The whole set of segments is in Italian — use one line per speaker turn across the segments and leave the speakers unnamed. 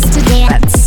to dance.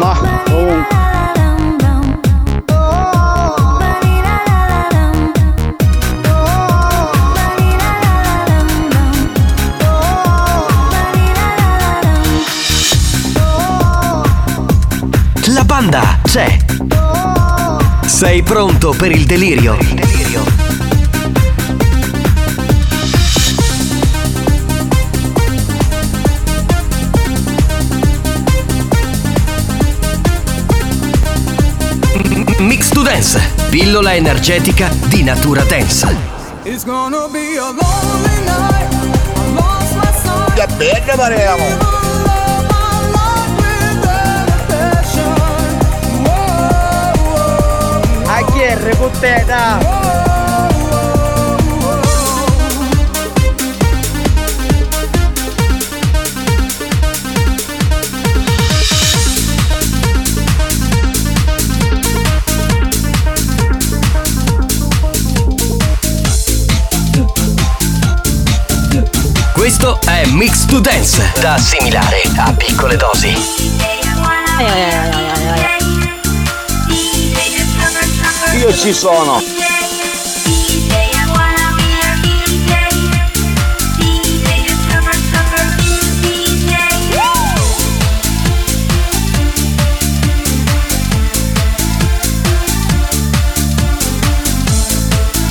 Ma oh,
La banda c'è. Sei pronto per il delirio? Mix to Dance, pillola energetica di natura dance.
It's gonna be a lonely night. I lost my sight.
che bene parliamo! A chi è reputata?
Questo è Mix to Dance, da assimilare a piccole dosi.
Io ci sono!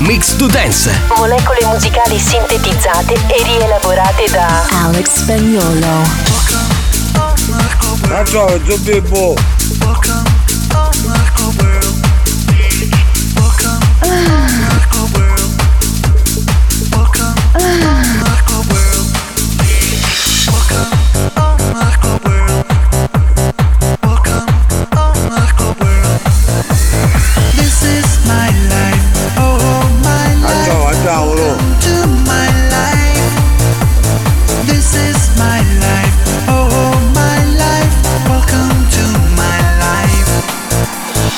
Mix to Dance,
molecole musicali sintetizzate e rielaborate da
Alex Spagnolo.
La trovo, giù bimbo!
This is my life, oh my
La
life,
trovo, la trovo, lo.
to my life. This is my life, oh my life. Welcome to my life.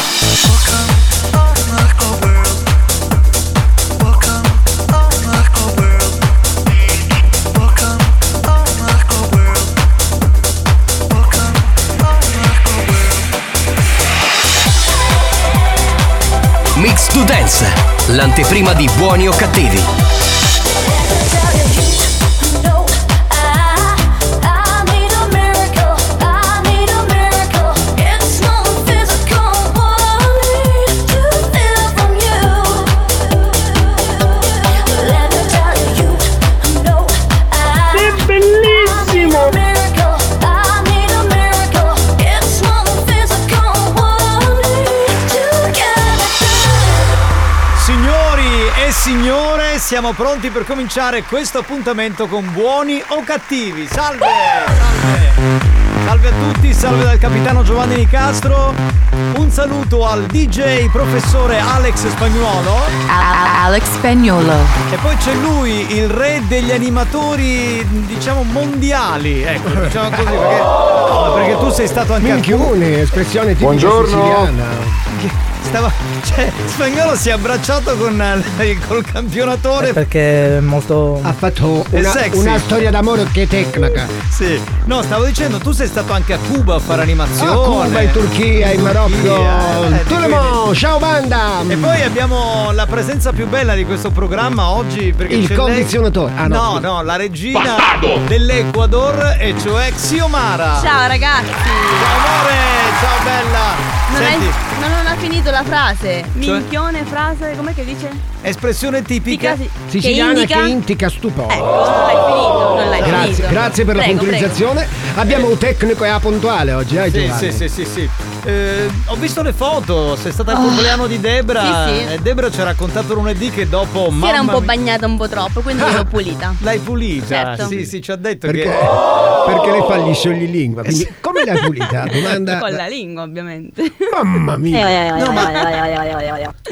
Mix to Dance, l'anteprima di buoni o cattivi.
Signori e signore, siamo pronti per cominciare questo appuntamento con buoni o cattivi. Salve! Salve, salve a tutti, salve dal capitano Giovanni Nicastro. Un saluto al DJ professore Alex Spagnuolo.
A- Alex Spagnolo.
E poi c'è lui, il re degli animatori, diciamo, mondiali. Ecco, diciamo così, perché, perché tu sei stato anche a
Minchione, espressione tipica
Buongiorno.
siciliana.
Stavo. Cioè, Spagnolo si è abbracciato con eh, col campionatore.
Eh, Perché è molto. Ha fatto
È una- sexy. una storia
d'amore che è tecnica.
Sì. No, stavo dicendo, tu sei stato anche a Cuba a fare animazione.
A Cuba, in Turchia, in Marocco.
eh, di
Tulemo,
quindi-
ciao banda!
E poi abbiamo la presenza più bella di questo programma oggi perché
Il
c'è
condizionatore.
lei-
Ah, no,
no, no, la regina dell'Ecuador e cioè Xiomara.
Ciao ragazzi!
Ciao amore, ciao bella.
Non,
Senti,
hai- non- non ha finito la frase.
Cioè?
Minchione, frase, com'è che dice?
espressione tipica.
Ficasi-
Siciliana
indica- Ecco,
che indica stupore. Oh,
Non l'hai finito, non l'hai
Grazie,
finito.
grazie per la
Prego,
puntualizzazione. Abbiamo un tecnico e a puntuale oggi, eh,
Sì,
Giovanni?
sì, sì, sì, sì. Eh, ho visto le foto, sei stata al compleanno di Debra.
Ah. Sì, sì.
E Debra ci ha raccontato lunedì che dopo
prego. Si
mamma
era un po'
mia-
bagnata un po' troppo, quindi l'ho pulita.
L'hai pulita.
Certo.
Sì, sì, ci ha detto
Perché,
che. Eh,
perché lei fa gli scioglilingua. Quindi, come l'ha pulita? Domanda.
Con la lingua, ovviamente.
Mamma
Eh,
mia.
No, ma-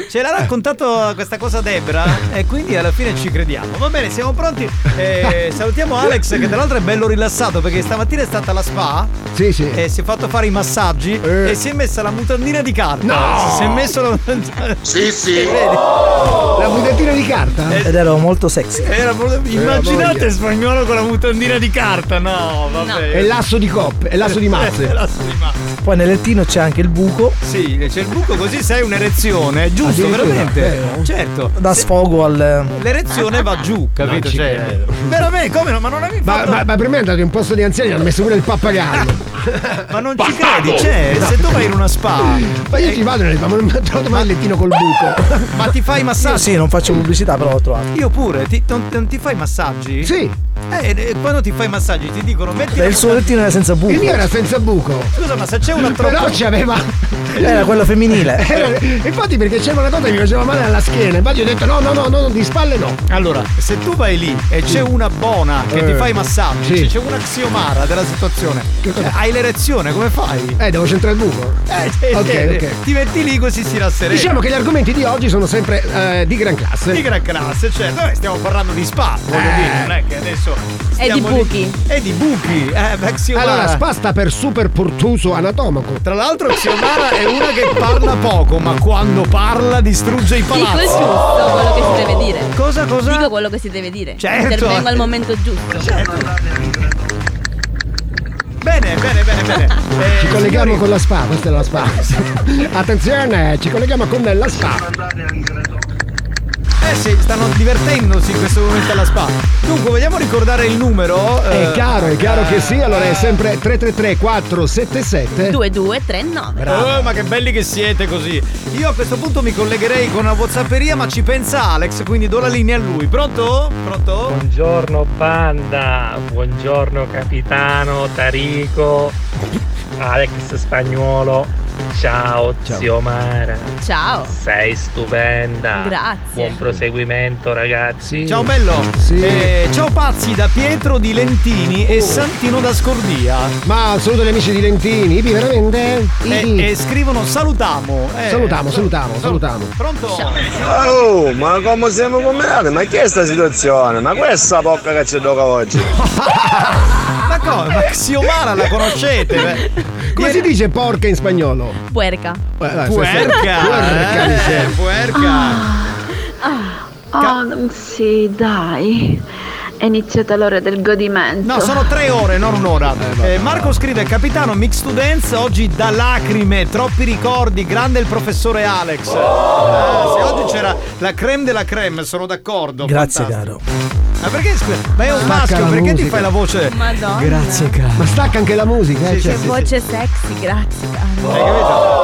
Ce l'ha raccontato questa cosa Debra e quindi alla fine ci crediamo. Va bene, siamo pronti. Eh, salutiamo Alex che tra l'altro è bello rilassato perché stamattina è stata alla spa
Sì, sì.
e si è fatto fare i massaggi
Eh.
e si è messa la mutandina di carta. Si è messo la mutandina.
Sì, sì.
La budattina di carta?
Ed
ero molto sexy.
Era proprio- Immaginate
voglia.
spagnolo con la mutandina di carta. No, vabbè.
È lasso di coppe, è lasso di
Eh,
mazze.
lasso di mazze.
Poi nel lettino c'è anche il buco.
Sì, c'è il buco così sei un'erezione, giusto,
Addirittura,
veramente.
Ah, vero?
Certo.
Da sfogo al.
L'erezione va giù, capito?
Non ci
Cioè,
credo.
veramente, come no? Ma non avevi
Ma,
fatto.
ma, ma per me è andato in un posto di anziani e hanno messo pure il pappagallo.
Ma non ci credi, cioè, se tu vai in una spa,
Ma io ci vado nel ma non mi ha trovato mai il lettino col buco.
ma ti fai massaggi.
non faccio pubblicità, però ho trovato.
Io pure, ti- non, non ti fai massaggi?
Sì,
Eh, eh, quando ti fai massaggi ti dicono metti. la mutandina-
lettino era senza buco. Il mio era senza buco.
Scusa, ma se c'è una troppo.
Però c'aveva. Era quello femminile. Eh, infatti, perché c'era una cosa che mi faceva male alla schiena. Infatti, ho detto: no, no, no, no, di spalle no.
Allora, se tu vai lì e c'è una bona che ti
Eh,
fa i massaggi,
sì.
c'è una xiomara della situazione,
cosa-
eh, hai l'erezione, come fai?
Eh, devo centrare il buco.
Eh, cioè,
Ok,
cioè,
ok.
Ti metti lì così si rasserena.
Diciamo che gli argomenti di oggi sono sempre eh, di gran classe.
di gran classe, certo, noi stiamo parlando di spa, voglio dire, non è che adesso.
E di
stiamo lì-
buchi.
E di buchi, eh, beh, Xiomara.
Allora, spa sta per super portuso anatomico.
Tra l'altro Xiomara è una che parla poco, ma quando parla distrugge i
Dico il
palazzi.
giusto, quello che si deve dire.
Cosa, cosa?
Dico quello che si deve dire.
Certo.
Intervengo al momento giusto.
Bene, bene, bene, bene. Eh,
Ci colleghiamo con la spa, questa è la spa. Attenzione, ci colleghiamo con la spa.
Eh sì, stanno divertendosi in questo momento alla spa. Dunque, vogliamo ricordare il numero?
È
Eh,
chiaro, è chiaro che sì, allora è
eh,
sempre 333 477
2239.
Oh, ma che belli che siete così. Io a questo punto mi collegherei con una whatsapperia, ma ci pensa Alex, quindi do la linea a lui. Pronto? Pronto?
Buongiorno banda, buongiorno capitano Tarico, Alex Spagnuolo, ciao, Ziomara,
Ciao.
sei stupenda.
Grazie.
Buon proseguimento ragazzi.
Ciao bello.
Sì.
Eh, ciao pazzi da Pietro di Lentini e Santino da Scordia.
Oh. Ma un saluto agli amici di Lentini, Ibi, veramente? Ibi.
E, e Eh, scrivono salutamo. Eh,
Salutamo,
sal-
salutamo,
sal-
salutamo.
Pronto?
Oh, ma come siamo combinati? Ma che è sta situazione? Ma questa porca che ci gioca oggi?
Ma come? Ma Xiomara la conoscete? Eh, beh.
Come si dice porca in spagnolo?
Puerca.
Eh, dai, se- se-
Puerca!
Puerca
eh,
miseria.
puerca.
Oh, sì, dai. È iniziata l'ora del godimento.
No, sono tre ore, non un'ora. Eh, Marco scrive: Capitano Mix to Dance, oggi da lacrime, troppi ricordi, grande il professore
Oh!
Alex. Eh, se oggi c'era la creme della creme, sono d'accordo. fantastico. Ma perché scusa? Ma è un
Stacca
maschio,
la
perché ti
musica.
fai la voce?
Madonna.
Ma stacca anche la musica, eh,
Sì,
cioè.
sì, sì.
Voce sexy, grazie. cara.
Hai capito?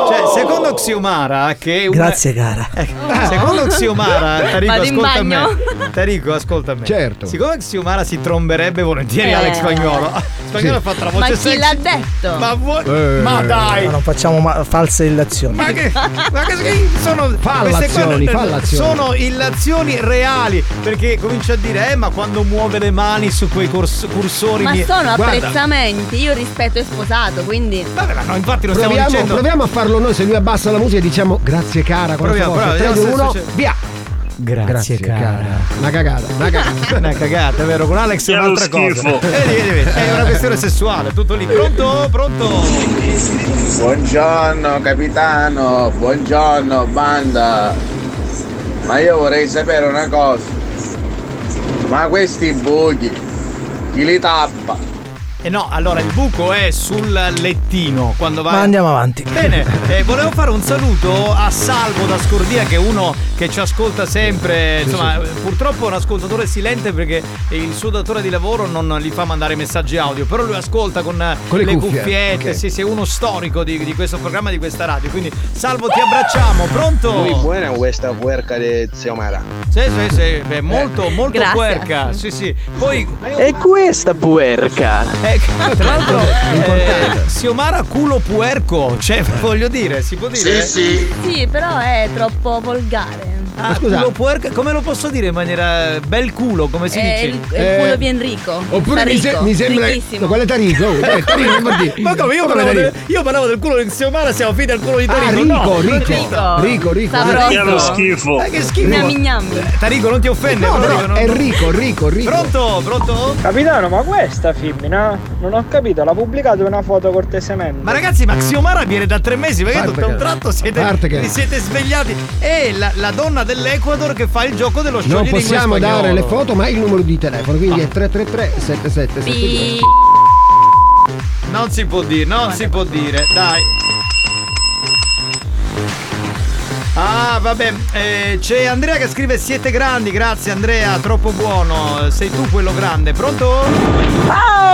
Cioè, secondo Xiomara, che è una...
cara. Ah.
Eh, Secondo Xiomara, Tarico,
Vado in
ascolta
bagno.
me. Tarico, ascolta me.
Certo.
Siccome Xiomara si tromberebbe volentieri
Eh.
Alex Spagnolo. Spagnolo fa tra voce
Ma chi
sexy-
l'ha detto?
Ma, vuoi-
Eh.
ma dai!
non facciamo false illazioni.
Ma che, ma che schif- sono queste qua
Fallazioni,
non-
fallazioni.
Sono illazioni reali. Perché comincia a dire, eh, ma quando muove le mani su quei cors- cursori.
Ma
mi-
sono
Guarda,
apprezzamenti, io rispetto è sposato, quindi
Vabbè, ma no, infatti lo stiamo
Proviamo,
dicendo.
proviamo a farlo noi, se lui abbassa la musica e diciamo grazie cara, qualcosa
Proviamo,
volta.
proviamo, vediamo se
3, 2, 1,
succede.
via!
Grazie, cara.
Una cagata, una cagata.
Una cagata, è vero? Con Alex è
Che
un'altra
schifo.
cosa. Vedi, vedi, vedi, È una questione sessuale, tutto lì. Pronto? Pronto?
Buongiorno capitano, buongiorno banda. Ma io vorrei sapere una cosa. Ma questi buchi, chi li tappa?
Eh no, allora il buco è sul lettino quando vai.
Ma andiamo avanti.
Bene, eh, volevo fare un saluto a Salvo da Scordia che è uno che ci ascolta sempre, insomma eh, purtroppo è un ascoltatore silente perché il suo datore di lavoro non gli fa mandare messaggi audio, però lui ascolta con, eh,
Con le cuffie,
cuffiette,
ok.
sì sì, è uno storico di, di questo programma, di questa radio, quindi Salvo ti abbracciamo,
Muy
pronto?
buena questa puerca de Xiomara.
Sì sì sì, beh, molto molto
Grazie.
puerca, sì sì, poi
E questa puerca.
Eh, tra l'altro, eh, Siomara culo puerco, cioè voglio dire, si può dire?
Sì, però è troppo volgare.
Ah, culo puerco, come lo posso dire in maniera bel culo, come si
È
dice?
Eh, il, è il culo di Enrico.
Eh, Oppure mi, se-
Tarico,
mi sembra.
ricchissimo.
No, quello è Tarico. oh, dai, Tarico che vuol dire?
Ma come
Quello
io parlavo,
è
del,
Tarico.
io parlavo del culo di Siomara, siamo finiti al culo di
Ah,
Tarico.
Rico,
no.
Rico, Rico, Rico.
Savroso. Che è lo
schifo.
Ma che schifo. Gnami, Eh, Tarico non ti offende,
No,
però,
no,
Rico, non-
è Rico, Rico, Rico.
Pronto, pronto?
Capitano, ma questa femmina, non ho capito, l'ha pubblicata una foto cortesemente.
Ma ragazzi, ma Xiomara viene da tre mesi, perché
Parte
tutto a un
che-
tratto siete,
parte che-
vi siete svegliati? È la, la donna dell'Ecuador che fa il gioco dello
Non
sciogliere
possiamo dare le foto, ma il numero di telefono, quindi è 333 7772
Non si può dire, non si può dire, dai. Ah, vabbè, eh, c'è Andrea che scrive siete grandi, grazie Andrea, troppo buono, sei tu quello grande, pronto?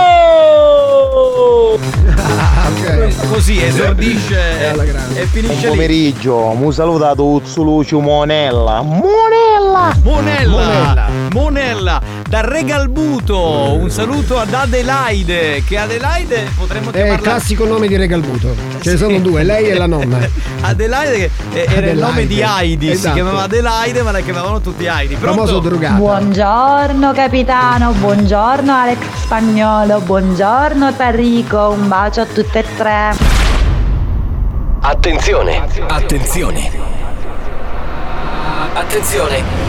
Così esordisce e, e
Buon
finisce lì.
pomeriggio, mi salutato Uzzu Lucio Monella. Monella!
Monella, Monella, da Regalbuto, un saluto ad Adelaide, che Adelaide potremmo
È Eh, il
chiamarla
classico nome di Regalbuto. Ce ne sono due, lei e la nonna.
Adelaide che eh, era il
Adelaide.
nome di Heidi, si
Esatto.
chiamava Adelaide ma la chiamavano tutti Heidi. Pronto?
Buongiorno capitano, buongiorno Alex Spagnolo, buongiorno Tarico, un bacio a tutte e tre.
Attenzione! Attenzione! Attenzione!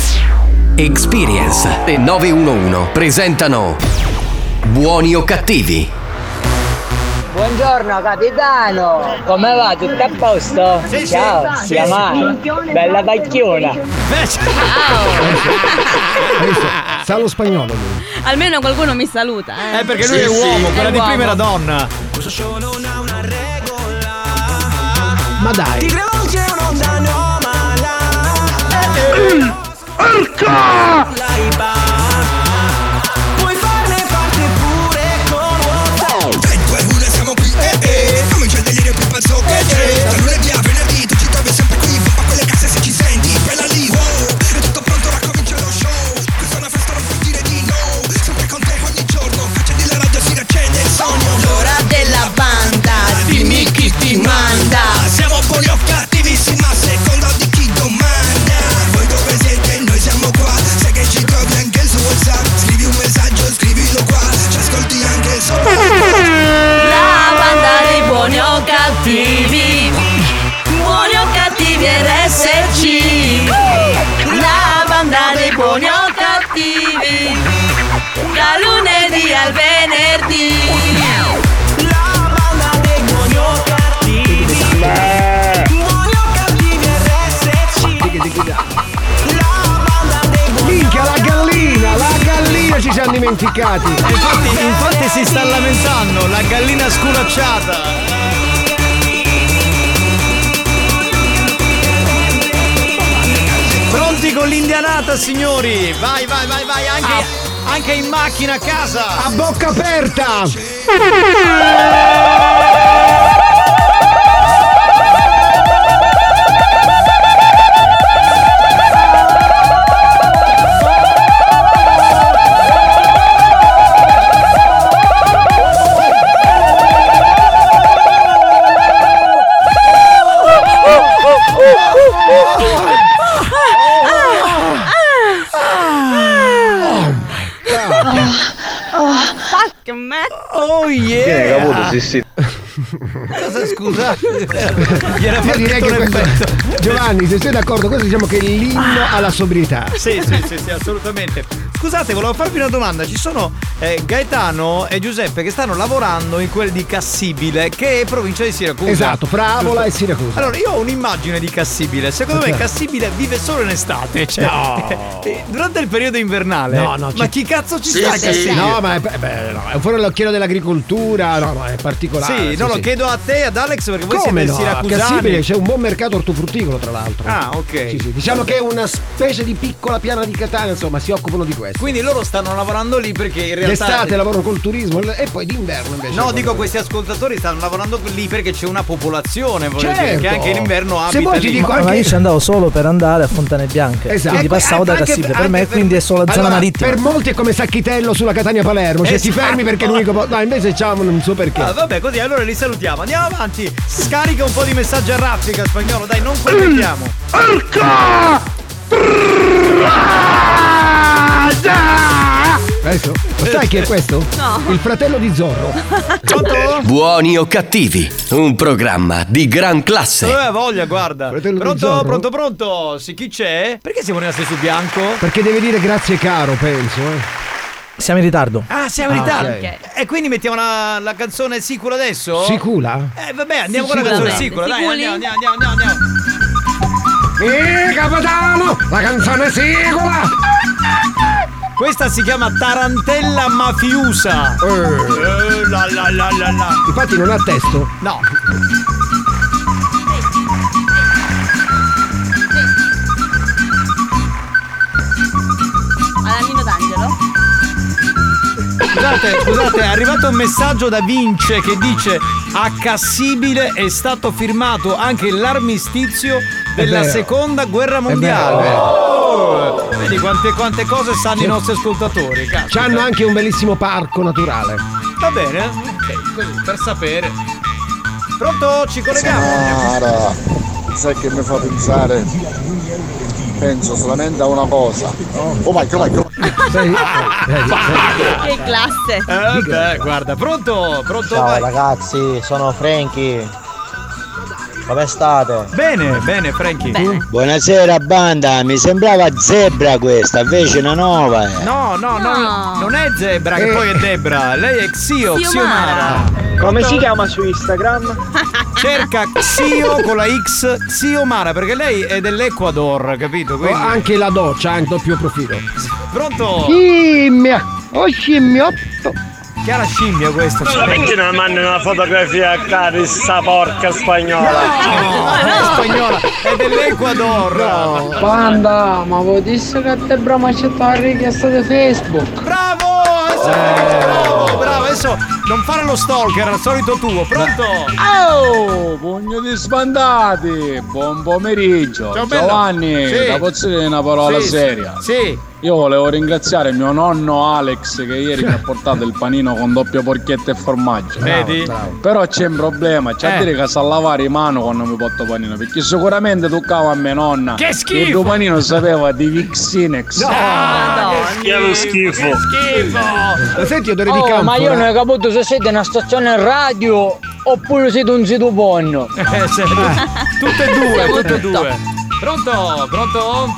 Experience e 911 presentano Buoni o cattivi?
Buongiorno capitano, come va? Tutto a posto?
Sì, sì.
Ciao,
Sì,
siamo
sì.
bella vecchiona.
Sa lo spagnolo lui.
Almeno qualcuno mi saluta. Eh,
Eh, perché lui è uomo, quella di prima era donna.
Ma dai. Ti
rivolge un'onda anomala. Eh,
Urca!
Puoi farne parte pure con uomo. Dai, Eh, due a luna siamo qui, eh, eh. Comincia il delirio più pazzo che c'è. Da lunedì a venerdì tu ci trovi sempre qui. Pompa quelle casse se ci senti, bella lì, wow. È tutto pronto, ora comincia lo show. Questa è una festa, non puoi dire di no. Sempre con te ogni giorno. Accendi la radio, si riaccende il sogno. L'ora della banda, dimmi chi ti manda. Siamo buoni o cattivissimi a seconda di chi domanda. Voi dove siete, noi siamo qua. Sai che ci trovi anche su WhatsApp. Scrivi un messaggio, scrivilo qua. Ci ascolti anche solo.
La banda dei buoni o cattivi Buoni o cattivi RSC La banda dei buoni o cattivi Da lunedì al venerdì La banda dei buoni o cattivi Buoni o cattivi RSC
Minchia la gallina, la gallina ci siamo dimenticati.
Infatti, infatti si sta lamentando, la gallina sculacciata. Pronti con l'indianata, signori? Vai, vai, vai, vai, anche, anche in macchina a casa.
A bocca aperta!
Ah, ah. Ah.
Oh yeah!
sì.
Cosa scusa? Gliel'ha
Io direi
partito
che questo-
l'effetto.
Giovanni, se sei d'accordo, questo diciamo che è l'inno alla sobrietà.
Sì, sì, sì, sì, assolutamente. Scusate, volevo farvi una domanda. Ci sono eh, Gaetano e Giuseppe che stanno lavorando in quel di Cassibile, che è provincia di Siracusa.
Esatto, fra Avola e
Giusto?
Siracusa.
Allora, io ho un'immagine di Cassibile. Secondo me
Certo.
Cassibile vive solo in estate. Cioè,
Eh. No.
eh, durante il periodo invernale.
No, no,
ma
ci-
chi cazzo ci
Sì,
sta a
sì.
Cassibile?
No, ma è, beh, no, è fuori l'occhiello dell'agricoltura, no, no, è particolare.
Sì, no, lo chiedo a te e ad Alex perché voi
Come
siete
no? A
siracusani.
Cassibile c'è un buon mercato ortofrutticolo, tra l'altro.
Ah, ok.
Sì, sì, Diciamo che è una specie di piccola piana di Catania, insomma, si occupano di questo.
Quindi loro stanno lavorando lì perché in realtà.
L'estate lavorano col turismo e poi d'inverno invece.
No, dico
questo.
questi ascoltatori stanno lavorando lì perché c'è una popolazione, voglio dire, che
Certo.
anche in inverno
Se
abita
vuoi ti
lì.
dico
Ma, ma io ci andavo solo per andare a Fontane Bianche.
Esatto.
Quindi
Ecco,
passavo da
anche-
Cassibile. Per
anche
me,
per-
quindi è solo la zona
Allora,
marittima.
Per molti è come Sacchitello sulla Catania Palermo, cioè ti
Esatto.
fermi perché è l'unico po- No, invece ciao, non so perché.
Ah, vabbè, così allora li salutiamo. Andiamo avanti. Scarica un po' di messaggi a raffica spagnolo, dai, non commettiamo.
Adesso, lo sai chi è questo?
No.
Il fratello di Zorro.
Buoni o cattivi, un programma di gran classe.
Eh, voglia, guarda. Pronto,
Zorro?
pronto, pronto. Sì, chi c'è? Perché siamo rimasti su bianco?
Perché deve dire grazie caro, penso. eh.
Siamo in ritardo.
Ah, siamo in
Ah,
ritardo.
ok.
E quindi mettiamo la, la canzone Sicula adesso?
Sicula?
Eh, vabbè, andiamo con la canzone
Sicuramente.
Sicula, dai,
Siculi?
andiamo, andiamo, andiamo, andiamo.
Eh, capitano, la canzone Sicula!
Questa si chiama Tarantella Mafiosa. Eh, la, la, la, la, la.
Infatti non ha testo.
No.
Alla Nino D'Angelo?
Scusate, scusate, è arrivato un messaggio da Vince che dice a Cassibile è stato firmato anche l'armistizio della
vero.
seconda guerra
vero,
mondiale.
è vero.
Oh! Vedi quante, quante cose sanno i nostri ascoltatori. cazzo.
C'hanno anche un bellissimo parco naturale.
Va bene? Ok, così, per sapere. Pronto? Ci colleghiamo?
Sara, sai che mi fa pensare? Penso solamente a una cosa. Oh vai, vai, Ah,
Che classe!
Eh, beh, guarda, pronto? Pronto?
Ciao
vai.
ragazzi, sono Franky. Come state?
Bene, bene, Frankie.
Buonasera banda, mi sembrava zebra questa, invece una nuova. eh.
No, no, no, non è Zebra, che
Eh.
poi è Debra, lei è Xio,
Xiomara.
Xiomara.
Come si
Pronto?
chiama su Instagram?
Cerca Xio con la X, Xiomara, perché lei è dell'Ecuador, capito?
Oh,
Quindi- Oh.
anche la doccia, ha un doppio profilo.
Pronto?
Scimmia! Oh scimmiotto!
Che era scimmia questo?
Perché non mandi una fotografia a cari sta porca spagnola?
è spagnola, è dell'Ecuador.
Panda, ma vuoi dire che te bravo accettare la richiesta di Facebook?
Bravo! Bravo, bravo, adesso non fare lo stalker, al solito tuo, pronto?
Oh, pugno di sbandati! Buon pomeriggio!
Ciao, bello.
Giovanni,
Sì.
la posso dire una parola
Sì,
seria?
Sì.
Io volevo ringraziare mio nonno Alex che ieri mi ha portato il panino con doppio porchetta e formaggio.
Vedi?
Però c'è un problema, c'è
Eh.
a dire che sa lavare in mano quando mi porto panino, perché sicuramente toccava a mia nonna.
Che schifo!
E il tuo panino sapeva di Vixinex.
Ah, Che lo schifo.
Lo senti odore di
Oh,
campo?
ma io non
eh?
ho capito se siete una stazione radio oppure siete un sito buono.
Eh, sì. Tutte e due, tutte e due. Pronto? Pronto?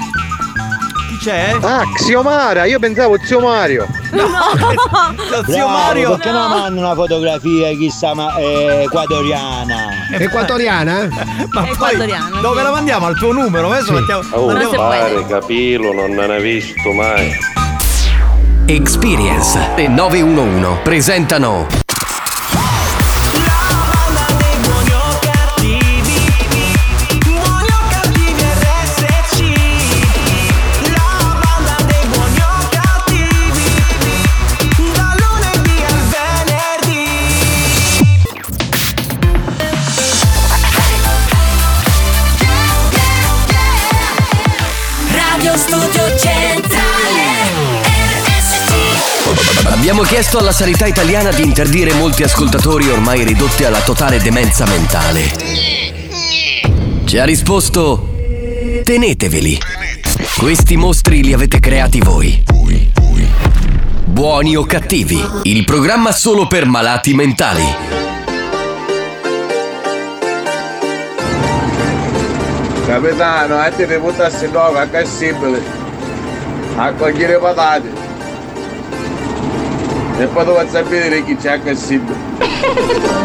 Chi c'è?
Ah, Xiomara, io pensavo zio Mario.
Lo zio Mario.
Perché non hanno una fotografia chissà ma eh, equatoriana?
Equatoriana? eh?
Ma poi dove la mandiamo? Al tuo numero? Adesso mettiamo. mandiamo-
capilo, non ne hai visto mai.
Experience e 911 presentano
Radio Studio Centrale
Abbiamo chiesto alla sanità italiana di interdire molti ascoltatori ormai ridotti alla totale demenza mentale. Ci ha risposto: teneteveli. Questi mostri li avete creati voi. Buoni o cattivi, il programma solo per malati mentali.
Capitano, a te ne buttassi l'uovo a Cassibile a cogliere patate. E poi devo sapere chi c'è a Cassibile.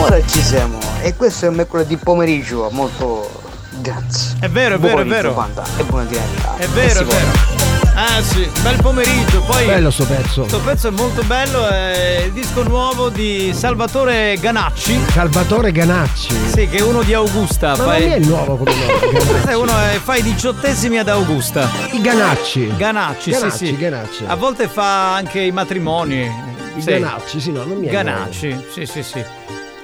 Ora ci siamo e questo è un mercoledì pomeriggio molto dance.
È vero, è
Buon
vero, è vero.
pomeriggio, Banda, e buona diretta.
È vero, è vero. Ah sì, bel pomeriggio, poi.
Bello sto pezzo.
Questo pezzo è molto bello, è il disco nuovo di Salvatore Ganacci.
Salvatore Ganacci.
Sì, che è uno di Augusta.
Ma non è il nuovo come nome.
Questo è uno eh, fa i diciottesimi ad Augusta.
I Ganacci.
Ganacci,
Ganacci,
sì, sì.
Ganacci.
A volte fa anche i matrimoni.
I
Sì.
Ganacci, sì, no, non mi è
Ganacci, sì, sì, sì.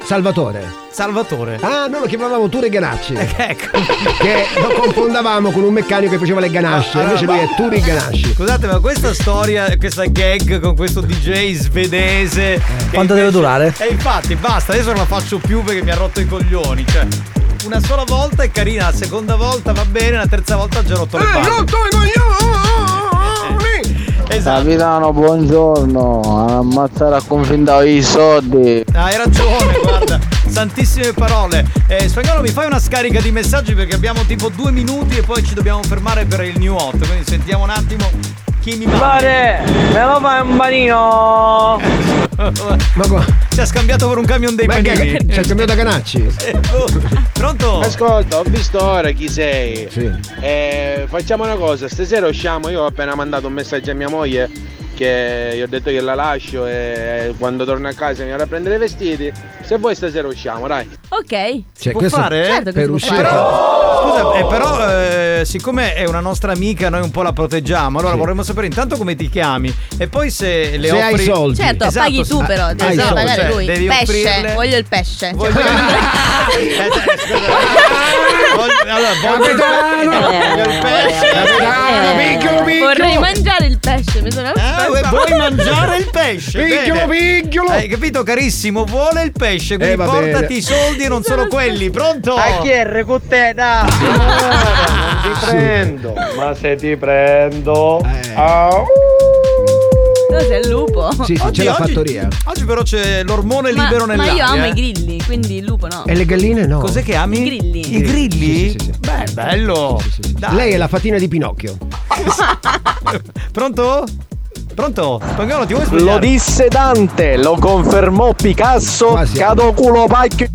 Salvatore.
Salvatore.
Ah, noi lo chiamavamo Ture Ganacci.
ecco.
Che lo confondavamo con un meccanico che faceva le ganasce.
Allora,
Invece lui
Ah, ma-
è Turi Ganasci.
Scusate, ma questa storia, questa gag con questo DJ svedese.
Eh.
Quanto deve durare?
E infatti, basta, adesso non la faccio più perché mi ha rotto i coglioni. Cioè, una sola volta è carina, la seconda volta va bene, la terza volta ha già rotto le
Eh,
palle. Eh, esatto.
Capitano, buongiorno. Ammazzare ha confindato i soldi.
Ah, Hai ragione, guarda, santissime parole. Eh, Spagnolo, mi fai una scarica di messaggi perché abbiamo tipo due minuti e poi ci dobbiamo fermare per il new hot. Quindi sentiamo un attimo chi mi manda.
Pare, me lo fai un panino!
Ma qua.
Ci ha scambiato per un camion dei
Ma
panini.
che c'è il cambio da Ganacci?
Eh, oh, Pronto?
Ascolta, ho visto ora chi sei. Eh, facciamo una cosa, stasera usciamo, io ho appena mandato un messaggio a mia moglie che gli ho detto che la lascio e quando torno a casa mi vado a prendere i vestiti. Se vuoi stasera usciamo, dai.
Ok.
Cioè,
può fare?
Certo che si può fare.
Però, scusa, eh, però eh, siccome è una nostra amica, noi un po' la proteggiamo. Allora vorremmo sapere intanto come ti chiami e poi se le
Se
offri.
hai i soldi.
Certo,
Esatto,
paghi tu
se-
però, devi
esatto,
pagare
cioè,
lui.
Devi
pesce,
offrirle.
voglio il pesce. Cioè,
Voglio- allora, voglio- voglio il pesce.
Eh, Vorrei mangiare il pesce, mi sono
Eh, vuoi mangiare il pesce?
Piccolo,
Bene. Hai capito carissimo? Vuole il pesce, quindi
va bene.
portati i soldi e non solo quelli, pronto?
A chi è recuteta?
Ah. Eh.
Ti prendo, ma se ti prendo. au.
No, c'è il lupo.
Sì, sì, c'è la fattoria.
Oggi però c'è l'ormone
Ma-
libero
ma,
nell'aria.
io amo
eh.
i grilli, quindi il lupo no.
E le galline no.
Cos'è che ami?
I grilli.
I grilli?
Sì, sì, sì, sì.
Beh, bello. Dai.
Lei è la fatina di Pinocchio.
Pronto? Pronto? Spagnolo, ti vuoi svegliare?
Lo disse Dante, lo confermò Picasso, cado culo pacchio.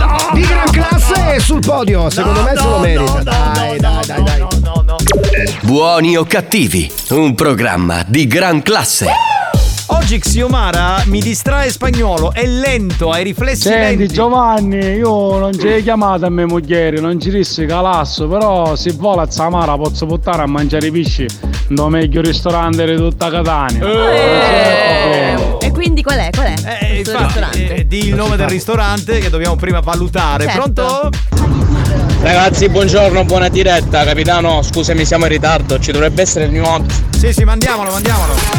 Ah,
Di gran classe e sul podio, secondo me se lo merita. dai, dai, dai, dai.
Buoni o cattivi, un programma di gran classe.
Oggi Xiomara mi distrae spagnolo, è lento, ha i riflessi
Senti
lenti.
Giovanni, io non ci hai chiamato a me mogliere, non ci disse calasso, però se vola a Zamara posso portare a mangiare i pesci nel meglio ristorante di tutta Catania.
Eh,
Eh. E quindi qual è? Qual è? questo
infatti,
ristorante.
Eh, di il nome del ristorante che dobbiamo prima valutare.
Certo.
Pronto?
Ragazzi, buongiorno, buona diretta. Capitano, scusami, siamo in ritardo. Ci dovrebbe essere il new hot.
Sì, sì, mandiamolo, mandiamolo.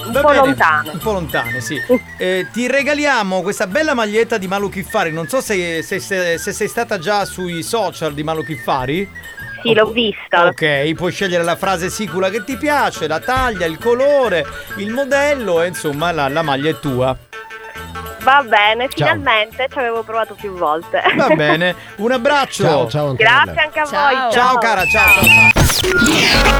Un po' lontane.
Un po' lontane, sì. Eh, ti regaliamo questa bella maglietta di Malu Kiffari. Non so se, se- se- se sei stata già sui social di Malu Kiffari.
Sì, l'ho vista.
Ok, puoi scegliere la frase sicura che ti piace, la taglia, il colore, il modello e insomma la, la maglia è tua.
Va bene,
Ciao.
finalmente ci avevo provato più volte.
Va bene, un abbraccio.
Grazie anche a voi.
Ciao cara, ciao. ciao.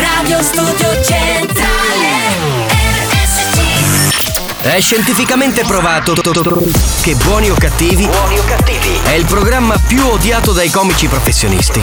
Radio Studio Centrale
È scientificamente provato che Buoni o Cattivi è il programma più odiato dai comici professionisti.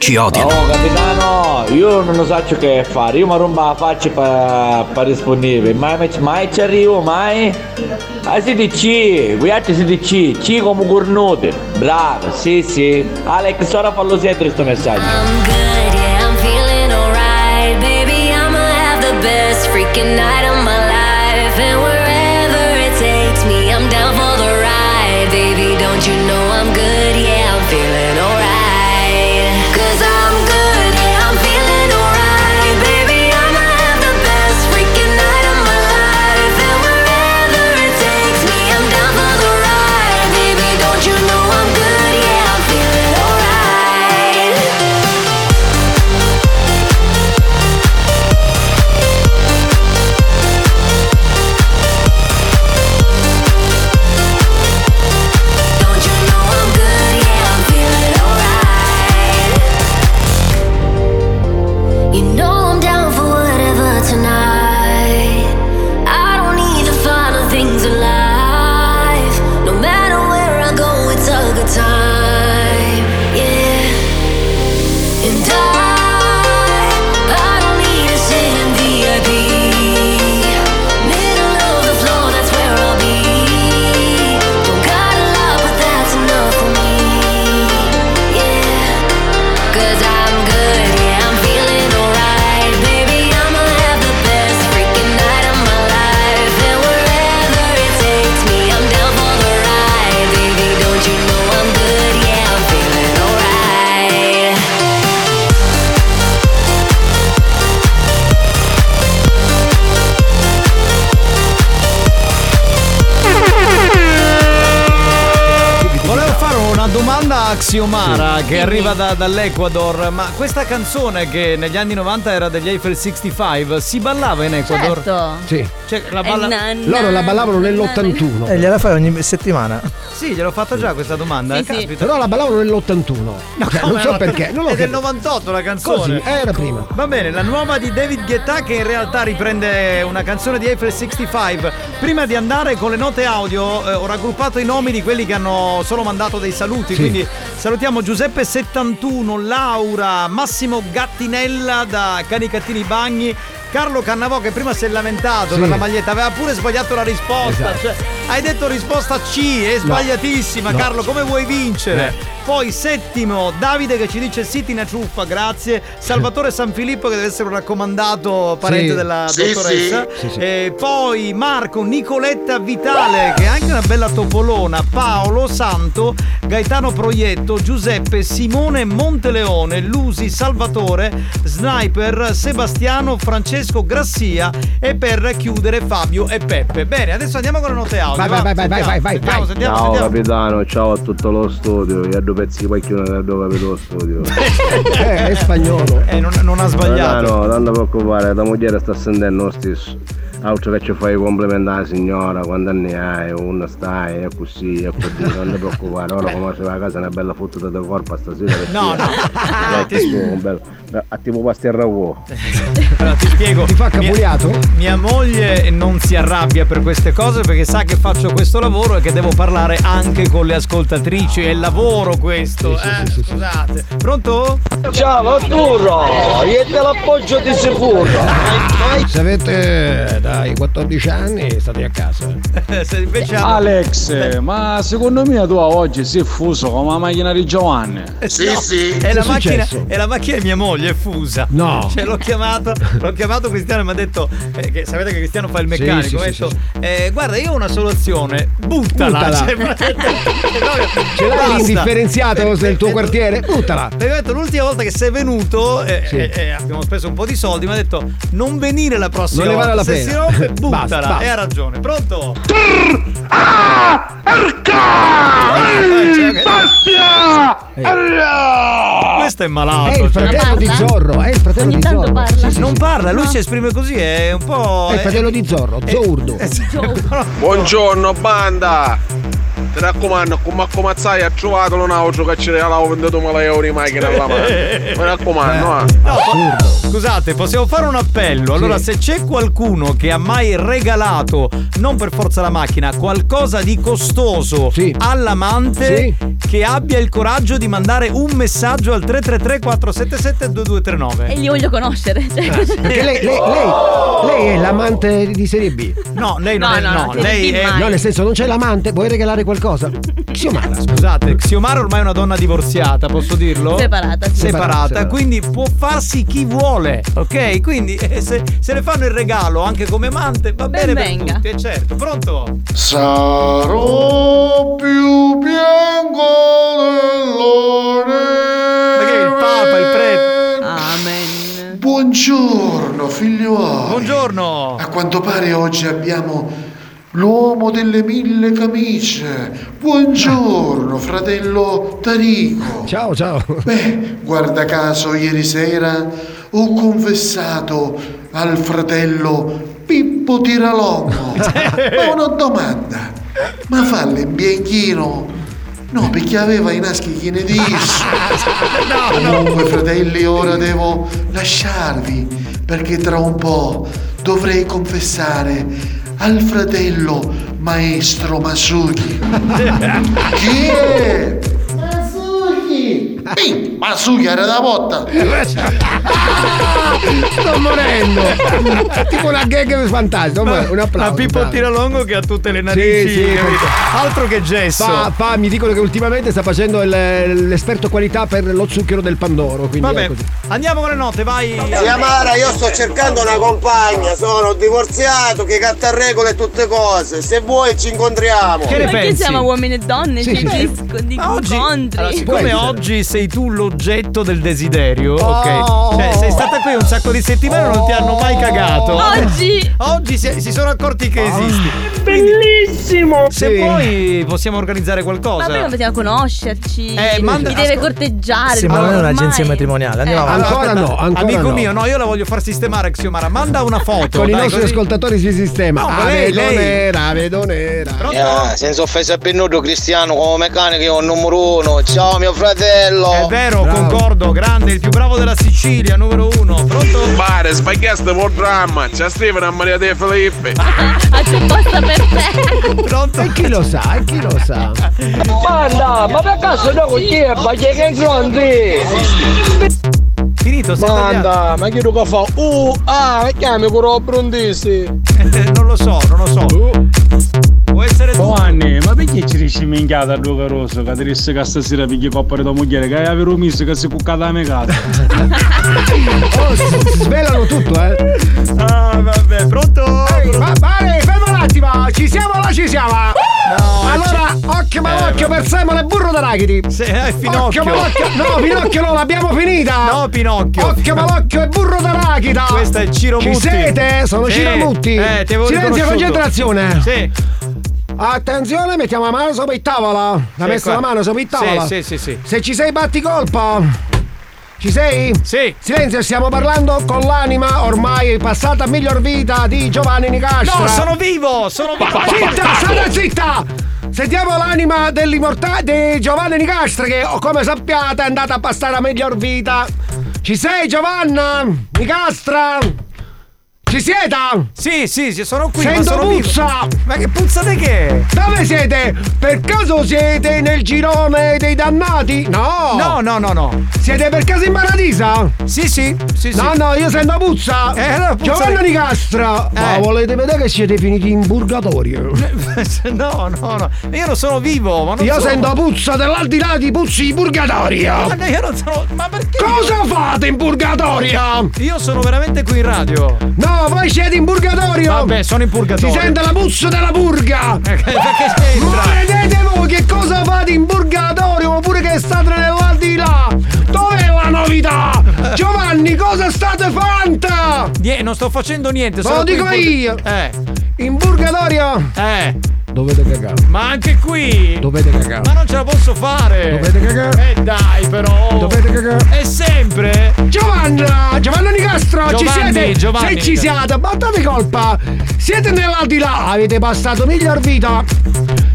ci odiano.
Oh capitano, io non lo so ciò che fare, io mi rompo la faccia per pa disponibile, mai, mai- mai ci arrivo, mai. Ah siete C, voi altri siete C, C come cornuti, bravo, sì sì. Alex, ora fallo sempre questo messaggio.
Yeah, I'm feeling alright, baby. I'ma have the best freaking night of my life, and wherever it takes me, I'm down for the ride, baby. Don't you know I'm good? Yeah, I'm feeling alright, 'cause I'm good. Yeah, I'm feeling alright, baby. I'ma have the best freaking night of my life, and wherever it takes me, I'm down for the ride, baby. Don't you know I'm good? Yeah, I'm feeling alright. You know I'm down for whatever tonight. I don't need the final things in life. No matter where I go, it's a good time. Yeah. And I, I don't need to sit in VIP. Middle of the floor, that's where I'll be. Don't got a lot, but that's enough for me. Yeah. Cause I'm good, yeah, I'm feeling alright. Baby, I'ma have the best freaking night of my life. And wherever it takes me, I'm down for the ride. Baby, don't you know I'm good, yeah, I'm feeling alright.
Volevo fare una domanda a Axiomara
Sì.
che arriva da- dall'Ecuador, ma questa canzone che negli anni 90 era degli Eiffel 65 si ballava in Ecuador?
Certo.
Sì.
Cioè, la balla...
Eh,
Loro la ballavano nell'81.
E Eh, gliela fai ogni settimana.
Sì, gliel'ho fatta già questa domanda. eh, Caspita.
Però la ballavano nell'81. non so
Come?
perché. Non lo
È del
capisco.
98 la canzone. Ecco.
Così, era prima.
Va bene, la nuova di David Guetta che in realtà riprende una canzone di Eiffel 65. Prima di andare con le note audio eh, ho raggruppato i nomi di quelli che hanno solo mandato dei saluti,
Sì.
quindi salutiamo Giuseppe 71, Laura, Massimo Gattinella da Cani Cattini Bagni, Carlo Cannavò che prima si è lamentato
Sì.
per la maglietta, aveva pure sbagliato la risposta.
Esatto.
cioè, hai detto risposta C, è
No.
sbagliatissima.
No.
Carlo, come vuoi vincere?
Eh.
Poi settimo, Davide che ci dice City una ciuffa, grazie. Salvatore Sanfilippo che deve essere un raccomandato parente
Sì.
della
Sì,
dottoressa.
sì. Sì, sì.
E poi Marco, Nicoletta Vitale, che è anche una bella topolina, Paolo Santo, Gaetano Proietto, Giuseppe, Simone Monteleone, Lusi, Salvatore, Sniper, Sebastiano, Francesco Grassia e per chiudere Fabio e Peppe. Bene, adesso andiamo con le note audio.
Vai,
va,
vai, vai, vai,
sentiamo,
vai, vai,
sentiamo,
vai.
sentiamo,
ciao
sentiamo.
capitano, ciao a tutto lo studio, gli due pezzi poi chiudono da dove vedo lo studio.
Eh, è spagnolo.
Eh, non, ha
No, no, non ti preoccupare, tua moglie sta sentendo lo stesso. Ah, Altro che ci fai complimentare alla signora, quanti anni hai, uno stai, e così, e così, non ti preoccupare, ora come se va a casa una bella fottuta di corpo stasera. perché-
No, no.
Dai, che tu, Eh, un bello- A tipo pasti a ragù.
Allora, ti spiego. Ti fa
capuliato?
Mia, mia moglie non si arrabbia per queste cose perché sa che faccio questo lavoro e che devo parlare anche con le ascoltatrici. È lavoro questo, eh. Scusate. Pronto?
Ciao Arturo, io te l'appoggio di sicuro.
Ah,
Se avete eh, dai 14 anni state a casa.
Eh, Se invece
Alex, ma secondo me tu oggi sei fuso come la macchina di Giovanni.
Sì, sì. Eh, È la,
Che è
macchina,
successo?
è la macchina di mia moglie, è fusa.
No.
Cioè, l'ho chiamato, l'ho chiamato Cristiano e mi ha detto: eh, che sapete che Cristiano fa il meccanico?
Sì, sì,
mi ha
sì,
detto: eh, guarda, io ho una soluzione, buttala.
Buttala.
Cioè, ma-
Ce l'hai
Basta. Eh,
l'indifferenziato del tuo quartiere? Buttala.
Mi ha detto l'ultima volta che sei venuto eh,
Sì.
eh, eh, abbiamo speso un po' di soldi, mi ha detto non venire la prossima
Non ne vale
volta.
la
Se
pena."
si rompe, buttala.
Basta, basta.
E ha ragione. Pronto?
Ah,
Questo è malato. cioè.
Ah,
È il
cioè,
fratello di Zorro, è il fratello di Zorro. Sì, sì,
non
sì.
parla, lui
No.
si esprime così, è un po'. eh,
È il fratello di Zorro, Zordo.
Buongiorno banda! Ti raccomando, come accomazzai ha trovato un auto che ci regalavo 22.000 euro in macchina alla mano. Mi raccomando, eh.
No, Scusate, possiamo fare un appello. Allora, se c'è qualcuno che ha mai regalato, non per forza la macchina, qualcosa di costoso all'amante, che abbia il coraggio di mandare un messaggio al 333-477-2239.
E li voglio conoscere.
Ah,
cioè,
Perché lei, lei- lei- lei è l'amante di serie B.
No, lei non
No,
è.
no,
No,
no,
lei è.
No, nel senso, non c'è l'amante, vuoi regalare qualcosa? Xiomara.
Ah, Scusate, Xiomara ormai è una donna divorziata, posso dirlo?
Separata, sì.
Separata,
Separata.
quindi può farsi chi vuole, ok? Quindi eh, se, se le fanno il regalo anche come amante, va
Ben
bene per
venga.
tutti, è certo. Pronto?
Sarò più bianco dell'ore. Perché il Papa, il prete.
Amen.
Buongiorno, figliuolo.
Buongiorno.
A quanto pare oggi abbiamo l'uomo delle mille camicie. Buongiorno, fratello Tarico.
Ciao, ciao.
Beh, guarda caso, ieri sera ho confessato al fratello Pippo Tiralongo. Ma una domanda, ma fallo in bianchino? No, perché aveva i naschi chinetici. Comunque, fratelli, ora devo lasciarvi perché tra un po' dovrei confessare al fratello maestro Masuki. Chi è? Masuki! Pim, Masuki era da botta!
Ah, Sto morendo. tipo una gag fantastica. Ma, un applauso.
Ma Pippo
bravo.
Tiralongo che ha tutte le
Sì,
narici.
sì,
capito? Altro che gesso.
Fa, fa- mi dicono che ultimamente sta facendo il- l'esperto qualità per lo zucchero del Pandoro. Quindi
Vabbè,
è così.
andiamo con le note, vai.
Siamara, io sto cercando una compagna, sono divorziato, che catta regole e tutte cose. Se vuoi ci incontriamo.
Perché siamo uomini e donne?
Sì,
cioè,
sì,
ci sc- di
Oggi-
incontri.
Allora, siccome oggi sei tu l'oggetto del desiderio,
Oh.
ok? Cioè, sei stata qui un sacco di settimane e non ti hanno mai cagato.
Oggi-
Oggi si, si sono accorti che esisti. Bellissimo! Se
Sì.
vuoi possiamo organizzare
Ma
qualcosa.
prima poteva conoscerci,
Eh, manda-
mi deve
ascol-
corteggiare.
Sì, ma non è
ormai.
un'agenzia
matrimoniale, andiamo
Eh,
avanti.
allora, aspetta, Amico
no.
mio, no, io la voglio far sistemare Xiomara. Manda una foto.
Con i
dai,
nostri
così-
ascoltatori si sistema.
No, ma lei-
Avedonera,
lei-
Avedonera.
Eh, senza offesa per nudo Cristiano come meccanico io numero uno. Ciao mio fratello.
È vero, concordo, grande, il più bravo della Sicilia, numero uno. Pronto?
Pare, sbagliaste il dramma. C'è Stefano a Maria De Filippi.
Pronto?
E chi lo sa? E chi lo sa?
Banda, ma per caso no con te, ma che grande!
Finito, si è
Manda, ma chi lo che fa? Uh, ah, chiami quello brondisi.
eh, non lo so, non lo so. Può essere
tu. Oh. Giovanni, ma perché ci dici minchiata a Luca Rosso? Che ti disse che stasera pigli coppare tua moglie, che avevi rumiso che si cuccata a me casa.
Oh, s- svelano tutto, eh.
Ah, vabbè, pronto?
Ehi, va- vale, fermo un attimo. Ci siamo o non ci siamo?
No,
allora,
ci-
occhio ma
Eh,
occhio
vabbè.
per Simon e burro d'arachidi.
Se è Finocchio.
Occhio malocchio. No, Pinocchio no, l'abbiamo finita.
No, Pinocchio.
Occhio malocchio e burro d'arachida.
Questo è Ciro
Ci
Mutti.
siete? Sono
Sì.
Ciro Mutti.
Eh, ti avevo
Silenzio e
riconosciuto.
concentrazione.
Sì.
Attenzione, mettiamo la mano sopra il tavola. Ha
Sì,
messo la
qua.
mano sopra il tavola.
Sì, sì, sì, sì.
Se ci sei batti colpa. Ci sei?
Sì.
Silenzio, stiamo parlando con l'anima ormai passata a miglior vita di Giovanni Nicastro.
No, sono vivo! Sono vivo!
Zitta, state zitta! Sentiamo l'anima dell'immortale di Giovanni Nicastro che, come sappiate, è andata a passare a miglior vita. Ci sei, Giovanna? Nicastra? Ci siete?
Sì, sì, sì, sono qui, ma
Sento
sono vivo.
puzza!
Ma che puzza di che?
Dove siete? Per caso siete nel girone dei dannati? No!
No, no, no, no.
Siete per caso in Maradisa?
Sì, sì, sì, sì.
No, no, io sento puzza!
Eh, allora puzza
Giovanna
di-
Nicastra! Ma
Eh.
volete vedere che siete finiti in purgatorio?
No, no, no. Io non sono vivo, ma non
Io
sono-
sento puzza dell'aldilà di puzzi di purgatorio!
Ma no, io non sono. Ma perché?
Cosa fate in purgatorio?
Io sono veramente qui in radio.
No, voi siete in purgatorio!
Vabbè, sono in
Si
purgatorio. Eh,
sente la puzza della purga!
Perché c'entra?
Vedete voi che cosa fate in purgatorio oppure che state nell'aldilà? Dov'è la novità? Giovanni, cosa state fanta?
Nie- non sto facendo niente.
Lo
sono qui
dico
in purga-
io.
Eh,
In purgatorio?
eh.
Dovete cagare.
Ma anche qui.
Dovete cagare.
Ma non ce la posso fare.
Dovete cagare.
Eh dai, però.
Dovete cagare.
È sempre.
Giovanna! Giovanna Nicastro, ci
Giovanni,
siete?
Giovanni
Se ci
Nicastro.
siate, battate colpa! Siete nell'aldilà, avete passato miglior vita!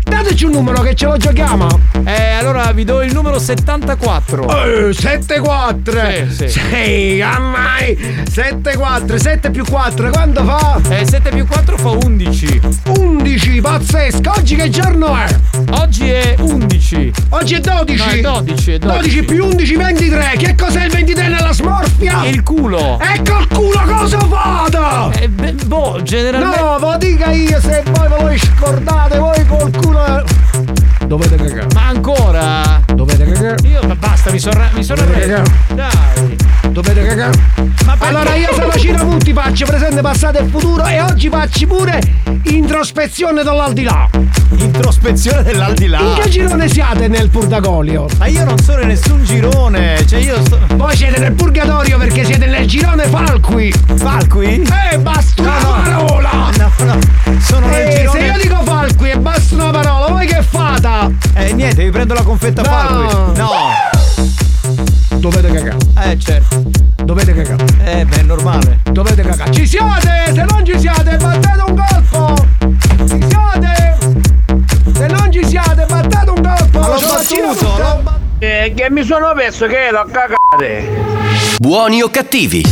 Dateci un numero che ce lo giochiamo!
Eh, allora vi do il numero 74.
Eh, 7-4
Sì, sì.
Sì, ammai 7-4, 7 più 4 Quanto fa?
Eh, 7 più 4 fa 11.
11, pazzesco Oggi che giorno è?
Oggi è 11.
Oggi è 12
No, è 12, è 12.
12 più 11, 23 Che cos'è il 23 nella smorfia?
È il culo.
Ecco il culo, cosa fate?
Eh, beh, boh, generalmente.
No, ve lo dica io se voi ve lo scordate, voi col culo. Dovete cagare.
Ma ancora?
Dovete cagare.
Io ma basta, mi sono mi sono
Dovete
arreso. Dai.
Dovete cagare.
Ma perché-
Allora io sono Ciro Mutti, faccio presente, passato e futuro e oggi faccio pure introspezione dall'aldilà.
Introspezione dell'aldilà.
In che girone siate nel purgatorio?
Ma io non sono in nessun girone. Cioè io sto.
Voi siete nel purgatorio perché siete nel girone Falqui.
Falqui?
Eh, basta una parola!
No, no. Sono nel
Eh, se
girone.
io dico Falqui e basta una parola, voi che fate?
Eh niente, vi prendo la confetta
No.
Falqui. No.
Dovete cagare,
Eh certo.
dovete cagare.
Eh beh, è normale.
Dovete cagare. Ci siate? Se non ci siate, battate un colpo! Ci siate? Se non ci siate, battate un colpo!
L'ho
Ce la facciamo.
battuto, l'ho battuto.
Eh, che mi sono perso che l'ho cagare.
Buoni o cattivi?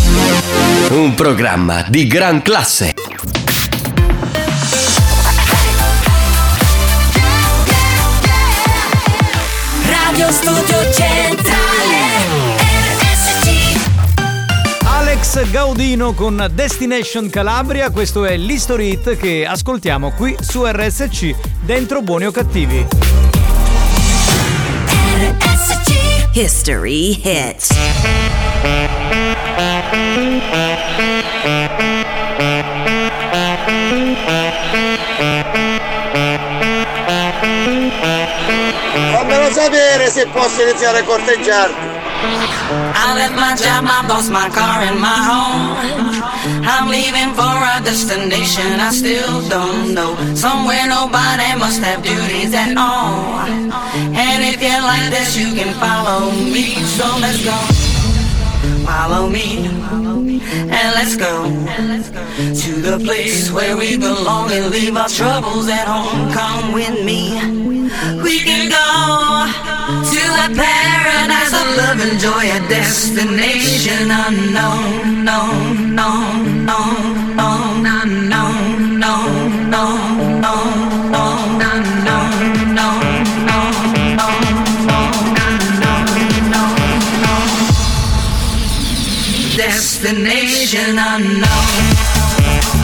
Un programma di gran classe.
Radio Studio Centrale RSC
Alex Gaudino con Destination Calabria, questo è l'History Hit che ascoltiamo qui su RSC dentro Buoni o Cattivi.
RSC History Hits
Fammelo sapere se posso iniziare a corteggiarti.
I left my job, my boss, my car, and my home. I'm leaving for a destination I still don't know. Somewhere nobody must have duties at all. And if you like this, you can follow me. So let's go. Follow me. And let's go to the place where we belong and leave our troubles at home. Come with me. We can go to a paradise of love and joy, a destination unknown, known, known, known, known, unknown, known, known, known, known, known, unknown, known, known, known, known, unknown, known, known.
an unknown.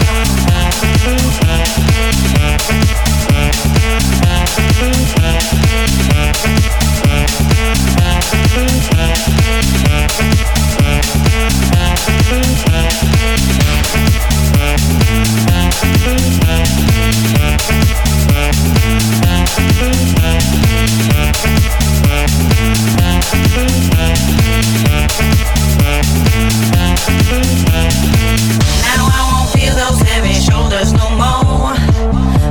Now I won't feel those heavy shoulders no more.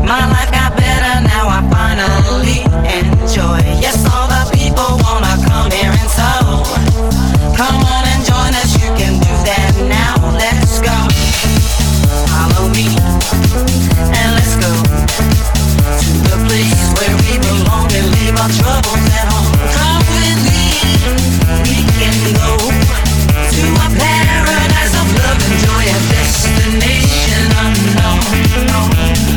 My life got better now. I finally enjoy. Yes, all the people wanna come here and so. Come on and join us. You can do that now. Let's go. Follow me and let's go to the place where we belong and leave our troubles at home. Come with me. We can go. To a paradise of love and joy, a destination unknown.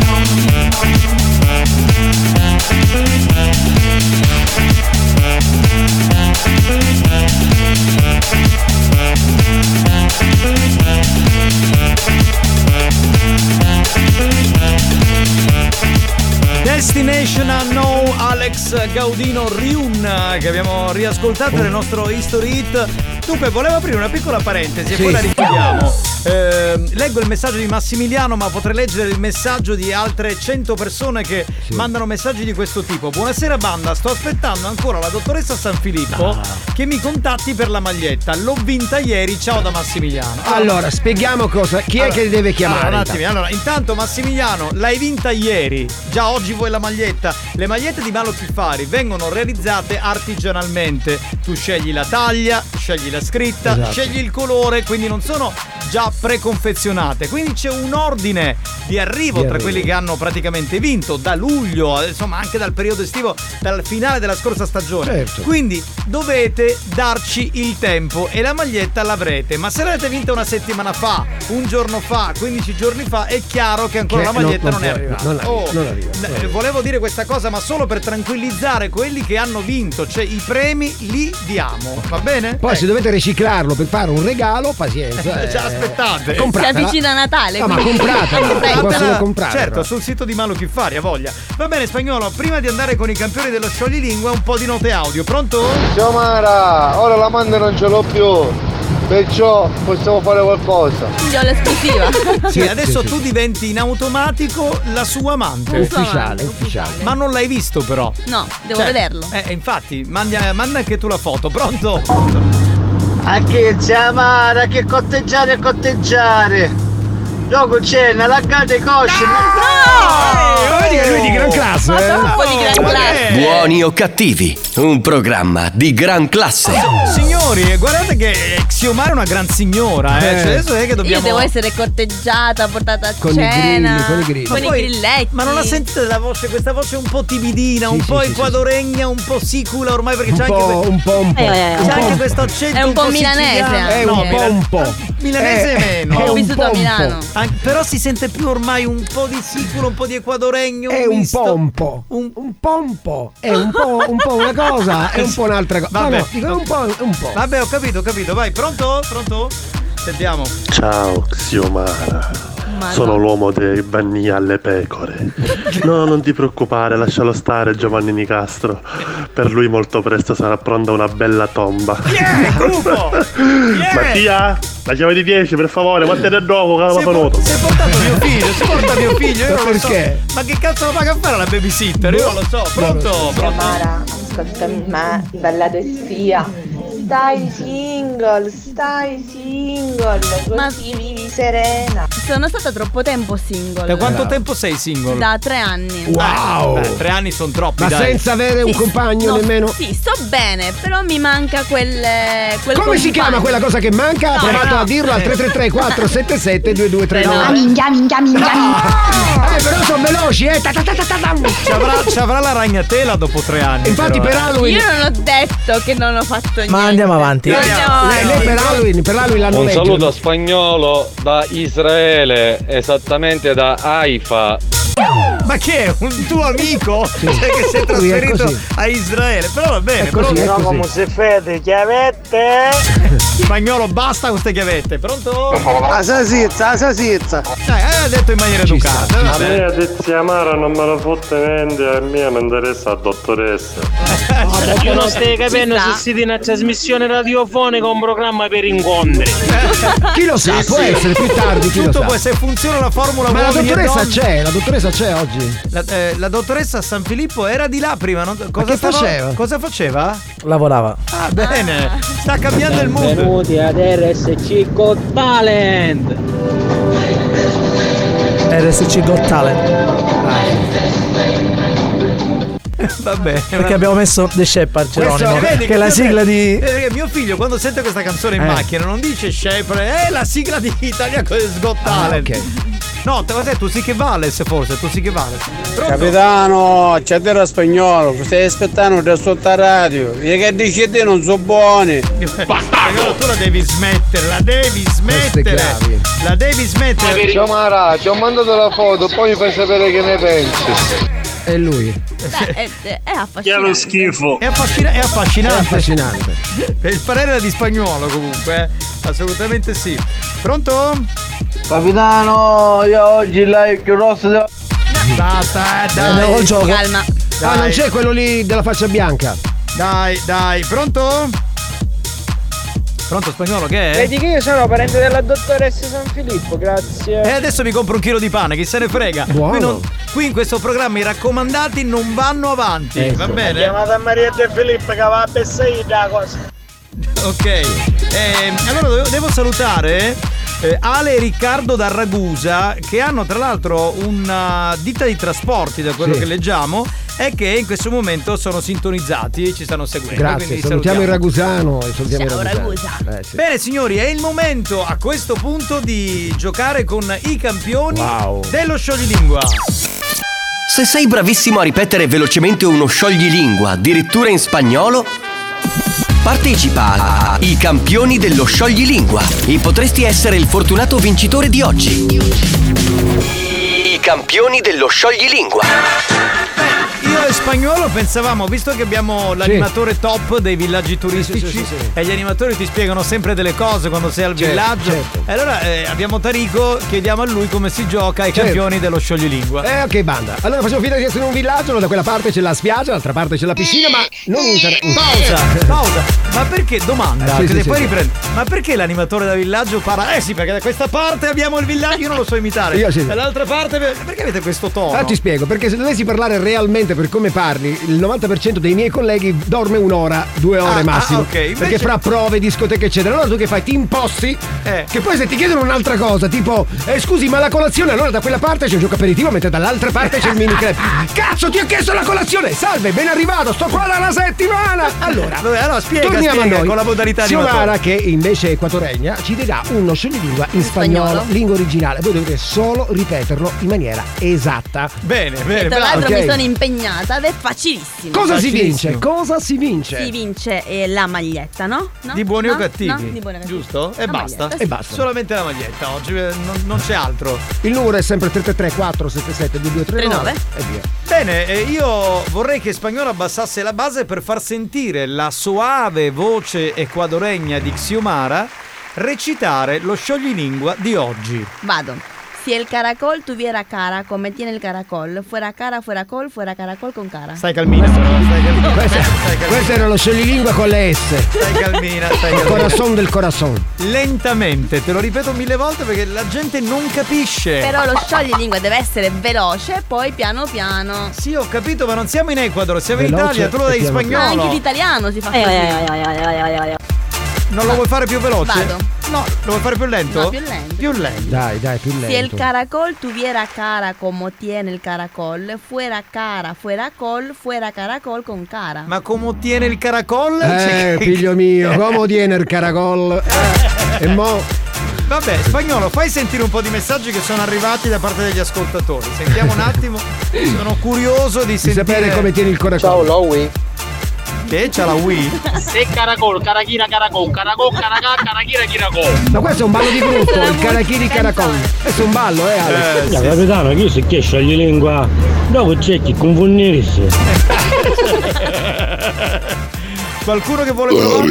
Destination Unknown Alex Gaudino Riun che abbiamo riascoltato nel nostro History Hit. Dunque, volevo aprire una piccola parentesi e
Sì.
poi la richiudiamo. Ehm, leggo il messaggio di Massimiliano, ma potrei leggere il messaggio di altre 100 persone che mandano messaggi di questo tipo. Buonasera banda, sto aspettando ancora la dottoressa San Filippo
Ah.
che mi contatti per la maglietta. L'ho vinta ieri, ciao da Massimiliano.
Allora, spieghiamo cosa. Chi è che deve chiamare?
Allora, un attimo, allora, intanto Massimiliano, l'hai vinta ieri. Già oggi vuoi la maglietta. Le magliette di Malo Piffari vengono realizzate artigianalmente. Tu scegli la taglia, scegli la scritta,
Esatto.
scegli il colore, quindi non sono già preconfezionate. Quindi c'è un ordine di arrivo
Di
tra
arrivo.
quelli che hanno praticamente vinto da luglio, insomma anche dal periodo estivo, dal finale della scorsa stagione.
Certo.
Quindi dovete darci il tempo e la maglietta l'avrete. Ma se l'avete vinta una settimana fa, un giorno fa, 15 giorni fa, è chiaro che ancora
Che
la
non-
maglietta non,
non
è
puoi,
arrivata.
non arriva,
Oh,
non arriva,
n-
non arriva.
Volevo dire questa cosa, ma solo per tranquillizzare quelli che hanno vinto, cioè i premi li diamo, va bene?
Poi se dovete riciclarlo per fare un regalo, pazienza. eh.
eh. Già aspettate.
Compratela.
Si avvicina Natale,
No, Ah, ma
quindi-
compratela.
Compratela.
Possono comprarla.
Eh, Certo, sul sito di Malo Chiffari, a voglia. Va bene, spagnolo, prima di andare con i campioni dello scioglilingua, un po' di note audio. Pronto?
Ciao
Ah,
Mara, ora la manda non ce l'ho più, perciò possiamo fare qualcosa.
Quindi ho l'esclusiva.
Sì, adesso tu diventi in automatico la sua amante.
La sua Ufficiale, amante.
ufficiale. Ma non l'hai visto però.
No, devo
Cioè,
vederlo.
Eh, infatti, manda, manda anche tu la foto, pronto?
A che Mara, che cotteggiare cotteggiare. Dopo c'è una laggata e cosce. No!
Vedi che Eh, lui è di gran classe.
Ma
eh?
troppo di gran classe.
Buoni o cattivi, un programma di gran classe.
Signori, eh, guardate che Xiomara è una gran signora, eh.
Eh.
Cioè, adesso è che dobbiamo.
Io devo essere corteggiata, portata a
Con i
cena.
grilli, con i grilli.
con
Ma
i
poi-
grilletti.
Ma non la sentite la voce? Questa voce è un po' timidina, un po' equadoregna, un po' sicula ormai perché
Un
c'è anche.
po',
que-
un po', un po'.
C'è
Eh, un
anche
po'.
questo accento.
È un po'
siciliano.
milanese.
È un
No,
po',
mila-
un po'.
Milanese
Eh,
meno.
è Ho un vissuto po', a un po'. Milano.
An- però si sente più ormai un po' di siculo, un po' di equadoregno.
È un po' un po'. Un, po' un po'. È un po', un po' una cosa, è un po' un'altra cosa. No,
Vabbè.
no, dico un po', un po'.
Vabbè, ho capito, ho capito. Vai, pronto? Pronto? Sentiamo.
Ciao Xiomara,
Ma
sono
no.
l'uomo dei banni alle pecore. No, non ti preoccupare, lascialo stare Giovanni Nicastro. Per lui molto presto sarà pronta una bella tomba. Mattia, la chiave di 10 per favore, ma te ne dopo, cara Papanuto.
Portato mio figlio, si porta mio figlio, io
Ma
non lo so.
perché?
Ma che cazzo lo paga a fare la babysitter? Io non lo so. Pronto? Pronto?
Ascoltami, ma ballate sia. Stai single, stai single, così vivi serena.
Sono stata troppo tempo single.
Da quanto tempo sei single?
Eh. Da tre anni. Ah,
Wow.
Eh, beh, tre anni sono troppi,
Ma
dai.
senza avere un compagno
No,
nemmeno.
Sì, sto bene, però mi manca quel. eh, quel
Come si chiama
compagno.
quella cosa che manca?
No,
Provato
no.
a dirlo
Eh.
al 333 477 2239.
Ah, minchia, minchia, minchia,
Eh, però sono veloci, eh. Ta ta ta ta ta ta.
Ci avrà, ci avrà la ragnatela dopo tre anni.
Infatti
però,
per
eh.
Halloween-
Io non ho detto che non ho fatto niente.
Ma andiamo avanti.
No, no.
Lei, Eh, lei per Halloween, per Halloween l'hanno
Un
meglio.
saluto spagnolo da Israele, esattamente da Haifa.
Ma che è? Un tuo amico? Cioè, che si è
Lui è
trasferito
così.
a Israele. Però va bene,
È così,
però-
è così. No, come
se fede, chiavette! Magnolo, basta con queste chiavette, pronto?
La salsiccia, la salsiccia.
Dai, eh, ha detto in maniera educata. va
A
bene.
me a Tizia Mara non me lo fotte niente, a me mi interessa la dottoressa.
Io non stai capendo se siete in una trasmissione radiofonica o un programma per incontri.
Chi lo sa,
Sì,
Eh, può
sì.
essere più tardi, chi lo
Tutto
sa.
può- se funziona la formula
Ma la
uomini e
dottoressa
donne-
c'è, la dottoressa c'è oggi.
La, eh, la dottoressa San Filippo era di là prima, non- cosa
che
stava-
faceva?
Cosa faceva?
Lavorava.
Ah, bene, sta cambiando il mondo.
Benvenuti ad RSC Got Talent.
RSC Got Talent.
Vabbè.
Perché abbiamo messo The Shepard Geronimo.
Questo-
Che è la
vedi,
sigla
eh,
di.
perché mio figlio quando sente questa canzone in
Eh.
macchina non dice Shepard, è la sigla di Italia con Got
Ah,
Talent. No, te lo sei, tu sì che vales forse, tu sì che vales.
Capitano, c'è della spagnolo, stai aspettando da sotto radio. E che dici te non so buoni.
Spagnolo, tu la devi smettere, la devi smettere.
chiavi.
La devi smettere.
Ciao Mara, ti ho mandato la foto, poi mi fai sapere che ne pensi.
E lui.
Beh, è, è affascinante.
schifo. È, affascina- è affascinante.
È affascinante.
Il parere era di spagnolo comunque, eh. assolutamente sì. Pronto?
Capitano, io oggi live più rosso della...
Basta, eh, dai.
Andiamo col gioco. Ah,
Dai.
non c'è quello lì della faccia bianca.
Eh,
Dai, dai, pronto? Pronto spagnolo che è?
Vedi che io sono parente della dottoressa San Filippo, grazie.
E Eh, adesso mi compro un chilo di pane, chi se ne frega. Qui, non- qui in questo programma i raccomandati non vanno
Eh,
avanti. Va bene?
Chiamata Maria De Filippo che va a Bessaida cosa.
Ok. Ehm, allora devo- devo salutare eh, Ale e Riccardo da Ragusa che hanno tra l'altro una ditta di trasporti da quello
Sì.
che leggiamo e che in questo momento sono sintonizzati e ci stanno seguendo.
Grazie,
quindi
salutiamo il Ragusano e salutiamo
Ciao,
il Ragusano. Eh, sì.
Bene signori, è il momento a questo punto di giocare con i campioni dello scioglilingua.
Se sei bravissimo a ripetere velocemente uno scioglilingua, addirittura in spagnolo, partecipa a I campioni dello scioglilingua e potresti essere il fortunato vincitore di oggi. I campioni dello scioglilingua.
Io e spagnolo pensavamo, visto che abbiamo l'animatore top dei villaggi turistici e gli animatori ti spiegano sempre delle cose quando sei al
Certo,
villaggio,
certo.
e allora eh, abbiamo Tarico, chiediamo a lui come si gioca ai
Certo.
campioni dello scioglilingua.
Eh, ok, banda. Allora facciamo finta di essere in un villaggio, allora da quella parte c'è la spiaggia, dall'altra parte c'è la
Eh,
piscina, ma non inter...
Pausa, pausa. Ma perché domanda?
Eh, sì,
che
sì,
poi
sì.
riprendo. Ma perché l'animatore da villaggio parla? Eh sì, perché da questa parte abbiamo il villaggio, io non lo so imitare.
Io sì.
Dall'altra parte perché avete questo tono?
Allora ti spiego, perché se dovessi parlare realmente per come parli, il 90% dei miei colleghi dorme un'ora, due ore
Ah,
massimo.
ah, ok, invece-
Perché fra prove, discoteche, eccetera. Allora tu che fai? Ti imposti.
Eh.
Che poi se ti chiedono un'altra cosa, tipo, eh, scusi, ma la colazione, allora da quella parte c'è un gioco aperitivo, mentre dall'altra parte c'è il mini crepe. Cazzo, ti ho chiesto la colazione! Salve, Eh, ben arrivato, sto qua dalla settimana! Allora,
Vabbè, allora spiega,
torniamo
spiega,
a noi.
con la modalità animatore.
Siomara, che invece è quattorennea, ci dirà uno scioglilingua in spagnolo,
spagnolo.
lingua originale. Voi dovete solo ripeterlo in maniera esatta.
Bene, bene,
E tra l'altro
Ok.
mi sono impegnata ed è facilissimo.
Cosa si vince? Cosa si vince?
Cioè.
Si vince eh, la maglietta, no? No?
Certo. Di buoni o
No?
cattivi?
No? Di buoni o cattivi.
Giusto? E
La
basta.
maglietta, sì.
Solamente la maglietta oggi, eh, non, non c'è altro.
Il numero è sempre 333 477 2239
39.
e via.
Bene, eh, io vorrei che Spagnolo abbassasse la base per far sentire la soave voce equadoregna di Xiomara recitare lo scioglilingua di oggi.
Vado. Si el caracol tuviera cara come tiene il caracol, fuera cara, fuera col, fuera caracol con cara.
Stai calmina, però, stai calmina. Stai calmina.
Questo era lo scioglilingua con le S.
Stai calmina, stai
Il
calmina.
corazon del corazon.
Lentamente, te lo ripeto mille volte perché la gente non capisce.
Però lo scioglilingua deve essere veloce, poi piano piano.
Sì, ho capito, ma non siamo in Ecuador, siamo in
Veloce
Italia, tu lo dai in
e piano
Ma
spagnolo.
anche l'italiano si fa
Eh,
così.
eh, Non lo vuoi fare più veloce?
Vado.
No, lo vuoi fare più lento?
No, più lento.
Più lento.
Dai, dai, più
Si el caracol tuviera cara como tiene il caracol, fuera cara, fuera col, fuera caracol con cara.
Ma come ottiene il caracol?
Eh,
Cioè, che-
figlio mio, come tiene il caracol? Eh, E mo.
Vabbè, spagnolo, fai sentire un po' di messaggi che sono arrivati da parte degli ascoltatori. Sentiamo un attimo. sono curioso di
Di
sentire
sapere come tiene il caracol.
Lowy.
carte? C'ha la Wii?
Se caracol, carachina, caracol, caracol, caracà, carachina, chiracol.
Ma questo è un ballo di gruppo, il Carachiri Caracol. Questo è un ballo, eh, Alex?
Ya, capitano, chi se che scioglie lingua? Dopo c'è chi
Eh,
confondersi.
Qualcuno che vuole provare?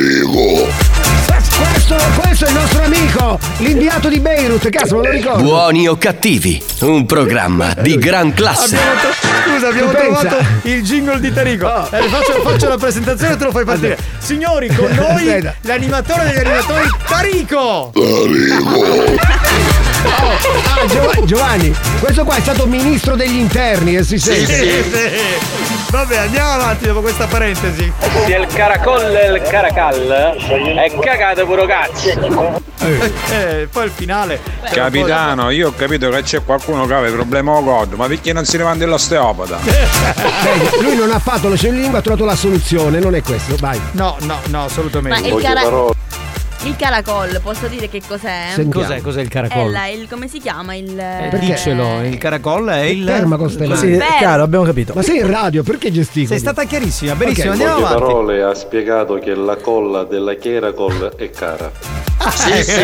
Questo, questo è il nostro amico, l'inviato di Beirut, cazzo, me lo ricordo.
Buoni o cattivi, un programma di gran classe.
Abbiamo tro- scusa, abbiamo
Tu pensa?
trovato il jingle di Tarico.
Oh.
Eh, faccio, faccio la presentazione e te lo fai partire. Signori, con noi
Aspetta.
l'animatore degli animatori, Tarico!
Ah, Giova- Giovanni, questo qua è stato ministro degli interni, e si
Sì,
sente.
sì, sì. Vabbè, andiamo avanti dopo questa parentesi.
Se il caracol e il caracal è cagato pure cazzo.
Eh, poi il finale.
Capitano, io ho capito che c'è qualcuno che ha il problema al godo, ma perché non si rimanda l'osteopata?
Vedi, lui non ha fatto lo lingua, ha trovato la soluzione, non è questo, vai.
No, no, no, assolutamente.
Ma il Poche cara- parole. Il caracol, posso dire che cos'è?
Sentiamo.
Cos'è?
Cos'è il Eh,
È la- il- come si chiama il. eh,
il caracol è il.
Ferma con ste
Sì,
mani.
chiaro, abbiamo capito.
Ma sei in radio, perché gesticoli?
Sei stata chiarissima,
benissimo,
In poche parole ha spiegato che la colla della Cheracol è cara.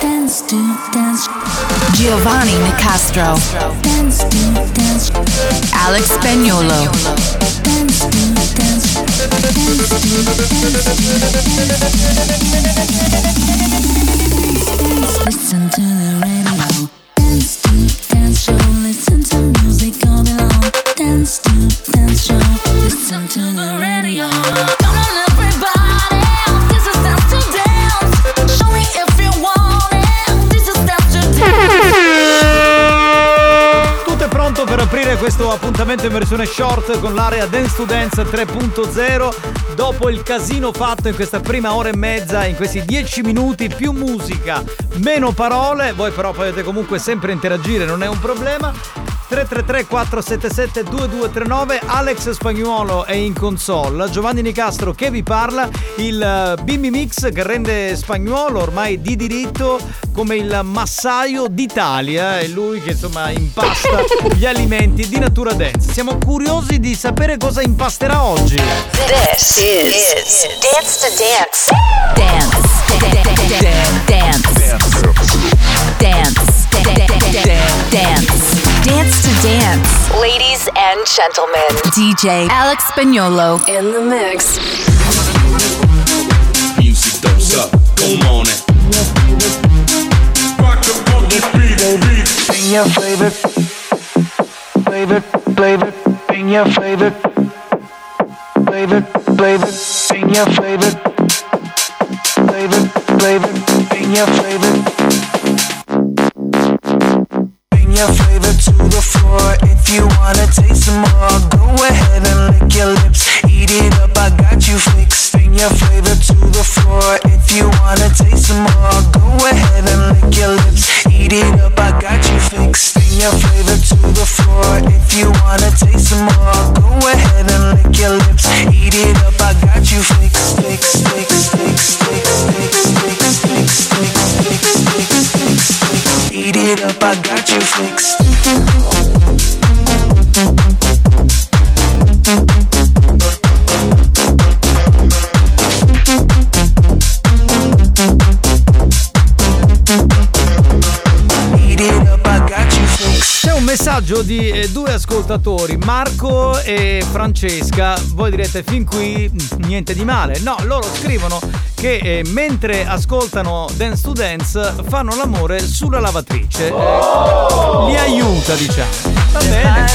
Dance to dance. Giovanni Nicastro. Dance to dance. Alex Spagnolo. Dance to dance. Dance to dance. Listen to the radio. Dance to dance show. Listen to music all day long. Dance to dance show. Listen to the radio. Come on, everybody. This is dance to dance. Show me if you want it. This is dance to
Tutto è pronto per aprire questo appuntamento in versione short con l'area Dance to Dance 3.0. Dopo il casino fatto in questa prima ora e mezza, in questi 10 minuti, più musica, meno parole, voi però potete comunque sempre interagire, non è un problema. 333 477 2239 Alex Spagnuolo è in console, Giovanni Nicastro che vi parla, il eh, Bimbi Mix che rende Spagnuolo ormai di diritto come il massaio d'Italia, è lui che insomma impasta gli alimenti di natura dance. Siamo curiosi di sapere cosa impasterà oggi.
This is, Dance to Dance. Dance. Dance. Dance. Dance. Dance to dance. Ladies and gentlemen. DJ Alex Spagnolo in the mix.
Music don't suck. Come on it.
Bring your favorite, favorite, favorite. Bring your favorite, favorite, favorite. Bring your favorite, favorite, favorite. Bring your favorite. Bring your favorite to the floor. If you wanna taste some more, go ahead and lick your lips. Eat it up, I got you fixed. Bring your favorite to the floor. If you wanna taste some more, go ahead and lick your lips. Eat it up, I got you fixed. Bring your favorite to the floor. If you wanna taste some more, go ahead and lick your lips. Eat it up, I got you fixed, fixed, fixed, fixed, fixed, fixed, fixed, fixed, fixed, fixed, fixed, fixed, fixed. Eat it up, I got you fixed. Eat it up, I got you fixed.
C'è un messaggio di eh, due ascoltatori, Marco e Francesca. Voi direte fin qui mm, niente di male. No, loro scrivono che eh, mentre ascoltano Dance to Dance fanno l'amore sulla lavatrice. Eh, li aiuta, diciamo. Va bene.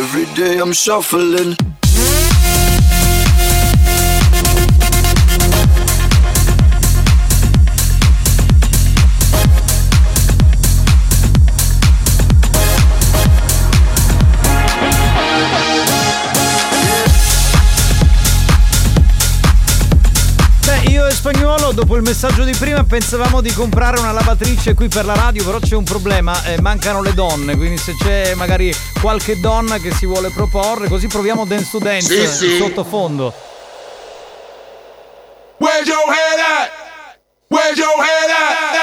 Every day I'm shuffling.
dopo il messaggio di prima pensavamo di comprare una lavatrice qui per la radio, però c'è un problema, eh, mancano le donne, quindi se c'è magari qualche donna che si vuole proporre, così proviamo dance to dance
Sì,
eh,
sì.
sottofondo.
Where's your head at? Where's your head at? Where's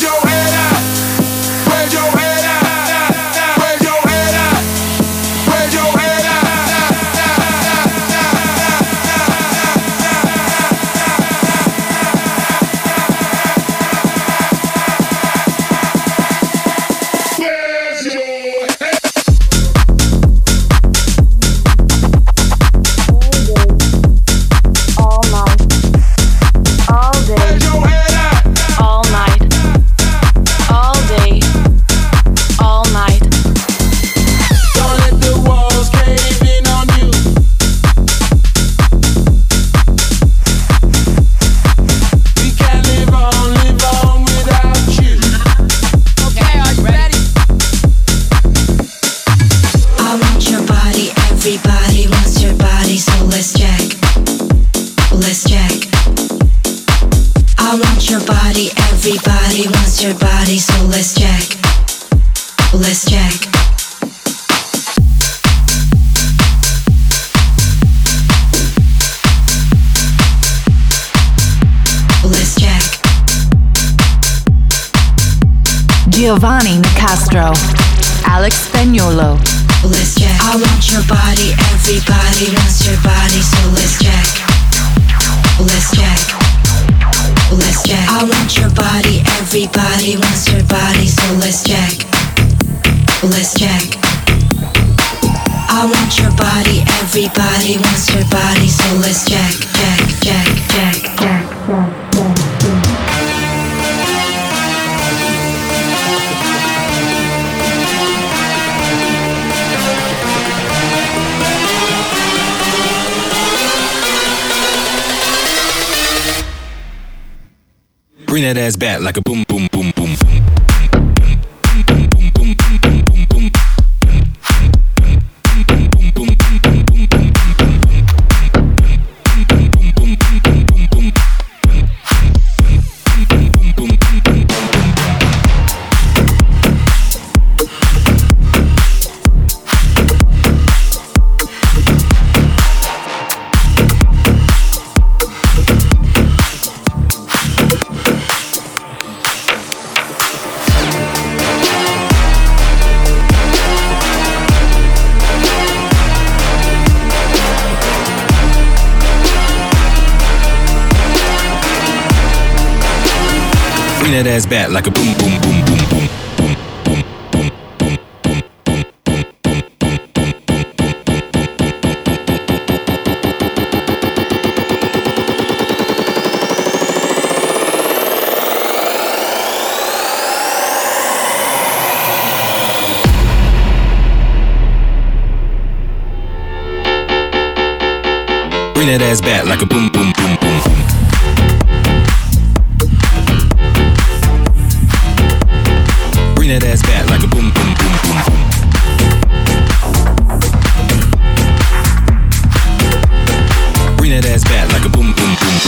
your head at? Where's your head at? Where's your head at? Where's your head at? Where's your head?
All night. All day. All night. All day. All night.
Don't let the walls cave in on you. We can't live on, live on without you. Okay, are you ready?
I want your body, everybody wants your body, so let's check. Let's check. I want your body, everybody wants your body, so let's check. Let's check. Let's check.
Giovanni Nicastro, Alex Spagnolo,
Let's check. I want your body, everybody wants your body, so let's check. Let's check. Let's check. I want your body, everybody wants your body, so let's check. Let's check. I want your body, everybody wants your body, so let's check, check, check, check, check.
Bring that ass back like a boom, boom, boom, boom. Bring that ass back like a boom, boom, boom, boom, boom. Bring that ass back like a boom, boom, boom, boom. Bring that ass back like a boom, boom, boom, boom. Bring that ass back like a boom, boom, boom, boom.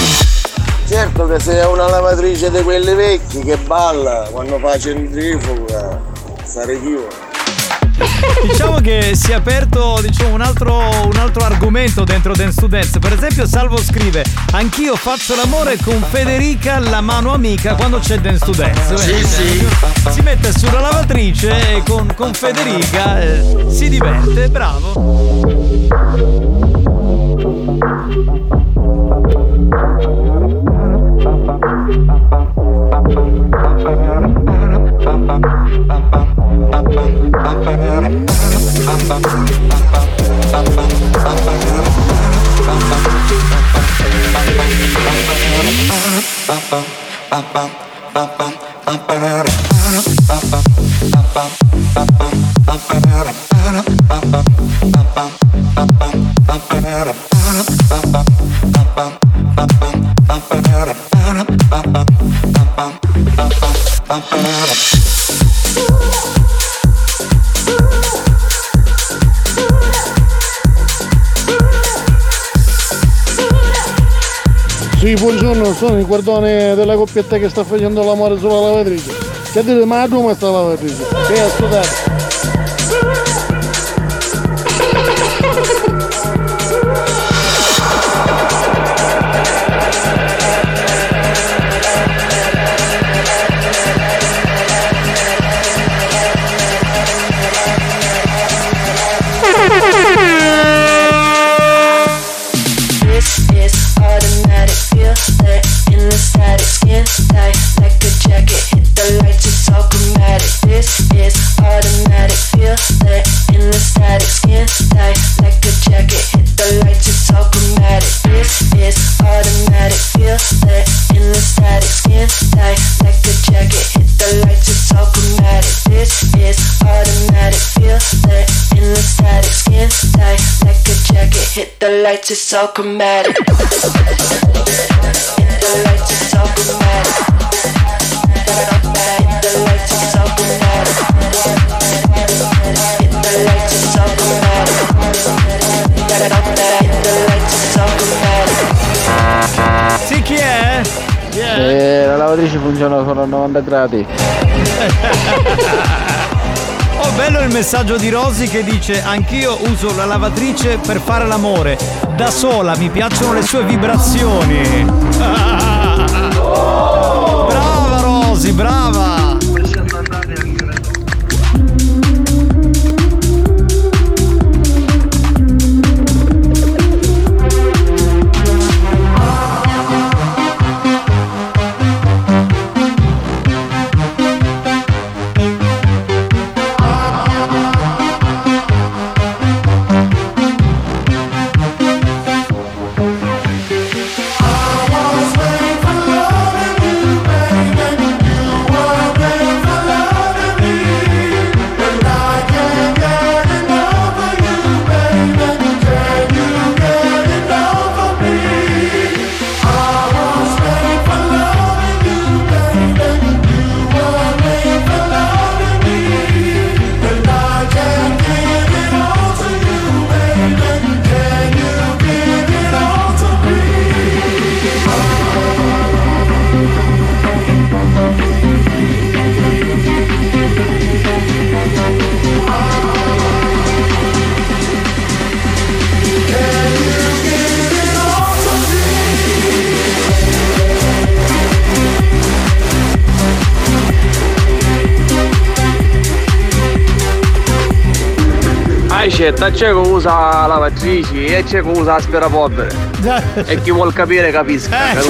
Certo che se è una lavatrice di quelle vecchie che balla quando fa centrifuga, sarei io.
Diciamo che si è aperto diciamo, un, altro, un altro argomento dentro Dance to Dance. Per esempio, Salvo scrive: Anch'io faccio l'amore con Federica, la mano amica, quando c'è Dance to Dance. Vedi? Si mette sulla lavatrice e con, con Federica eh, si diverte, bravo.
Sì, buongiorno, sono il guardone della coppietta che sta facendo l'amore sulla lavatrice. Che dite, ma come sta lavatrice? Sì, a studiare.
This is automatic, feel that in the static skin tight like a jacket. Hit the lights, it's all chromatic. This is automatic, feel that in the static skin tight like a jacket. Hit the lights, it's all chromatic. This is automatic, feel that in the static skin tight like a jacket. Hit the lights, it's all chromatic. This is automatic, feel that in the static skin tight like a jacket. Hit the lights, it's all chromatic.
Sì, chi è? Chi è?
Eh, la lavatrice funziona solo a 90 gradi.
Oh, bello il messaggio di Rosy che dice: Anch'io uso la lavatrice per fare l'amore. Da sola mi piacciono le sue vibrazioni. Ah, brava Rosy, brava!
Hai scelta, c'è che usa lavatrici e c'è che usa aspirapolvere. E chi vuol capire capisca.
Eh.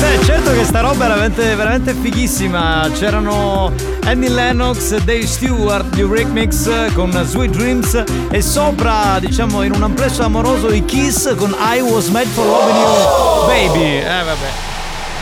Beh, certo che sta roba è veramente, veramente fighissima. C'erano Annie Lennox, Dave Stewart di Mix con Sweet Dreams e sopra, diciamo, in un amplesso amoroso di Kiss con I Was Made for Loving You Baby. Eh, vabbè.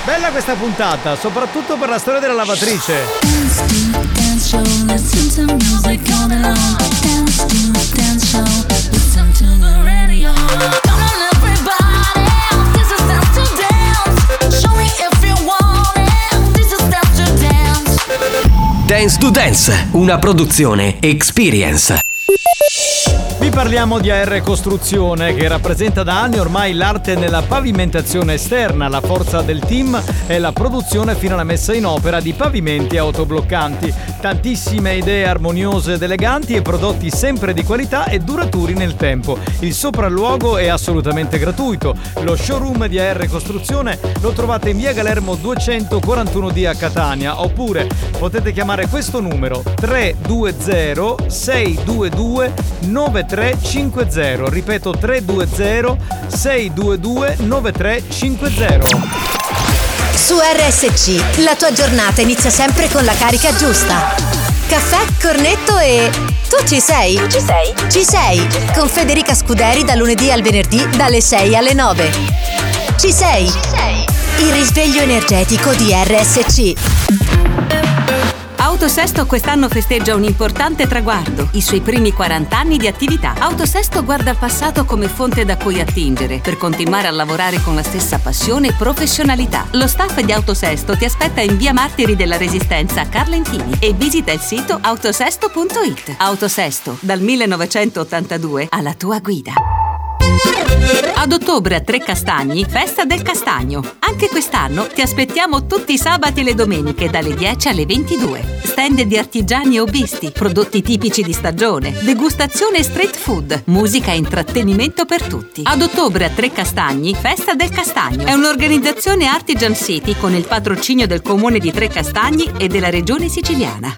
Bella questa puntata, soprattutto per la storia della lavatrice.
Dance show, listen to music all day long. Dance to dance show, listen to the radio. Come on, everybody, this is dance to dance. Show me if you want it. This is dance to dance.
Dance to Dance, una produzione Experience.
Vi parliamo di AR Costruzione che rappresenta da anni ormai l'arte nella pavimentazione esterna, la forza del team è la produzione fino alla messa in opera di pavimenti autobloccanti, tantissime idee armoniose ed eleganti e prodotti sempre di qualità e duraturi nel tempo. Il sopralluogo è assolutamente gratuito. Lo showroom di AR Costruzione lo trovate in via Galermo 241D a Catania oppure potete chiamare questo numero 320 622 9350. Ripeto 320 622 9350.
Su RSC la tua giornata inizia sempre con la carica giusta. Caffè, cornetto e. Tu ci sei? Ci sei? Ci sei! Con Federica Scuderi da lunedì al venerdì dalle 6 alle 9. Ci sei? Ci sei! Il risveglio energetico di RSC.
Autosesto quest'anno festeggia un importante traguardo, i suoi primi 40 anni di attività. Autosesto guarda al passato come fonte da cui attingere per continuare a lavorare con la stessa passione e professionalità. Lo staff di Autosesto ti aspetta in via Martiri della Resistenza a Carlentini e visita il sito autosesto.it. Autosesto, dal 1982, alla tua guida. Ad ottobre a Tre Castagni, festa del castagno. Anche quest'anno ti aspettiamo tutti i sabati e le domeniche dalle 10 alle 22. Stand di artigiani e hobbisti, prodotti tipici di stagione, degustazione e street food, musica e intrattenimento per tutti. Ad ottobre a Tre Castagni, festa del castagno. È un'organizzazione Artigian City con il patrocinio del comune di Tre Castagni e della regione siciliana.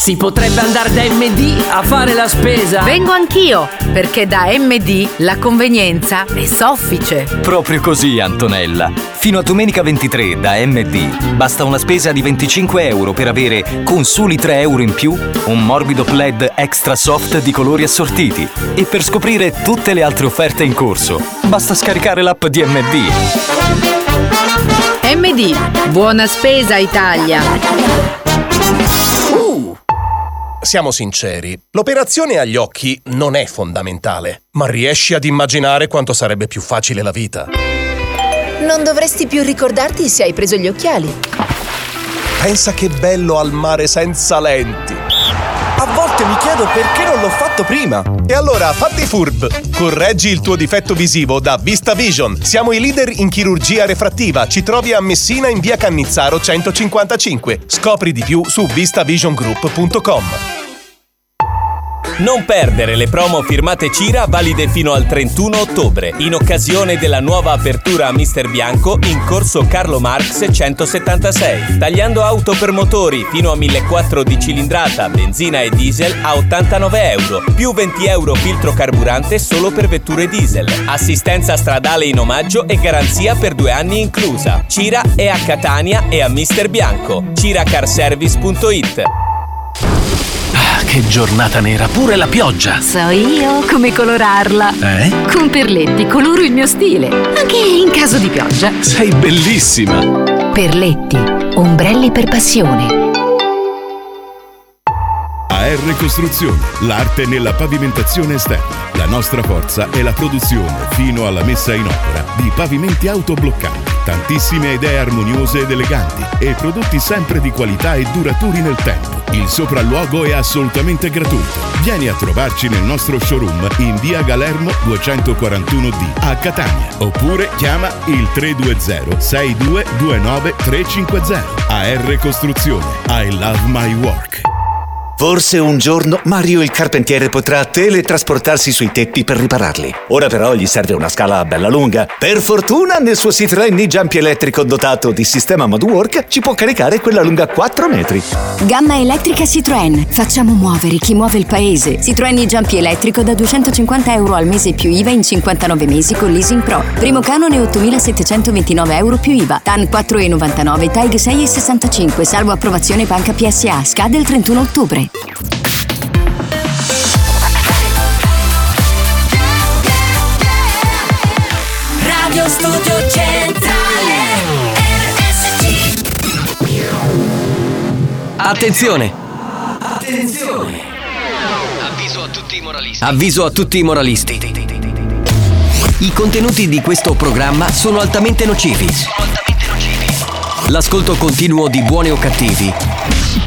Si potrebbe andare da MD a fare la spesa?
Vengo anch'io, perché da MD la convenienza è soffice.
Proprio così, Antonella. Fino a domenica 23 da MD basta una spesa di 25 euro per avere, con soli 3 euro in più, un morbido plaid extra soft di colori assortiti. E per scoprire tutte le altre offerte in corso, basta scaricare l'app di MD.
MD, buona spesa Italia.
Siamo sinceri, l'operazione agli occhi non è fondamentale, ma riesci ad immaginare quanto sarebbe più facile la vita.
Non dovresti più ricordarti se hai preso gli occhiali.
Pensa che bello al mare senza lenti.
A volte mi chiedo perché non l'ho fatto prima.
E allora fatti furb! Correggi il tuo difetto visivo da Vista Vision. Siamo i leader in chirurgia refrattiva. Ci trovi a Messina in via Cannizzaro 155. Scopri di più su vistavisiongroup.com.
Non perdere le promo firmate Cira valide fino al 31 ottobre, in occasione della nuova apertura a Mister Bianco in corso Carlo Marx 176. Tagliando auto per motori fino a 1.400 di cilindrata, benzina e diesel a 89 euro, più 20 euro filtro carburante solo per vetture diesel. Assistenza stradale in omaggio e garanzia per due anni inclusa. Cira è a Catania e a Mister Bianco. CiraCarService.it
Ah, Che giornata nera, pure la pioggia.
So io come colorarla.
Eh?
Con Perletti coloro il mio stile, anche in caso di pioggia.
Sei bellissima.
Perletti, ombrelli per passione.
AR Costruzioni, l'arte nella pavimentazione esterna. La nostra forza è la produzione, fino alla messa in opera, di pavimenti autobloccanti, tantissime idee armoniose ed eleganti e prodotti sempre di qualità e duraturi nel tempo. Il sopralluogo è assolutamente gratuito. Vieni a trovarci nel nostro showroom in via Galermo 241D a Catania oppure chiama il 320 6229 350 AR Costruzione. I love my work.
Forse un giorno Mario il carpentiere potrà teletrasportarsi sui tetti per ripararli. Ora però gli serve una scala bella lunga. Per fortuna nel suo Citroen Ninja ampio elettrico dotato di sistema Mod Work ci può caricare quella lunga 4 metri.
Gamma elettrica Citroën. Facciamo muovere chi muove il paese. Citroën Giampi elettrico da 250 euro al mese più IVA in 59 mesi con leasing pro. Primo canone 8.729 euro più IVA. TAN 4,99, TAG 6,65, salvo approvazione banca PSA. Scade il 31 ottobre.
Radio Studio Centrale RSC
Attenzione!
Attenzione
Avviso a tutti i moralisti. Avviso a tutti i moralisti. I contenuti di questo programma sono altamente nocivi. L'ascolto continuo di buoni o cattivi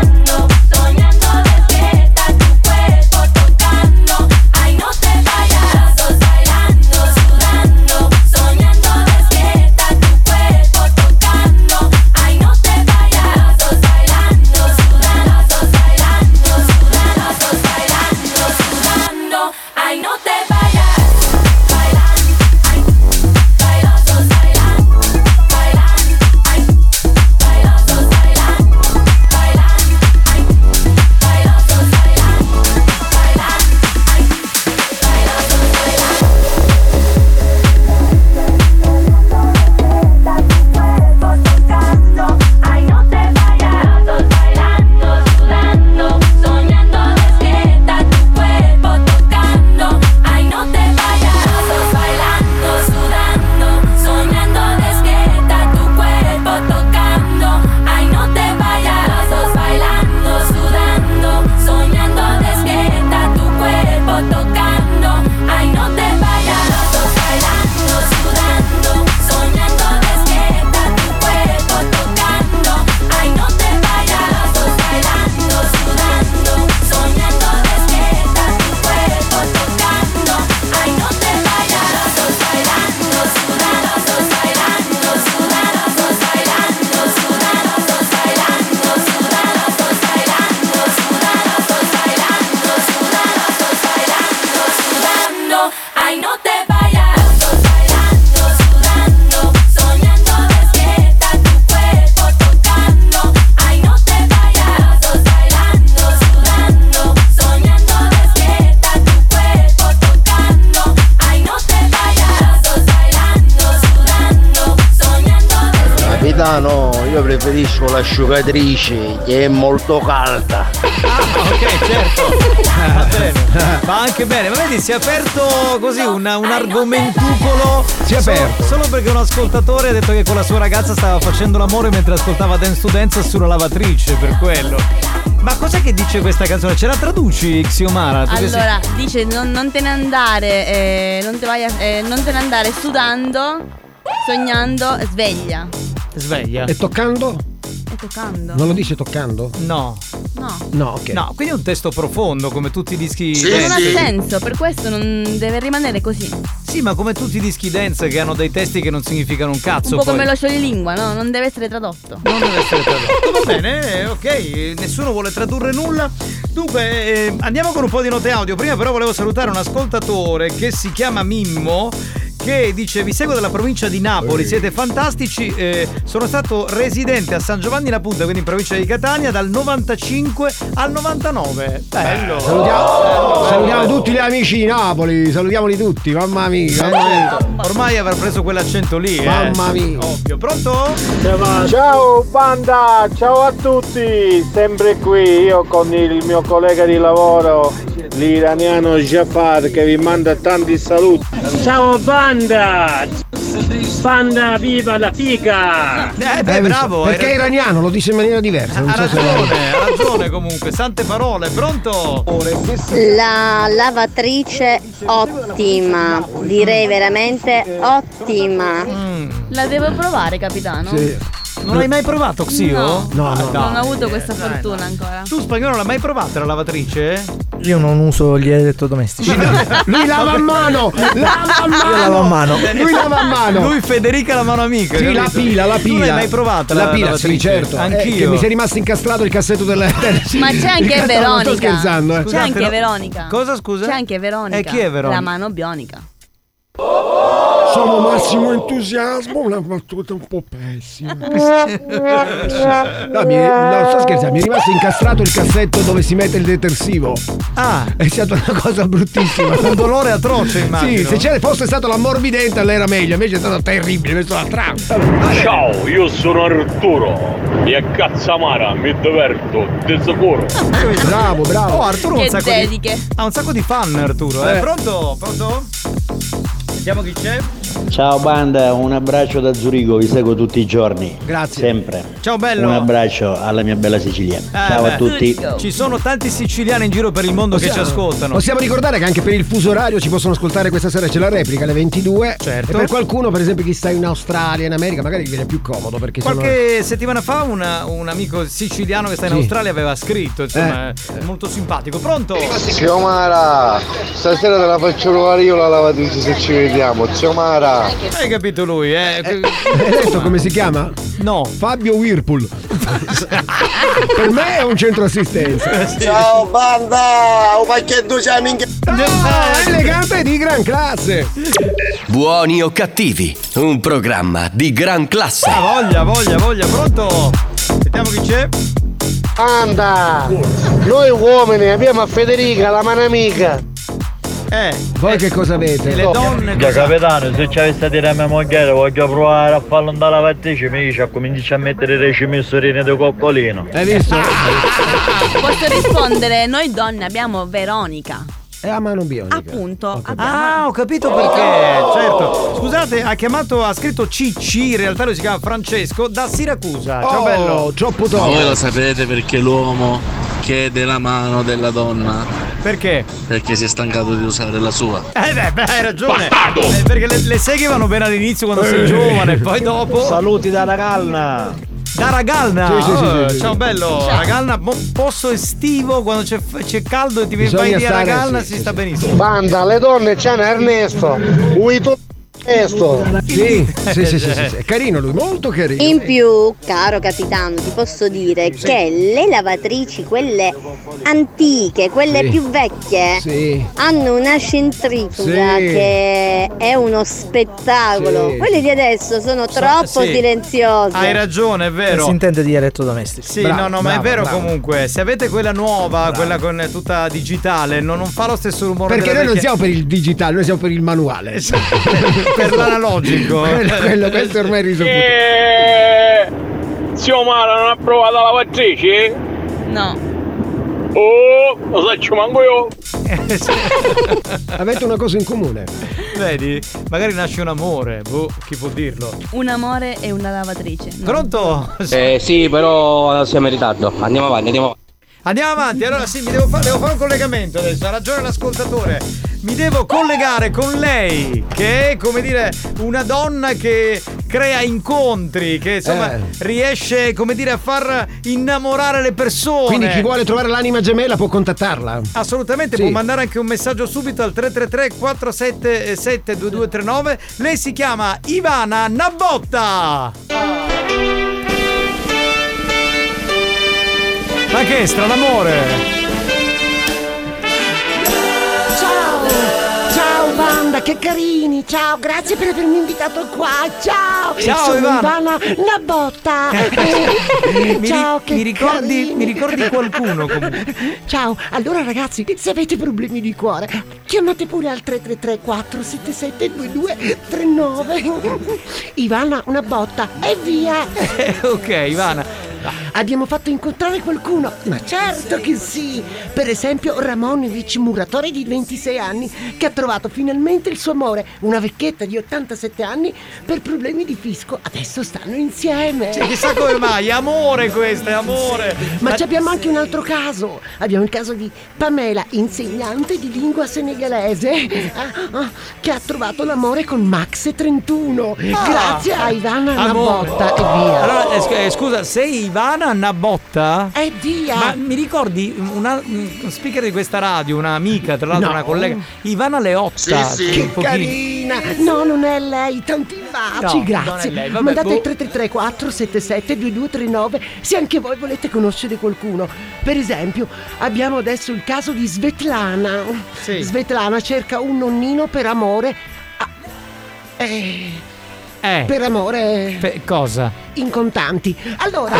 Soñando despierta tu cuerpo tocando Ay no te vayas Sos bailando, sudando Soñando despierta tu cuerpo tocando Ay no te vayas Sos bailando, sudando Sos bailando, sudando Sos bailando, sudando
con l'asciugatrice che è molto calda.
ok, certo. Va bene. Va anche bene, ma vedi, si è aperto così una- un argomentucolo.
Si è
Solo-
aperto.
Solo perché un ascoltatore ha detto che con la sua ragazza stava facendo l'amore mentre ascoltava Dance to Dance sulla lavatrice, per quello. Ma cos'è che dice questa canzone? Ce la traduci, Xiomara? Tu che sei-
Allora, dice non, non te ne andare, eh, non, te vai a- eh, non te ne andare sudando, sognando, sveglia.
Sveglia.
E toccando?
E toccando.
Non lo dice toccando?
No.
No.
No, ok.
No, quindi è un testo profondo, come tutti i dischi.
non ha
dance.
senso, per questo non deve rimanere così. Un
Sì, ma come tutti i dischi dance che hanno dei testi che non significano un cazzo.
po'
poi.
come lo scioglilingua, no? Non deve essere tradotto.
Va bene, eh, ok, eh, nessuno vuole tradurre nulla. Dunque, eh, andiamo con un po' di note audio. Prima però volevo salutare un ascoltatore che si chiama Mimmo che dice vi seguo dalla provincia di Napoli, siete fantastici, eh, sono stato residente a San Giovanni la Punta, quindi in provincia di Catania, dal 95 al 99. Bello!
Salutiamo, salutiamo tutti gli amici di Napoli, salutiamoli tutti, mamma mia. eh, mamma mia.
eh. Ormai avrà preso quell'accento lì. eh.
Mamma mia.
Ovvio, pronto?
Ciao banda, ciao a tutti, sempre qui io con il mio collega di lavoro, l'iraniano Jafar che vi manda tanti saluti.
Ciao banda! Banda viva la figa!
Eh beh, bravo, Ah, hai
Perché è
ragione.
iraniano, lo dice in maniera diversa. Non
Ha
so se-
ragione, ha Oh, ragione comunque, sante parole, pronto?
La lavatrice ottima, direi veramente ottima.
Mm.
La devo provare, capitano.
Non hai mai provato Xio?
No.
Ah, dai.
Non ho avuto questa fortuna ancora.
Tu spagnolo l'hai mai provato la lavatrice?
Io non uso gli elettrodomestici.
Lui lava a mano! Lava a mano!
Io lavo a mano.
Lui lava a mano!
Lui Federica la mano amica.
Sì,
capito?
la pila, la
Tu
pila.
l'hai mai provata
La,
la
pila, sì,
lavatrice?
certo. Eh,
Anch'io.
che mi sei rimasto incastrato il cassetto della.
Ma c'è
il
anche
cassetto, Non sto
Veronica.
scherzando, eh.
C'è anche Veronica.
Cosa scusa? Eh,
C'è anche Veronica.
E chi è Veronica?
La mano bionica.
Sono massimo entusiasmo, una battuta un po' pessima. No, mi, no, sto scherzando, mi è rimasto incastrato il cassetto dove si mette il detersivo.
Ah!
È stata una cosa bruttissima.
Un dolore atroce, immagino.
Sì, se c'era fosse stato l'ammorbidente allora era meglio, invece è stato terribile, mi sono la trama.
Ciao, io sono Arturo. Mi è cazzamara, mi diverto, ti sicuro.
Bravo, bravo.
Oh, Arturo ha un
Che
sacco
dediche.
di... Ha un sacco di fan Arturo, eh.
Eh.
Pronto? Pronto? Vediamo chi c'è.
Ciao banda, un abbraccio da Zurigo, vi seguo tutti i giorni.
Grazie.
Sempre.
Ciao, bello.
Un abbraccio alla mia bella Sicilia.
Eh,
Ciao
beh,
a tutti.
Ci sono tanti siciliani in giro per il mondo che ci ascoltano.
Possiamo ricordare che anche per il fuso orario ci possono ascoltare questa sera, c'è la replica alle 22. Certo. E per qualcuno, per esempio, chi sta in Australia, in America, magari gli viene più comodo perché sono.
Qualche settimana fa una- un amico siciliano che sta in
Sì. Eh.
Australia aveva scritto, insomma, è molto simpatico. Pronto?
Zio Mara, stasera te la faccio provare io la lavatrice se ci vediamo. Zio Mara.
Hai capito lui, eh?
Hai detto come si chiama?
No.
Fabio Whirlpool. per me è un centro
Eh,
assistenza.
Ciao banda, un pacchetto c'è minchia.
Ah, elegante di gran classe.
Buoni o cattivi, un programma di gran classe.
Ah, voglia, voglia, voglia, pronto? Vediamo chi c'è.
Anda! Noi uomini abbiamo a Federica, la mano amica.
Eh,
voi che cosa avete?
Le donne
Già capitano, se ci avessi a dire a mia moglie voglio provare a farlo andare alla lavatrice, mi dice cominci a mettere le cimissorine di coccolino.
Hai visto?
Posso rispondere? Noi donne abbiamo Veronica.
È a mano bionica.
Appunto.
Ah, ho capito perché, certo. Scusate, ha chiamato, ha scritto Cicci, in realtà lui si chiama Francesco, da Siracusa. Ciao
Oh,
bello.
troppo
Voi lo sapete perché l'uomo chiede la mano della donna?
Perché?
Perché si è stancato di usare la sua.
Eh beh, beh, hai ragione. Eh, perché le, le seghe vanno bene all'inizio quando sei
Eh.
giovane, poi dopo.
Saluti da Ragalna.
Da Ragalna!
Sì, sì, sì,
Oh,
sì, sì.
ciao bello!
Ciao.
Ragalna, bo- posto estivo, quando c'è, c'è caldo e ti vai
Bisogna
via a
stare,
Ragalna
sì,
si sta benissimo.
Banda, le donne c'è un Ernesto. Uito Ernesto.
Sì, sì, sì, sì, sì, sì. È carino lui, molto carino.
In più, caro capitano, ti posso dire che le lavatrici, quelle antiche, quelle
Sì.
più vecchie,
Sì.
hanno una centrifuga
Sì.
che è uno spettacolo.
Sì.
Quelle di adesso sono troppo
sì.
silenziose.
Hai ragione, è vero.
Si intende di elettrodomestici.
Sì, no, no, ma è vero comunque. Se avete quella nuova, quella con è tutta digitale, no- non fa lo stesso rumore.
Perché
della
noi non
vecchia-
siamo per il digitale, noi siamo per il manuale.
per l'analogico.
quello, quello, questo ormai è risaputo.
Eh, Zio Mara non ha provato la lavatrice?
No.
Oh, lo saccio manco io.
Avete una cosa in comune.
Vedi? Magari nasce un amore, boh, chi può dirlo?
Un amore e una lavatrice. No.
Oh.
Pronto?
Eh sì, però siamo in ritardo. Andiamo avanti, andiamo avanti.
Andiamo avanti, allora sì, mi devo, fa- devo fare un collegamento adesso, ha ragione l'ascoltatore. Mi devo collegare con lei, che è come dire una donna che crea incontri, che insomma
Eh.
riesce come dire a far innamorare le persone.
Quindi chi vuole trovare l'anima gemella può contattarla.
Assolutamente,
Sì.
può mandare anche un messaggio subito al 333-477-2239. Lei si chiama Ivana Nabotta. Ma che è stranamore?
Ah. Ciao! Ciao banda, che carini! Ciao, grazie per avermi invitato qua! Ciao!
Ciao,
Sono
Ivana.
Ivana la botta! Eh,
mi,
Ciao,
ri-
che
mi ricordi,
carini.
mi ricordi qualcuno comunque?
Ciao, allora ragazzi, se avete problemi di cuore, chiamate pure al 333 477 2239 Ivana, una botta e via!
Eh, ok, Ivana.
Abbiamo fatto incontrare qualcuno, ma certo che sì! Per esempio Ramonovic, muratore di 26 anni, che ha trovato finalmente il suo amore, una vecchietta di 87 anni, per problemi di fisco. Adesso stanno insieme!
Cioè, chissà come mai, amore questo, è amore.
Ma ci abbiamo anche un altro caso. Abbiamo il caso di Pamela, insegnante di lingua senegalese, ah, ah, che ha trovato l'amore con Max 31.
Ah.
Grazie a Ivana
Amore.
Nabotta e via.
Allora, eh, sc- eh, scusa, sei Ivana Nabotta?
Eh, dia.
Ma mi ricordi una un speaker di questa radio, un'amica, tra l'altro
No.
una collega, Ivana Leotta. un
Che
pochino-
carina. No, non è lei. Tanti baci,
No, non è
grazie.
lei, vabbè,
Mandate
boh.
il 333 477 2239 se anche voi volete conoscere qualcuno. Per esempio, abbiamo adesso il caso di Svetlana. Svetlana cerca un nonnino per amore. Ah, eh,
Eh.
Per amore
Fe- cosa?
in contanti. Allora,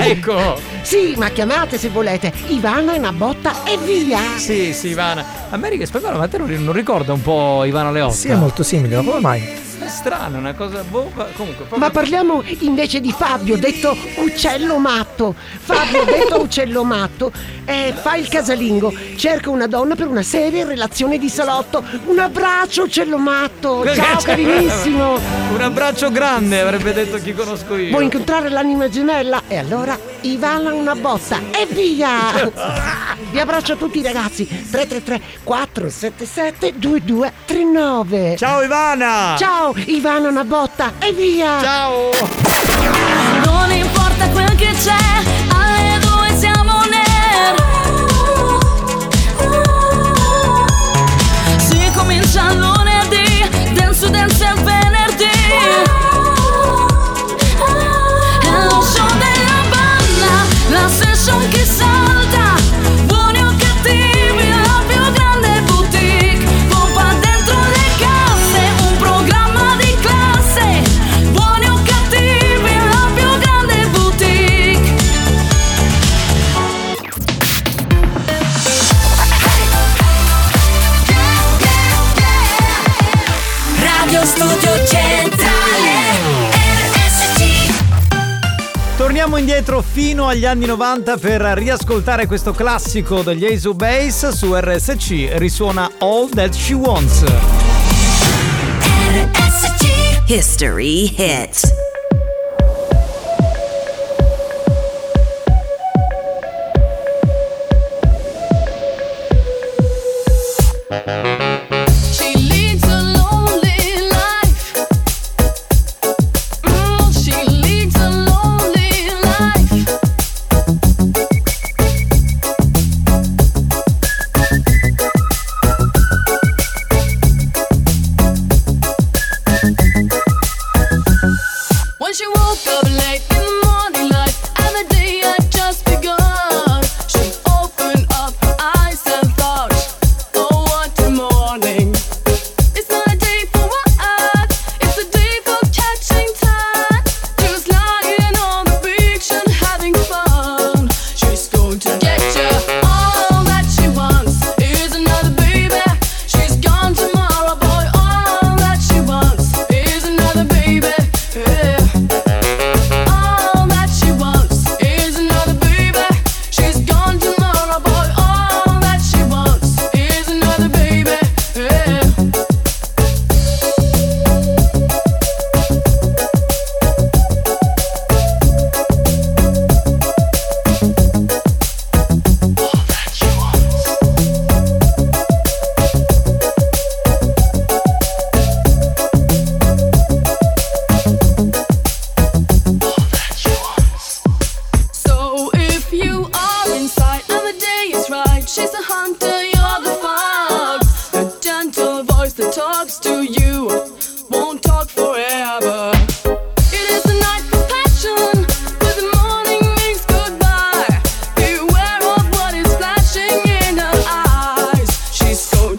Ecco.
sì, ma chiamate se volete. Ivana è una botta e via.
Sì, sì, Ivana. America Spagnolo, ma te non, non ricorda un po' Ivana Leotta?
Sì, è molto simile, ma come mai?
È strano, una cosa boh, ma comunque proprio-
Ma parliamo invece di Fabio, detto uccello matto. Fabio, detto uccello matto, eh, fa il casalingo. Cerca una donna per una seria relazione di salotto. Un abbraccio, uccello matto. Ciao, carinissimo.
Un abbraccio grande, avrebbe detto chi conosco io.
Vuoi incontrare l'anima gemella? E allora Ivana una botta e via! Vi abbraccio a tutti ragazzi! 333 477 2239
Ciao Ivana!
Ciao Ivana una botta e via!
Ciao!
Non importa quel che c'è, alle due siamo nel Si comincia il lunedì, dance to dance al venerdì È lo show della banda, la session che salta Buoni o cattivi, la più grande boutique Pompa dentro le casse, un programma di classe Buoni o cattivi, la più grande boutique. Radio Studio Centrale RSC
Torniamo indietro fino agli anni 90 per riascoltare questo classico degli Ace Base su RSC. Risuona All That She Wants.
History hit.
She leads a lonely life. Mm, she leads a lonely life. Oh,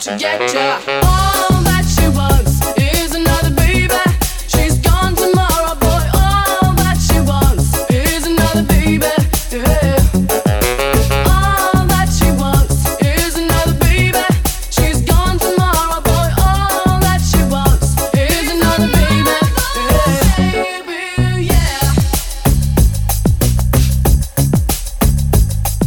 reject you. All that she wants is another baby. She's gone tomorrow, boy. All that she wants is another baby. Yeah. All that she wants is another baby. She's gone tomorrow, boy. All that she wants is another baby. Yeah. Baby, yeah.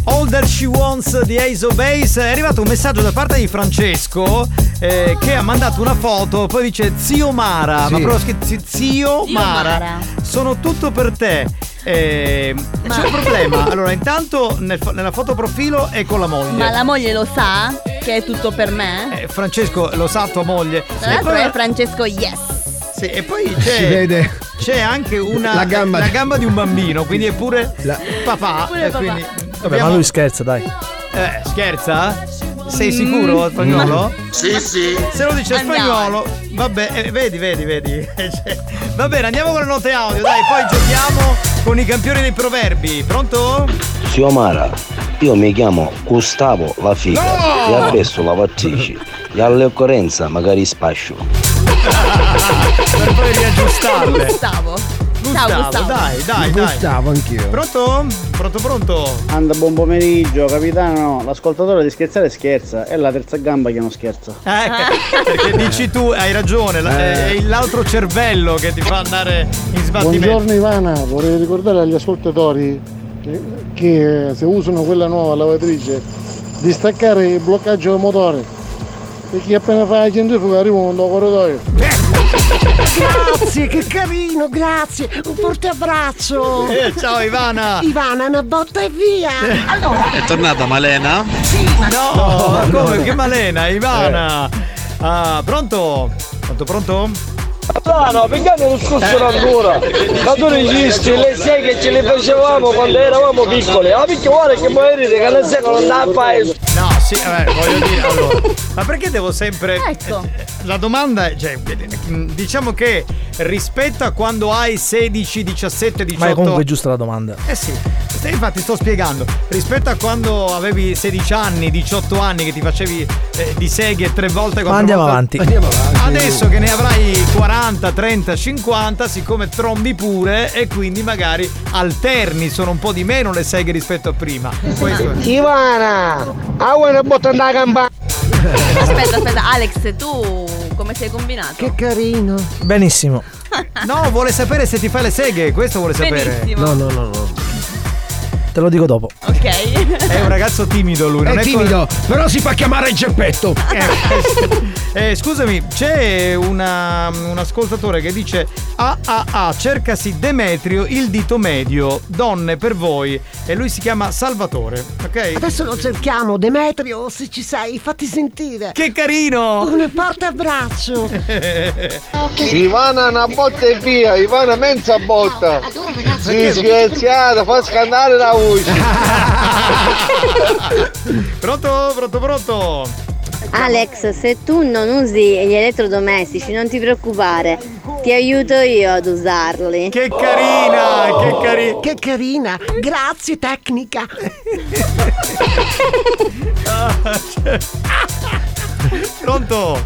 All That She Wants di Ace of Base è arrivato un messaggio da parte di Francesco eh, che ha mandato una foto poi dice zio Mara
Sì.
ma proprio scritto zi- zio, Mara.
Mara.
sono tutto per te Eh, c'è un problema allora intanto nel fo- nella foto profilo è con la moglie
Ma la moglie lo sa che è tutto per me?
Eh, Francesco lo sa tua moglie
Tra
Eh?
e
l'altro è
poi,
Francesco Yes.
sì, e poi c'è, c'è anche una la gamba, di un bambino quindi è pure papà,
Pure
e
papà.
quindi
Vabbè, ma lui scherza, dai.
Eh, scherza? Sei sicuro,
Mm.
spagnolo?
Sì, sì.
Se lo dice
Andiamo.
spagnolo, vabbè, eh, vedi, vedi, vedi. Cioè, Va bene, andiamo con le note audio, dai, poi giochiamo con i campioni dei proverbi. Pronto?
Zio Mara, io mi chiamo Gustavo La Figa
No!
e adesso lavatrici e all'occorrenza magari spascio.
Per poi riaggiustarle.
Gustavo.
Gustavo, dai, dai, dai.
Gustavo anch'io.
Pronto? Pronto, pronto?
Anda, buon pomeriggio, capitano. L'ascoltatore di scherzare scherza, è la terza gamba che non scherza.
Ah.
Eh, perché dici tu, hai ragione, la- è il- l'altro cervello che ti fa andare in sbattimento.
Buongiorno Ivana, vorrei ricordare agli ascoltatori che, che se usano quella nuova lavatrice di staccare il bloccaggio del motore perché appena fa la centrifuga arrivano dal corridoio.
Grazie, che carino, grazie. Un forte abbraccio.
Eh, ciao, Ivana.
Ivana, una botta e via. Allora,
È tornata Malena?
No, ma Oh, come? Che malena, Ivana! Ah, pronto? Pronto, pronto? Eh.
No, no, perché non scorso ancora? Ma tu registri le sei che ce le facevamo quando eravamo piccoli. Ah, perché guarda che morire che la sei non andava a fare.
No, sì, vabbè, voglio dire, allora, ma perché devo sempre... Eh, La domanda è, cioè, mm, diciamo che rispetto a quando hai 16, 17, 18...
Ma è comunque giusta la domanda.
Eh sì, te infatti sto spiegando, rispetto a quando avevi 16 anni, 18 anni che ti facevi eh, di seghe tre volte... quattro
Ma andiamo
volte-
avanti.
Adesso che ne avrai 40, 30, 50, siccome trombi pure e quindi magari alterni, sono un po' di meno le seghe rispetto a prima. Questo è.
Ivana, a una botta andare a campare.
Aspetta, aspetta, Alex, tu come sei combinato? Che
carino.
Benissimo.
No, vuole sapere se ti fai le seghe, questo vuole sapere.
Benissimo. No,
no, no.
Te lo dico dopo.
Ok.
È un ragazzo timido lui,
È
non è
timido,
co-
però si fa chiamare Geppetto.
Eh, scusami, c'è una- mm, un ascoltatore che dice AAA, cercasi Demetrio, il dito medio, donne per voi. E lui si chiama Salvatore, ok?
Adesso lo cerchiamo, Demetrio, se ci sei, fatti sentire.
Che carino!
Un forte abbraccio.
Ivana una botta e via, Ivana mezza botta. Si scherziata, fa scandare la voce.
Pronto, pronto, pronto.
Alex, se tu non usi gli elettrodomestici, non ti preoccupare, ti aiuto io ad usarli.
Che carina, che carina.
Che carina, grazie tecnica.
Pronto?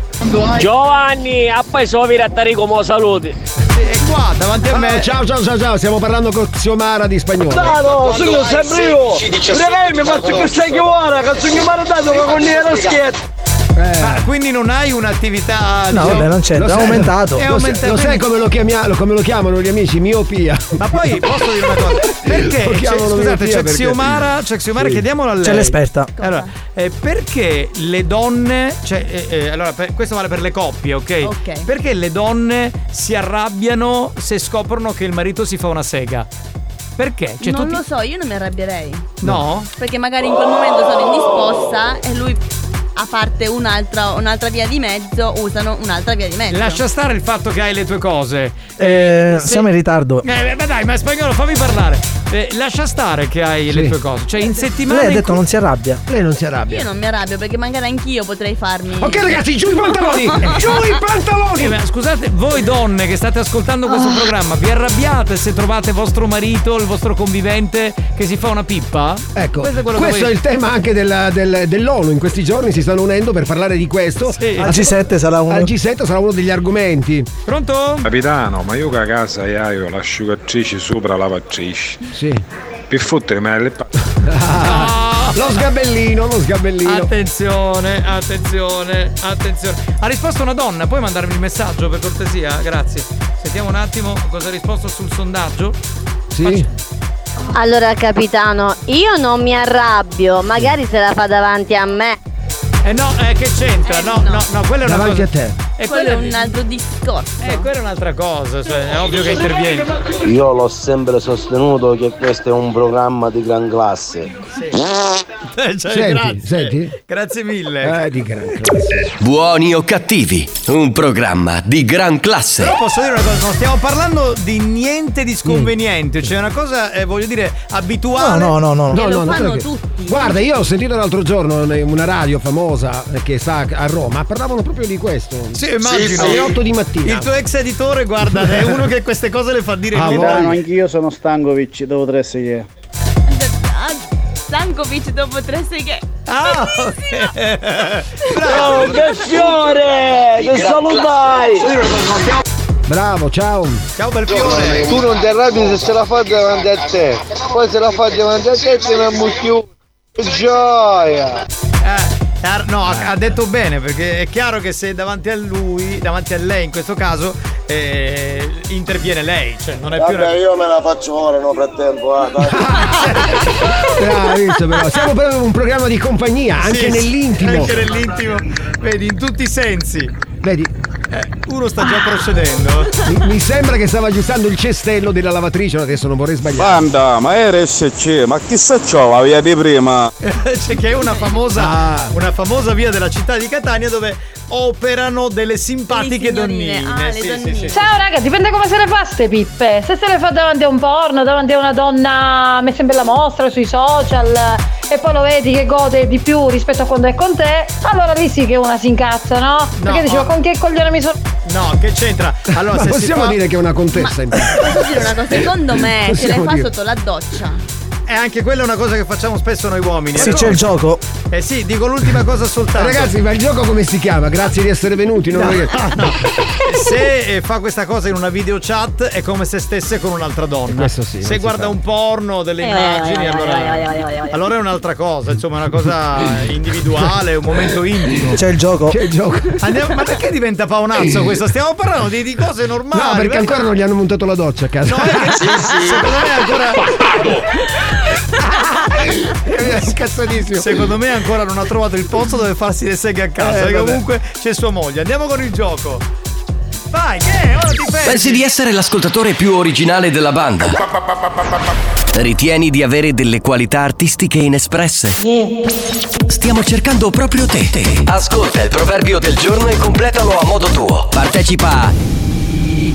Giovanni, ah, pues, oh, appeso vi rattari come saluti.
E qua, davanti
a me. Ciao, ciao, ciao, ciao, stiamo parlando con Xiomara di spagnolo.
Stato, sono sempre io. Pregai mi faccio questa chiamata, cazzo che mi ha dato che con la schietta.
Ma Ah, quindi non hai un'attività.
No,
diciamo-
vabbè, non c'entra,
Lo
è
sai-
aumentato.
È
Lo sai-
aumentato.
Lo sai come lo, chiamia- lo- come lo chiamano gli amici? Miopia.
Ma poi posso dire una cosa? Perché?
Lo
C'è-
chiamano
scusate,
miopia
c'è
perché-
Xiomara, c'è Xiomara
Sì.
chiediamola a lei.
C'è l'esperta.
Allora, eh, perché le donne. Cioè, eh, eh, allora, per- questo vale per le coppie, ok?
Ok.
Perché le donne si arrabbiano se scoprono che il marito si fa una sega? Perché? Cioè,
non
tutti-
lo so, io non mi arrabbierei.
No?
Perché magari in quel momento sono indisposta e lui, a parte un'altra, un'altra via di mezzo, usano un'altra via di mezzo.
Lascia stare il fatto che hai le tue cose.
Eh, siamo in ritardo.
Eh, ma dai, ma spagnolo, fammi parlare. Eh, lascia stare che hai le tue cose. Cioè, in settimana.
Lei ha
in
detto non si arrabbia.
Lei non si
Io
arrabbia.
non mi arrabbio perché magari anch'io potrei farmi.
Ok, ragazzi, giù i pantaloni! Giù i
pantaloni!
ma scusate, voi donne che state ascoltando questo
Ah.
programma, vi arrabbiate se trovate vostro marito, il vostro convivente che si fa una pippa?
Ecco,
questo è quello che
questo è
voi-
il tema anche della- del- dell'ONU. In questi giorni si stanno unendo per parlare di questo.
Al G7
sarà uno. Al G7 sarà uno degli argomenti.
Pronto?
Capitano, ma io che a casa io l'asciugatrice sopra lavatrice.
Sì.
Per fottere me le pa-
Ah.
Lo sgabellino, lo sgabellino.
Eh, Attenzione, attenzione, attenzione. Ha risposto una donna, puoi mandarmi il messaggio per cortesia? Grazie. Sentiamo un attimo cosa ha risposto sul sondaggio.
Sì.
Allora capitano, io non mi arrabbio, magari se la fa davanti a me.
Eh no, eh, che c'entra? no, no, no, quella è una
Davanti
cosa.
a te.
E
quello è
quella
un altro discorso.
Eh, quella è un'altra cosa, cioè, è ovvio che intervieni.
Io l'ho sempre sostenuto che questo è un programma di gran classe.
Eh, cioè,
Senti,
grazie.
senti.
Grazie mille.
Eh, di gran classe.
Buoni o cattivi, un programma di gran classe.
Però posso dire una cosa, non stiamo parlando di niente
Mm.
di sconveniente, cioè una cosa, eh, voglio dire, abituale.
sai che- Guarda, io ho sentito l'altro giorno in una radio famosa che sta a Roma, parlavano proprio di questo.
Sì, immagino.
Alle 8 di mattina. Ah,
Il tuo ex editore, guarda, è uno che queste cose le fa dire in
Capitano,
diretta.
anch'io sono Stankovic, dopo tre seghe.
Ah,
Stankovic dopo tre seghe.
Ah! eh,
Bravo, che fiore! Che salutai!
Bravo, ciao.
Ciao bel
Tu non ti arrabbi se se la fa davanti a te. Poi se la fa davanti a te te ne ammucchiù. Gioia!
Eh, ha- no, ha, ha detto bene, perché è chiaro che se davanti a lui, davanti a lei in questo caso, eh, interviene lei, cioè non è più una...
Vabbè, io me la faccio ora, non frattempo, eh, dai.
Bravo, visto, però. Siamo per un programma di compagnia,
Sì,
anche
sì,
nell'intimo.
Anche nell'intimo, vedi, in tutti i sensi. Eh,
Vedi?
uno sta già procedendo.
Mi, mi sembra che stava aggiustando il cestello della lavatrice, ma adesso non vorrei sbagliare.
Banda, ma era SC, ma chissà ciò, la via di prima.
C'è che è una famosa,
Ah.
una famosa via della città di Catania dove operano delle simpatiche donnine. Sì, sì, sì, sì.
Ah, Ciao raga, dipende come se le fa ste pippe. Se se le fa davanti a un porno, davanti a una donna messa in bella mostra sui social e poi lo vedi che gode di più rispetto a quando è con te, allora lì sì che una si incazza, no? Perché
No,
dicevo
oh.
con che coglione mi sono.
No, che c'entra? Allora,
ma
se si
possiamo
fa-
dire che è una contessa in più.
Posso dire una cosa? Secondo me se le
Possiamo
fa
dire.
sotto la doccia.
E anche quella è una cosa che facciamo spesso noi uomini.
Se
eh,
c'è
no?
il gioco.
Eh sì, dico l'ultima cosa soltanto.
Ragazzi, ma il gioco come si chiama? Grazie di essere venuti. Non
No,
è che-
se eh, fa questa cosa in una video chat è come se stesse con un'altra donna.
questo sì, non
se
si
guarda
fa.
un porno o delle
Eh,
immagini,
eh,
allora,
eh, eh, eh, eh.
allora è un'altra cosa, insomma, è una cosa individuale, un momento intimo.
Cioè,
C'è il gioco.
C'è il gioco.
Andiamo- ma perché diventa paonazzo questo? Stiamo parlando di, di cose normali.
No, perché ancora non gli hanno montato la doccia a casa.
eh, Secondo me è ancora.
Scazzatissimo.
Secondo me ancora non ha trovato il posto dove farsi le seghe a casa.
Eh,
e
vabbè.
comunque c'è sua moglie. Andiamo con il gioco. Vai, che è? ora ti fermi.
Pensi di essere l'ascoltatore più originale della banda? Ritieni di avere delle qualità artistiche inespresse? Stiamo cercando proprio te. Ascolta il proverbio del giorno e completalo a modo tuo. Partecipa a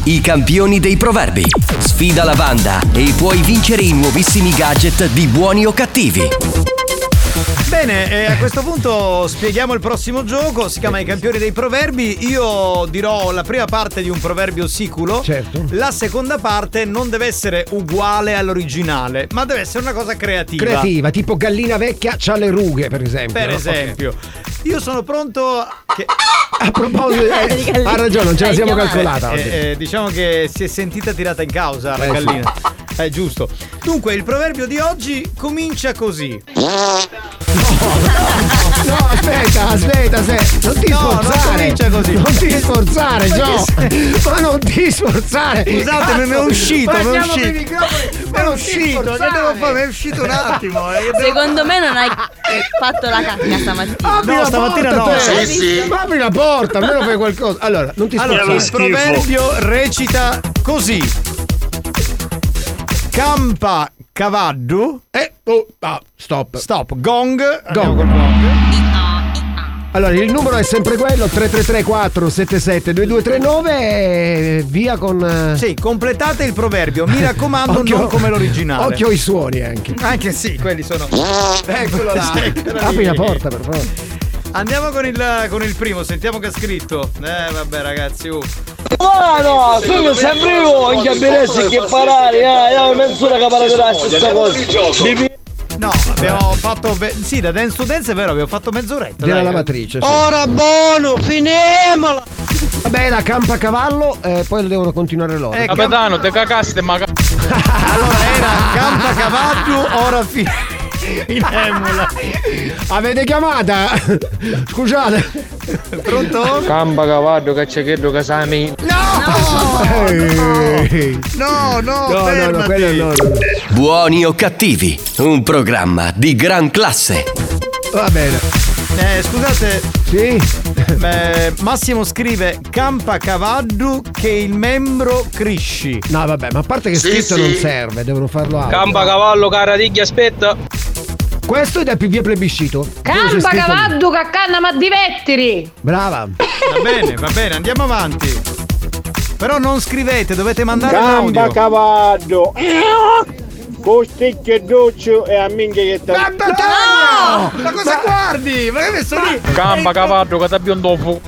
I campioni dei proverbi. Sfida la banda e puoi vincere i nuovissimi gadget di buoni o cattivi.
Bene, e a questo punto spieghiamo il prossimo gioco, si chiama I campioni dei proverbi. Io dirò la prima parte di un proverbio siculo.
Certo.
La seconda parte non deve essere uguale all'originale, ma deve essere una cosa creativa.
Creativa, tipo gallina vecchia c'ha le rughe, per esempio.
Per
no?
esempio, io sono pronto. Che...
A proposito, eh, ha ragione, non ce la siamo calcolata
Eh,
oggi.
eh, diciamo che si è sentita tirata in causa la
Eh, sì.
gallina. È giusto. Dunque, il proverbio di oggi comincia così.
No, aspetta, aspetta, aspetta. Non ti
No, non
sforzare.
comincia così.
Non ti sforzare,
Ma
Gio.
che
Ma non ti sforzare.
Scusate,
Cazzo,
non è uscito,
ma
non è
andiamo per i
uscito.
microfoni, ma
È
non ti
uscito, che
sforzare.
devo fare? È uscito un attimo. eh, devo-
Secondo me non hai fatto la cacca
Ah,
stamattina.
Apri la porta, te.
Sì, sì.
Ma apri la porta, almeno fai qualcosa. Allora, non ti sforzare.
Allora, il proverbio recita così: Campa Eh, cavallo.
E. Oh, ah, stop.
Stop. Gong.
Gong.
Andiamo col gong.
Allora, il numero è sempre quello: 333-477-2239. E via con. eh,
Sì, completate il proverbio. Mi raccomando,
Occhio-
non come l'originale.
Occhio ai suoni anche.
Anche sì, quelli sono. Eccolo là.
Apri la porta, per favore.
Andiamo con il, con il primo, sentiamo che ha scritto. Eh, vabbè, ragazzi. Uh.
Ma Ah, no, sono sempre io anche a Benesse che parare, eh, è mezz'ora che parare la stessa cosa. Mi-
No, abbiamo fatto. be- sì, da dance to dance è vero, abbiamo fatto mezz'oretta.
Della
dai.
lavatrice, sì.
Ora buono, finiamola!
Vabbè, la campa a cavallo, eh, poi lo devono continuare loro.
Ecco,
Capitano, te cacaste, ma
Campa cavallo, ora fine.
Avete chiamata? Scusate.
Pronto?
Camba cavallo, cacciachetto, casami.
Ehi.
No, no,
no, no, no, quello no, no, no.
Buoni o cattivi, un programma di gran classe.
Va bene.
Eh, scusate.
Sì.
Massimo scrive Campa Cavaddu che il membro crisci.
No, vabbè, ma a parte che
Sì,
scritto
sì.
non serve, devono farlo altro.
Camba cavallo, caradiglia, aspetta.
Questo è da via plebiscito. Quello c'è
Campa
scritto lì.
cavaddu caccanna ma divettiri!
Brava.
Va bene, va bene, andiamo avanti. Però non scrivete, dovete mandare un
Gamba
audio.
cavallo. Costicchio dolce e a minchia che te.
No! Ma cosa guardi? Ma che hai messo lì?
Camba cavallo, catabion dopo.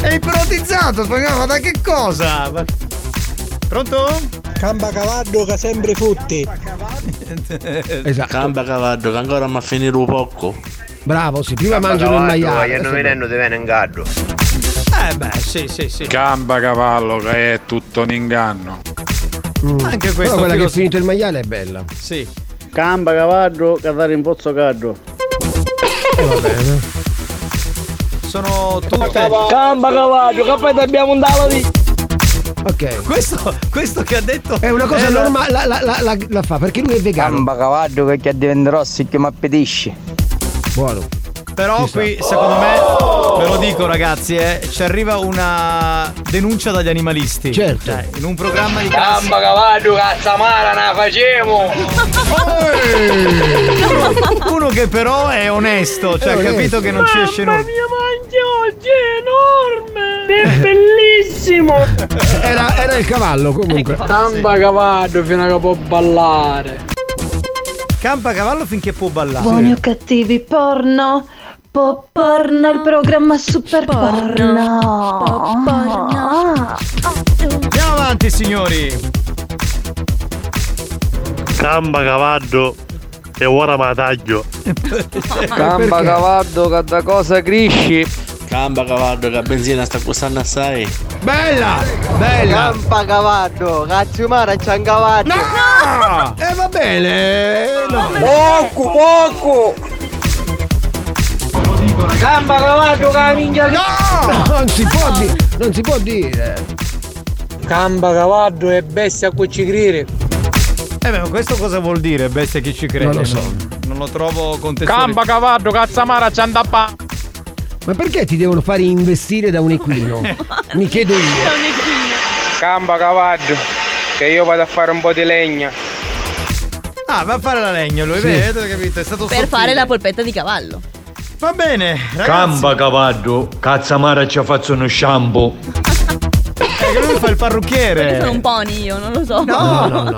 È ipnotizzato, spagnolo, da che cosa? Ma- Pronto?
Camba cavallo che sempre futti.
Eh,
Esatto.
Camba cavallo che ancora mi ha finito un poco.
Bravo, sì, prima mangiano il maiale. adesso-
ti viene in gardo.
Eh beh, sì, sì, sì.
Gamba cavallo che è tutto un inganno.
Mm.
Anche questo
Però quella che
filoso-
è finito il maiale è bella.
Sì.
Camba cavallo che andare in pozzo cardo.
Eh, Va bene.
Sono tutte.
Camba cavallo, che poi ti abbiamo un dalo di.
Ok.
Questo, questo che ha detto.
È una cosa
Eh, la-
normale, la, la- la- la- la fa perché lui è vegano.
Gamba cavallo che che diventerò sì che mi appetisce.
Buono.
Però qui, secondo me, ve lo dico ragazzi, eh, ci arriva una denuncia dagli animalisti. Certo. in un programma di
Camba cavallo, cazzamara, la facemo!
Mm.
uno, uno che però è onesto, cioè
È
ha
onesto.
capito che non ci esce nulla.
mia mangia oggi è enorme! È bellissimo!
Era, era il cavallo comunque.
Camba cavallo fino a che può ballare!
Campa cavallo finché può ballare.
Buoni o cattivi porno? Pop porno, il programma super porno.
Andiamo avanti signori.
Camba cavallo e ora ma taglio.
Cioè,
Perché?
cavallo, che da cosa crisci.
Camba cavallo che la benzina sta costando assai.
Bella! Bella!
Campa cavallo, cazzo mara c'è un cavallo.
Ah!
No!
Eh,
E Eh, va bene! eh, no.
Poco, poco! Camba cavallo, che la minchia
No! Non si può dire! Non si può dire!
Camba cavallo e bestia a cui ci crede.
Eh beh, ma questo cosa vuol dire, bestia chi ci crede?
Non lo so.
Non, non lo trovo contestuale.
Camba cavallo, cazzamara, ciandappa.
Ma perché ti devono fare investire da un equino? Mi chiedo io.
Camba cavallo, che io vado a fare un po' di legna.
Ah, va a fare la legna lui,
Sì.
vedete, capito? È stato
Per fare la polpetta di cavallo.
Va bene, ragazzi.
Camba cavallo, cazzamara ci ha fatto uno shampoo.
Perché lui fa il
Perché sono
parrucchiere.
un pony io, non lo so.
No, no,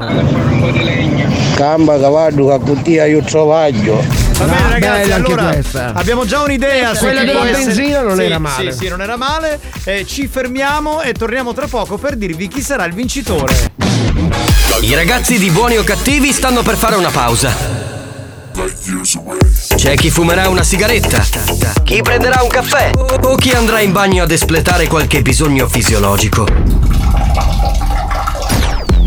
Camba cavallo che cuttia io trovaglio.
Va bene, ragazzi,
bella anche
allora
questa.
abbiamo già un'idea. su
Quella
chi
della
può essere-
benzina non
Sì,
era male.
Sì, sì, non era male. Eh, ci fermiamo e torniamo tra poco per dirvi chi sarà il vincitore.
I ragazzi di Buoni o Cattivi stanno per fare una pausa. C'è chi fumerà una sigaretta, chi prenderà un caffè o chi andrà in bagno ad espletare qualche bisogno fisiologico.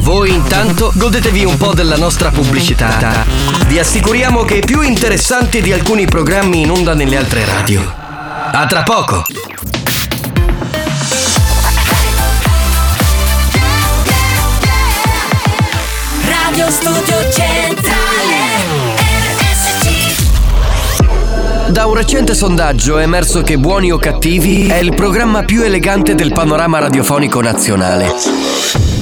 Voi intanto godetevi un po' della nostra pubblicità. Vi assicuriamo che è più interessante di alcuni programmi in onda nelle altre radio. A tra poco!
Radio Studio Centrale RSC
Da un recente sondaggio è emerso che Buoni o Cattivi è il programma più elegante del panorama radiofonico nazionale.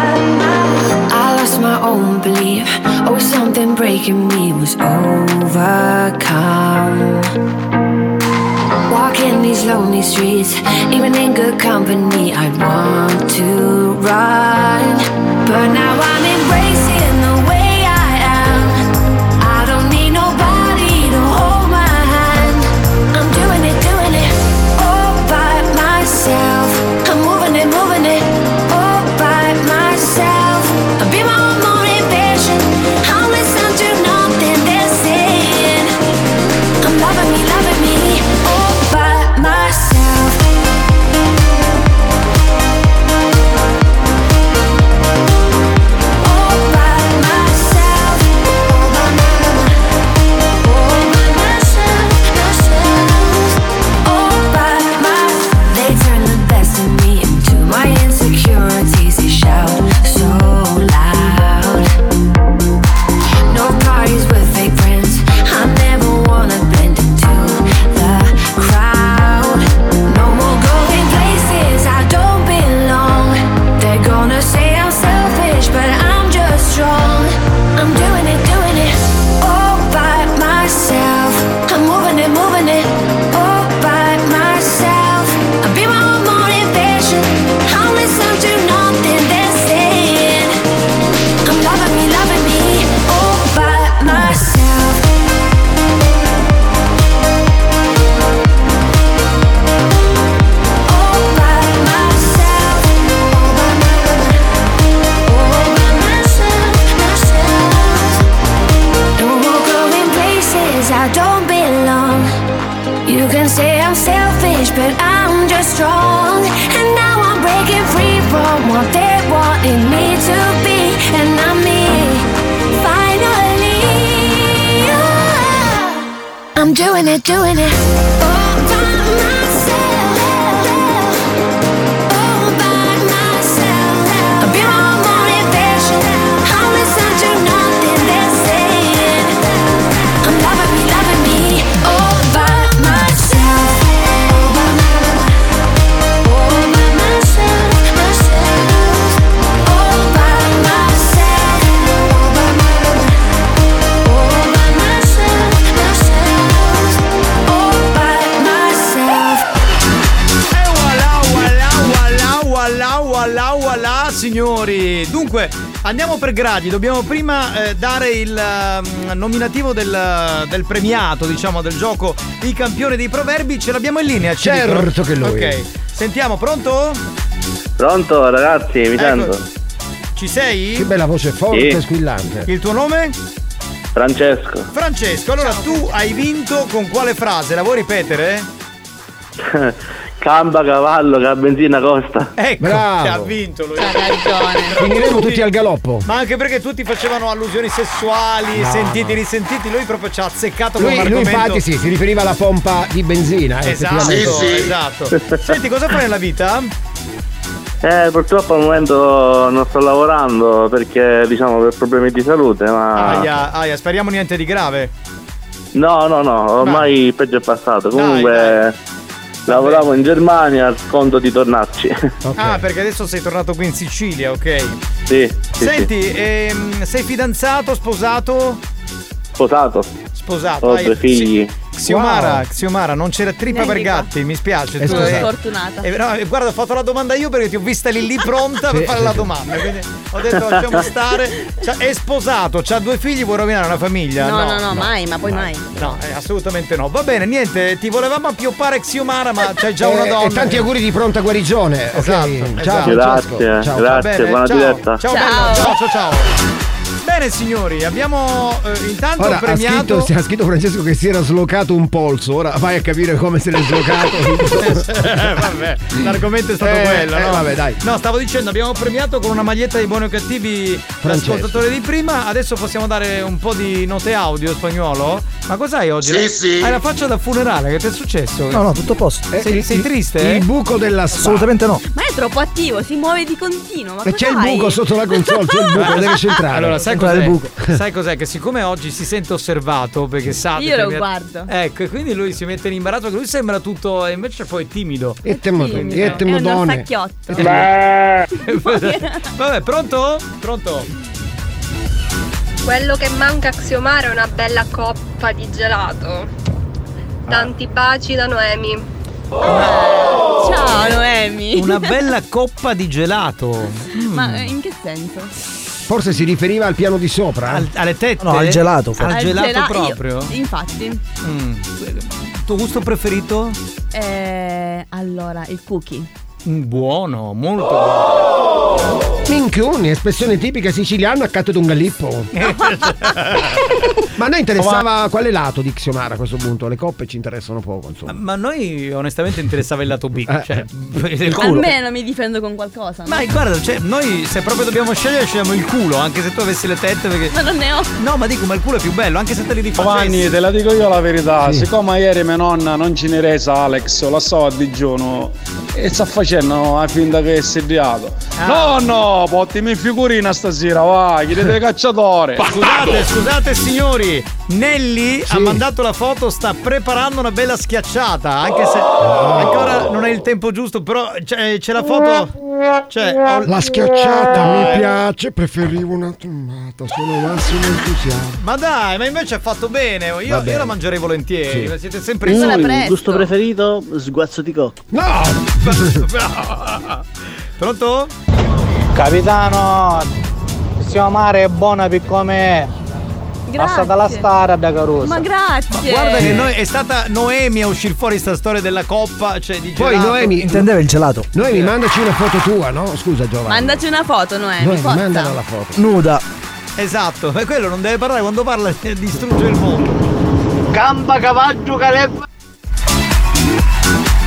I lost my own belief. Oh, something breaking me was overcome. Walking these lonely streets, even in good company, I want to run. But now I'm embracing the way I am. I don't need nobody to hold my hand. I'm doing it, doing it all by myself. I'm moving it, moving it all by myself. I'll be my own motivation. I'll listen to nothing they're saying. I'm loving me, loving me all by myself. All by myself. All by myself. Myself. All by myself. They turn the best in me into my insecurities. They shout so loud. No parties with fake friends. I never wanna blend into the crowd. No more going places I don't belong. They're gonna say I'm selfish, but I'm just strong. I'm doing it, doing it all by myself. I'm moving it, moving it all by myself. I'll be my own motivation. I'll listen to nothing they're saying. I'm loving me, loving me all by myself. All by myself. All by myself. All by myself. No more going places I don't belong. You can say I'm selfish, but I'm just strong. And now I'm breaking free from what they wanted me to be, and I'm me. Finally, Ah, I'm doing it, doing it. All by myself. All by myself. I'll be my own motivation. I'll listen to nothing they're saying. I'm loving me, loving me all by myself. All by my- all by myself, myself. All by myself. All by my- all by myself, myself. All by myself.
Voilà, voilà, voilà, voilà, signori. Dunque, andiamo per gradi. Dobbiamo prima eh, dare il ehm, nominativo del, del premiato, diciamo, del gioco I campioni dei proverbi. Ce l'abbiamo in linea, ci
Certo
dicono.
che lo è.
Ok, sentiamo, pronto?
Pronto ragazzi,
Ecco,
mi sento.
Ci sei?
Che bella voce forte
Sì.
e squillante.
Il tuo nome?
Francesco.
Francesco, allora tu hai vinto con quale frase? La vuoi ripetere?
Camba cavallo che la benzina costa.
Ecco,
Bravo.
che ha vinto lui.
Finiremo tutti al galoppo.
Ma anche perché tutti facevano allusioni sessuali,
No,
sentiti, risentiti, lui proprio ci ha azzeccato
Lui,
come
lui
argomento.
infatti sì, si riferiva alla pompa di benzina. eh,
Esatto,
effettivamente.
esatto. Senti, cosa fai nella vita?
Eh, purtroppo al momento non sto lavorando perché diciamo per problemi di salute,
Ah.
ma.
Aia, aia, speriamo niente di grave.
No, no, no, ormai il peggio è passato. Comunque lavoravo in Germania al conto di tornarci.
Ah, perché adesso sei tornato qui in Sicilia, ok.
sì, sì,
Senti,
sì.
ehm, sei fidanzato, sposato?
sposato.
Sposato,
Ho
aia.
due figli.
Xiomara, Xiomara, non c'era trippa per gatti, mi spiace. tu-
Sono
eh,
sfortunata.
eh, no, eh, guarda, ho fatto la domanda io perché ti ho vista lì lì pronta per
Sì,
fare
sì,
la
sì.
domanda. Quindi ho detto lasciamo stare. C'ha- è sposato, ha due figli, vuoi rovinare una famiglia?
No, no, no, mai, ma poi mai.
No, eh, assolutamente no. Va bene, niente, ti volevamo appioppare Xiomara, ma c'hai già
Eh,
una donna.
E tanti auguri di pronta guarigione. ok? Ciao,
Esatto.
Francesco.
Grazie,
Ciao.
grazie, buona
ciao.
diretta.
Ciao, bello, ciao, ciao, ciao. Bene signori, abbiamo eh, intanto
Ora, ha
premiato...
scritto, ha scritto Francesco che si era slocato un polso. Ora vai a capire come se l'è slocato.
Eh, vabbè, l'argomento è stato
Eh,
quello.
eh,
no?
vabbè, dai.
No, stavo dicendo, abbiamo premiato con una maglietta di buoni o cattivi
Francesco.
l'ascoltatore di prima. Adesso possiamo dare un po' di note audio spagnolo. Ma cos'hai oggi?
Sì,
Hai-
sì.
Hai la faccia da funerale, che ti è successo?
No, no, tutto a posto.
Eh, Sei- il- sei triste, il eh?
buco della spa.
Assolutamente no.
Ma è troppo attivo, si muove di continuo. Ma
E c'è il
cos'hai?
buco sotto la console, c'è il buco, deve centrare.
Ah, Allora, sai
Entrare
cos'è?
il buco.
sai cos'è? Che siccome oggi si sente osservato, perché sa.
Io lo
determinate-
guardo.
Ecco, e quindi lui si mette in imbarazzo, perché lui sembra tutto. e invece poi è timido.
E temodone, e
È un
temodone.
orsacchiotto.
Vabbè, pronto? Pronto?
Quello che manca a Xiomara è una bella coppa di gelato. Tanti baci da Noemi.
Ciao Noemi.
Oh! Una bella Mm. coppa di gelato.
Ma eh, in che senso?
Forse si riferiva al piano di sopra. eh?
alle tette?
No, al gelato. forse.
Al gela- io-
proprio? Mm.
infatti.
Tuo gusto preferito?
Eh, allora, il cookie.
Buono, molto buono.
Minchioni, espressione tipica siciliana accanto ad un galippo.
Eh.
Ma a noi interessava quale lato di Xiomara a questo punto? Le coppe ci interessano poco, insomma.
Ma a noi onestamente interessava il lato B, cioè il culo.
Almeno mi difendo con qualcosa. no?
Ma guarda, cioè, noi se proprio dobbiamo scegliere scegliamo il culo, anche se tu avessi le tette perché
Ma non ne ho.
No, ma dico, ma il culo è più bello, anche se te li
Giovanni,
rifacessi.
te la dico io la verità, siccome ieri mia nonna non ce ne resa Alex, la stava a digiuno e sta facendo a finta che è sediato.
Ah.
Ah. No, no, portimi figurina stasera, va, chiedete cacciatore.
Scusate, scusate signori, Nelly ha mandato la foto, sta preparando una bella schiacciata, anche se ancora non è il tempo giusto, però c'è, c'è la foto... Cioè, ho-
La schiacciata
Eh.
mi piace, preferivo una tommata, sono massimo entusiasta.
Ma dai, ma invece è fatto bene, io,
Va
io
bene.
la mangerei volentieri,
Sì.
siete sempre in
gusto preferito? Sguazzo di cocco.
No!
Pronto?
Capitano, siamo mare è buona per come è. Passata la stara da Caruso.
Ma grazie.
Guarda che noi, è stata Noemi a uscir fuori sta storia della coppa, cioè di
Poi
gelato. Eh.
Noemi. Intendeva il gelato. Noemi, mandaci una foto tua, no? Scusa, Giovanni.
Mandaci una foto,
eh,
Noemi.
Noemi,
forza.
mandala la foto.
Nuda.
Esatto, ma quello non deve parlare, quando parla distrugge il mondo.
Gamba cavaggio calebba.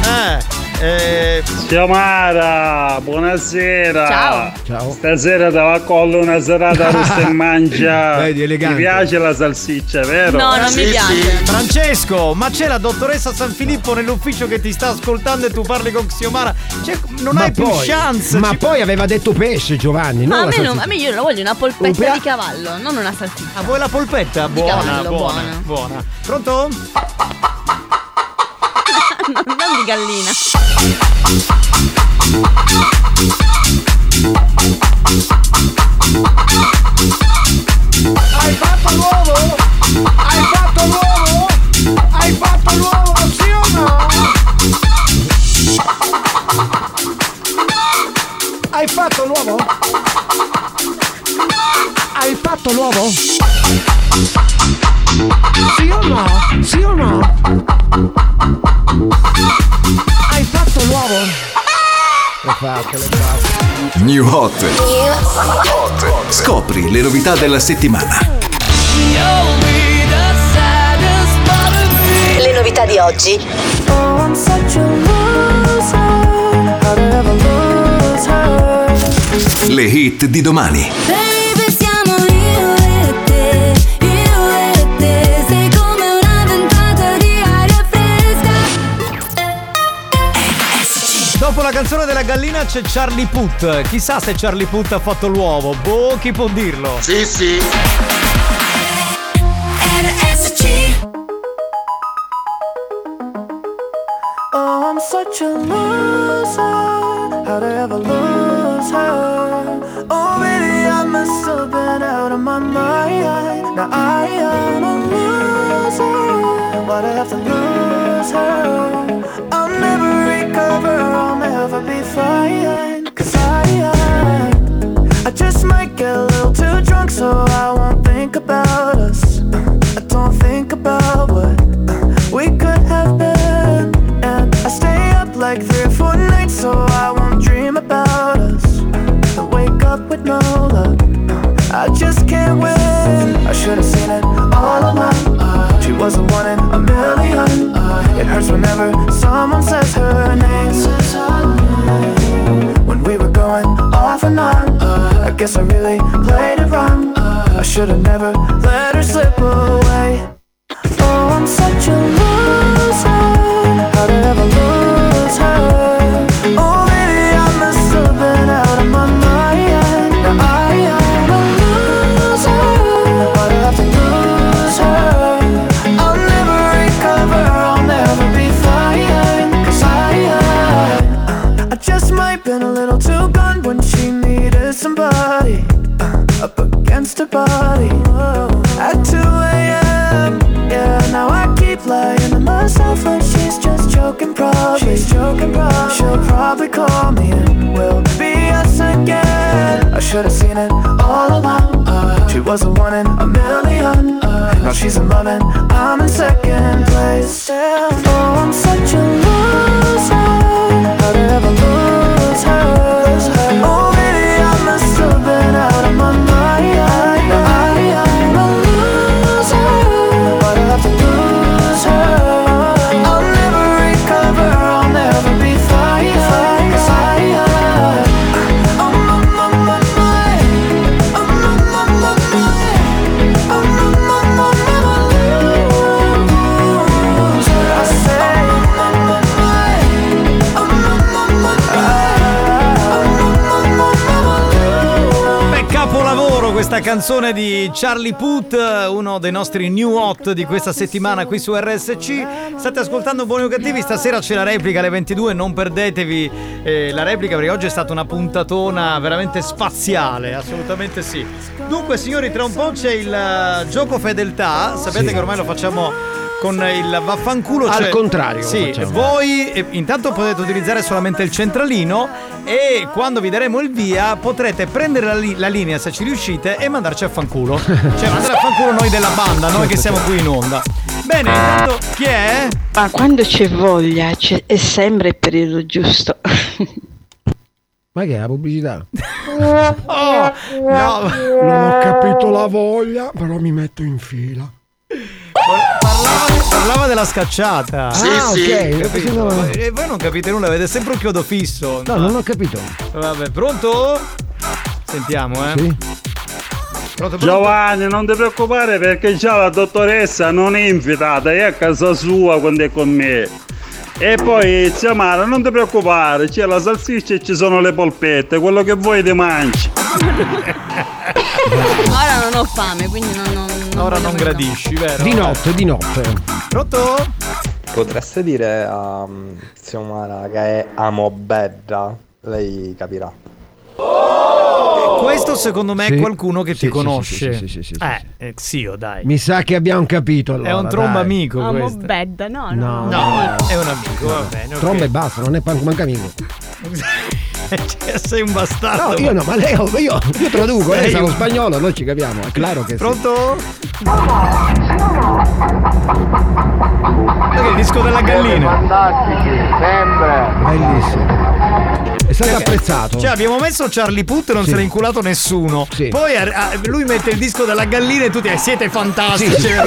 Eh, eh.
Chiamara, buonasera.
Ciao.
Stasera ti va a collo una serata a rusta e mangia.
Vedi,
Ti piace la salsiccia, vero?
Francesco, ma c'è la dottoressa San Filippo nell'ufficio che ti sta ascoltando e tu parli con Xiomara. Cioè, non hai più chance.
Ma poi aveva detto pesce, Giovanni.
Ma a
non la
me, non,
salsiccia.
a me io lo voglio una polpetta
Upea.
di cavallo, non una salsiccia.
Ah, vuoi la polpetta?
Di
buona,
cavallo,
buona,
buona.
Cioè, buona. Pronto?
non, non di gallina.
Hai fatto l'uovo? Hai fatto l'uovo? Hai fatto l'uovo, sì o no?
Hai fatto l'uovo? Hai fatto l'uovo? Sì o no? Sì o no? Hai fatto l'uovo? L'ho fatto, l'ho fatto.
New Hot. Scopri le novità della settimana.
Le novità di oggi.
Le hit di domani.
Baby, siamo io e te, io e te, sei come una ventata di aria fresca.
Dopo la canzone della gallina c'è Charlie Puth. Chissà se Charlie Puth ha fatto l'uovo. Boh, chi può dirlo? Sì, sì.
Oh, I'm such a loser, how'd I ever lose her? Oh, really, I must have been out of my mind. Now I am a loser, why'd I have to lose her? I'll never recover, I'll never be fine. Cause I, I, I just might get a little too drunk, so I won't think about us. I don't think about what we could have been. And I stay up like three or four nights so I won't dream about us. I wake up with no luck. I just can't win. I should have seen it all on my own. She was a one in a million. It hurts whenever someone says her name. When we were going off and on, I guess I really played it wrong. I should have never let her slip away. Oh, I'm such a loser. How did I ever lose her? Oh, maybe I must have been out of my mind. Now I am a loser. How did I have to lose her? I'll never recover. I'll never be fine. 'Cause I, I, I just might been a little too gone when she needed somebody uh, up against her body. At 2 a.m. Yeah, now I keep lying to myself like she's just joking, probably. She's joking, probably. She'll probably call me and we'll be us again. I should have seen it all along. she was a one in a million. now she's in love and I'm in second place. Oh, I'm such a loser. How did I ever lose her? Oh, maybe I must have been out of my mind. Now I am a loser. Why'd I have to lose her? I'll never recover. I'll never be fine. 'Cause I,
Beh, capolavoro questa canzone di Charlie Puth, uno dei nostri new hot di questa settimana qui su RSC. State ascoltando Buoni o Cattivi, stasera c'è la replica alle 22, non perdetevi eh, la replica perché oggi è stata una puntatona veramente spaziale, assolutamente sì. Dunque signori, tra un po' c'è il eh, gioco fedeltà, sapete che ormai lo facciamo con il vaffanculo.
Al
cioè-
contrario lo
Sì,
facciamo.
voi eh, intanto potete utilizzare solamente il centralino e quando vi daremo il via potrete prendere la, li- la linea se ci riuscite e mandarci a fanculo. Cioè mandare a fanculo noi della banda, noi che siamo qui in onda. Bene, intanto chi è?
Ma quando c'è voglia c'è- è sempre il periodo giusto.
Ma che è la pubblicità?
Oh, no.
Ah, Non ho capito la voglia, però mi metto in fila.
Parlava della scacciata.
Sì,
Ah, sì. ok,
Capito?
no, no.
E voi non capite nulla, avete sempre un chiodo fisso.
No, non ho capito.
Vabbè, pronto? Sentiamo, eh. Pronto, pronto?
Giovanni, non ti preoccupare perché già la dottoressa non è invitata, è a casa sua quando è con me. E poi, zia Mara, non ti preoccupare, c'è la salsiccia e ci sono le polpette, quello che vuoi ti mangi.
Ora non ho fame, quindi non. non, non
Ora
voglio
non gradisci, vero?
Di notte, di notte.
Pronto?
Potreste dire a um, Xiomara che è amo bella? Lei capirà.
Questo secondo me
Sì.
è qualcuno che
Sì,
ti
sì,
conosce.
sì, sì, sì, sì, sì, sì.
Eh, eh, Xio, dai.
Mi sa che abbiamo capito allora.
è un tromba
dai.
amico
Amo
questo.
bedda, no,
No,
no.
No, Eh, è un amico, va bene. ok.
Ah. Tromba e basta, non è pan- manco amico.
Cioè, sei un bastardo.
No, io no, ma lei, io, io traduco, eh, lei
Sei
sa lo
un-
spagnolo, noi ci capiamo, è chiaro che sì.
Pronto? Guarda che il disco della gallina.
Fantastici, sempre.
Bellissimo. È stato
Perché?
apprezzato.
Cioè, abbiamo messo Charlie Puth e non
Sì.
se n'è inculato nessuno. Poi ar- ah, lui mette il disco della gallina e tutti eh, siete fantastici.
Sì.
Cioè,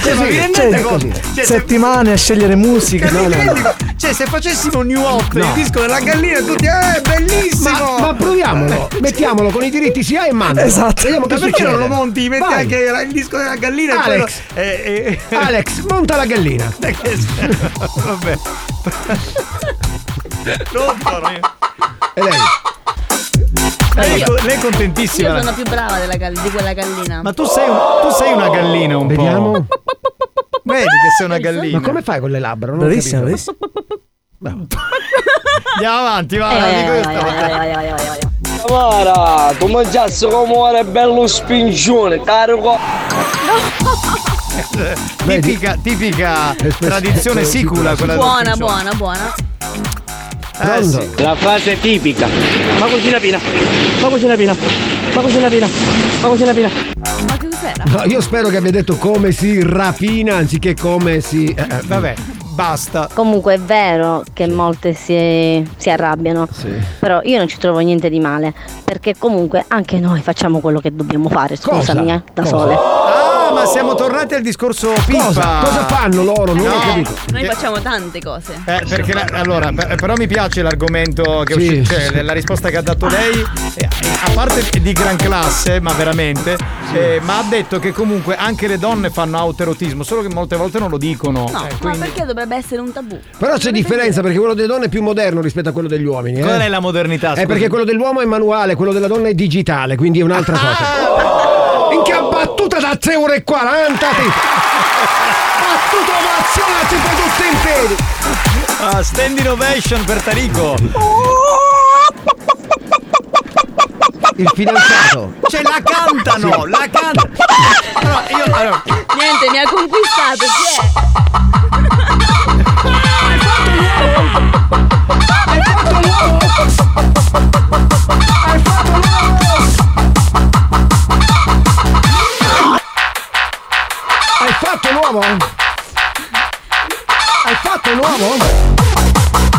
Così,
ma vi rendete
cioè,
conto?
così.
Cioè, se-
Settimane a scegliere musica.
Cioè, mi rendi- cioè, se facessimo New Hot
No.
il disco della gallina, tutti, eh, bellissimo! Eh, cioè
Ma, ma proviamolo, mettiamolo con i diritti sia e manda.
Esatto.
Vediamo che
Ma perché
succede.
non lo monti? Metti
Vai.
anche la- il disco della gallina e
Alex.
quello- eh, eh.
Alex, monta la gallina.
Dai che- Vabbè. Pronto, re-
E lei?
lei,
Io-
lei è contentissima.
Io sono più brava della gall- di quella gallina.
Ma tu sei, un- tu sei una gallina un
Vediamo.
po'. Vedi che sei una gallina.
Ma come fai con le labbra? Non ho
Bravissima,
capito.
Andiamo avanti, va, lo
Eh,
dico io
vai,
stavolta.
Mara, Ah, tu mangiassi come un bello spingione, caro co...
Tipica, tipica tradizione
eh,
sicula quella
Buona,
del Pincio.
buona, buona.
Eh, sì.
La frase tipica. Ma cucina pina, ma cucina pina, ma cucina pina, ma cucina pina.
Ma che cos'era?
No, io spero che abbia detto come si rapina anziché come si. eh, eh,
Vabbè. Basta.
Comunque è vero che molte si, si arrabbiano, però io non ci trovo niente di male, perché comunque anche noi facciamo quello che dobbiamo fare, scusami, eh, da sole.
Ah, ma
Oh.
siamo tornati al discorso pipa.
Cosa, cosa fanno loro? Non
Eh,
ho capito.
Noi facciamo tante cose.
Eh, perché la- allora, per- però mi piace l'argomento che è usci- cioè, la risposta che ha dato lei, eh, a parte di gran classe, ma veramente, eh, ma ha detto che comunque anche le donne fanno autoerotismo, solo che molte volte non lo dicono.
No, ma
Eh, quindi-
perché dovrebbe essere un tabù?
Però c'è differenza perché quello delle donne è più moderno rispetto a quello degli uomini. eh.
Qual è la modernità?
È
scusa?
perché quello dell'uomo è manuale, quello della donna è digitale, quindi è
Ah!
un'altra cosa.
Oh!
Minchia battuta da 3 ore e 40! ti- Battuta ovazione, tipo tutti in piedi!
Ah, stand innovation per Tarico.
Oh, Il fidanzato.
Cioè la cantano, la cantano. Allora, io allora,
Niente, mi ha conquistato, chi è?
Hai fatto l'uomo? Hai fatto l'uomo?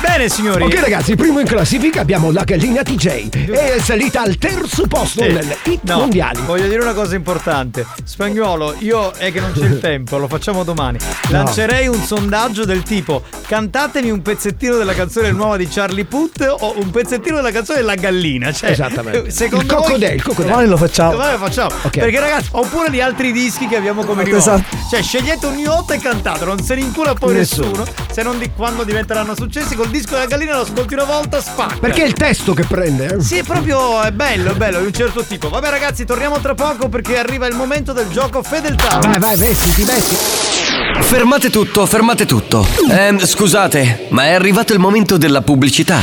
Bene signori.
Ok ragazzi, primo in classifica abbiamo la gallina TJ e è salita al terzo posto
Sì.
nelle hit
No, Oh.
mondiali.
Voglio dire una cosa importante. Spagnuolo, io è che non c'è il tempo, lo facciamo domani. Lancerei un sondaggio del tipo: cantatemi un pezzettino della canzone nuova di Charlie Puth o un pezzettino della canzone La gallina. Cioè,
Esattamente.
Secondo
Il
voi-
Coccodè, il Coccodè. Domani lo facciamo.
Domani lo facciamo.
Ok.
Perché, ragazzi, oppure di altri dischi che abbiamo come
Esatto.
rivolta. Cioè, scegliete ogni volta e cantate, non se ne incula poi
Nessuno.
nessuno. Se non di quando diventeranno successi, col disco della gallina lo ascolti una volta, spacca.
Perché è il testo che prende? eh?
Sì, è proprio è bello, è bello, di un certo tipo. Vabbè ragazzi, torniamo tra poco perché arriva il momento del gioco fedeltà.
Vai, vai, vestiti, vestiti.
Fermate tutto, fermate tutto. Ehm, scusate, ma è arrivato il momento della pubblicità.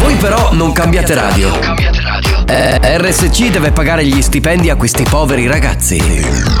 Voi però non cambiate radio. Eh, RSC deve pagare gli stipendi a questi poveri ragazzi.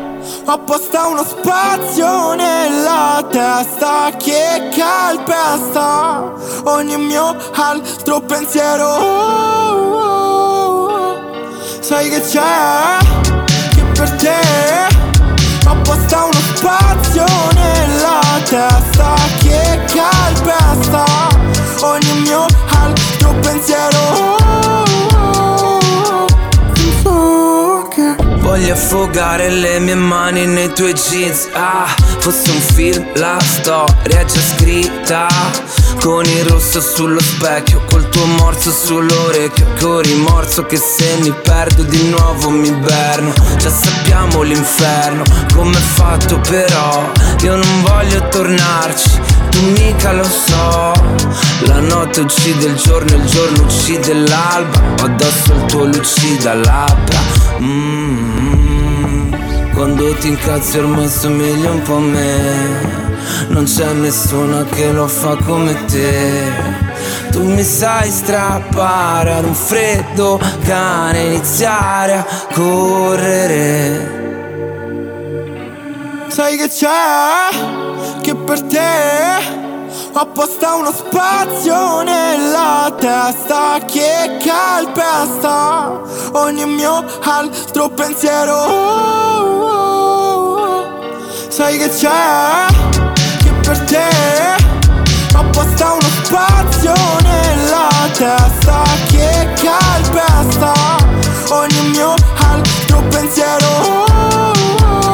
ho apposta uno spazio nella testa che calpesta ogni mio altro pensiero. Sai che c'è? Che per te ho apposta uno spazio nella testa che calpesta ogni mio altro pensiero.
Voglio affogare le mie mani nei tuoi jeans Ah, fosse un film la storia è già scritta Con il rosso sullo specchio, col tuo morso sull'orecchio Con rimorso che se mi perdo di nuovo mi berno Già sappiamo l'inferno, com'è fatto però Io non voglio tornarci tu mica lo so La notte uccide il giorno, il giorno uccide l'alba Ho addosso il tuo lucida labbra Mm, mm. Quando ti incazzi ormai somigli un po' a me Non c'è nessuno che lo fa come te tu mi sai strappare ad un freddo cane, iniziare a correre.
Sai che c'è? Che per te ho apposta uno spazio nella testa che calpesta ogni mio altro pensiero. Sai che c'è? Che per te ho apposta uno spazio nella testa che calpesta ogni mio altro pensiero.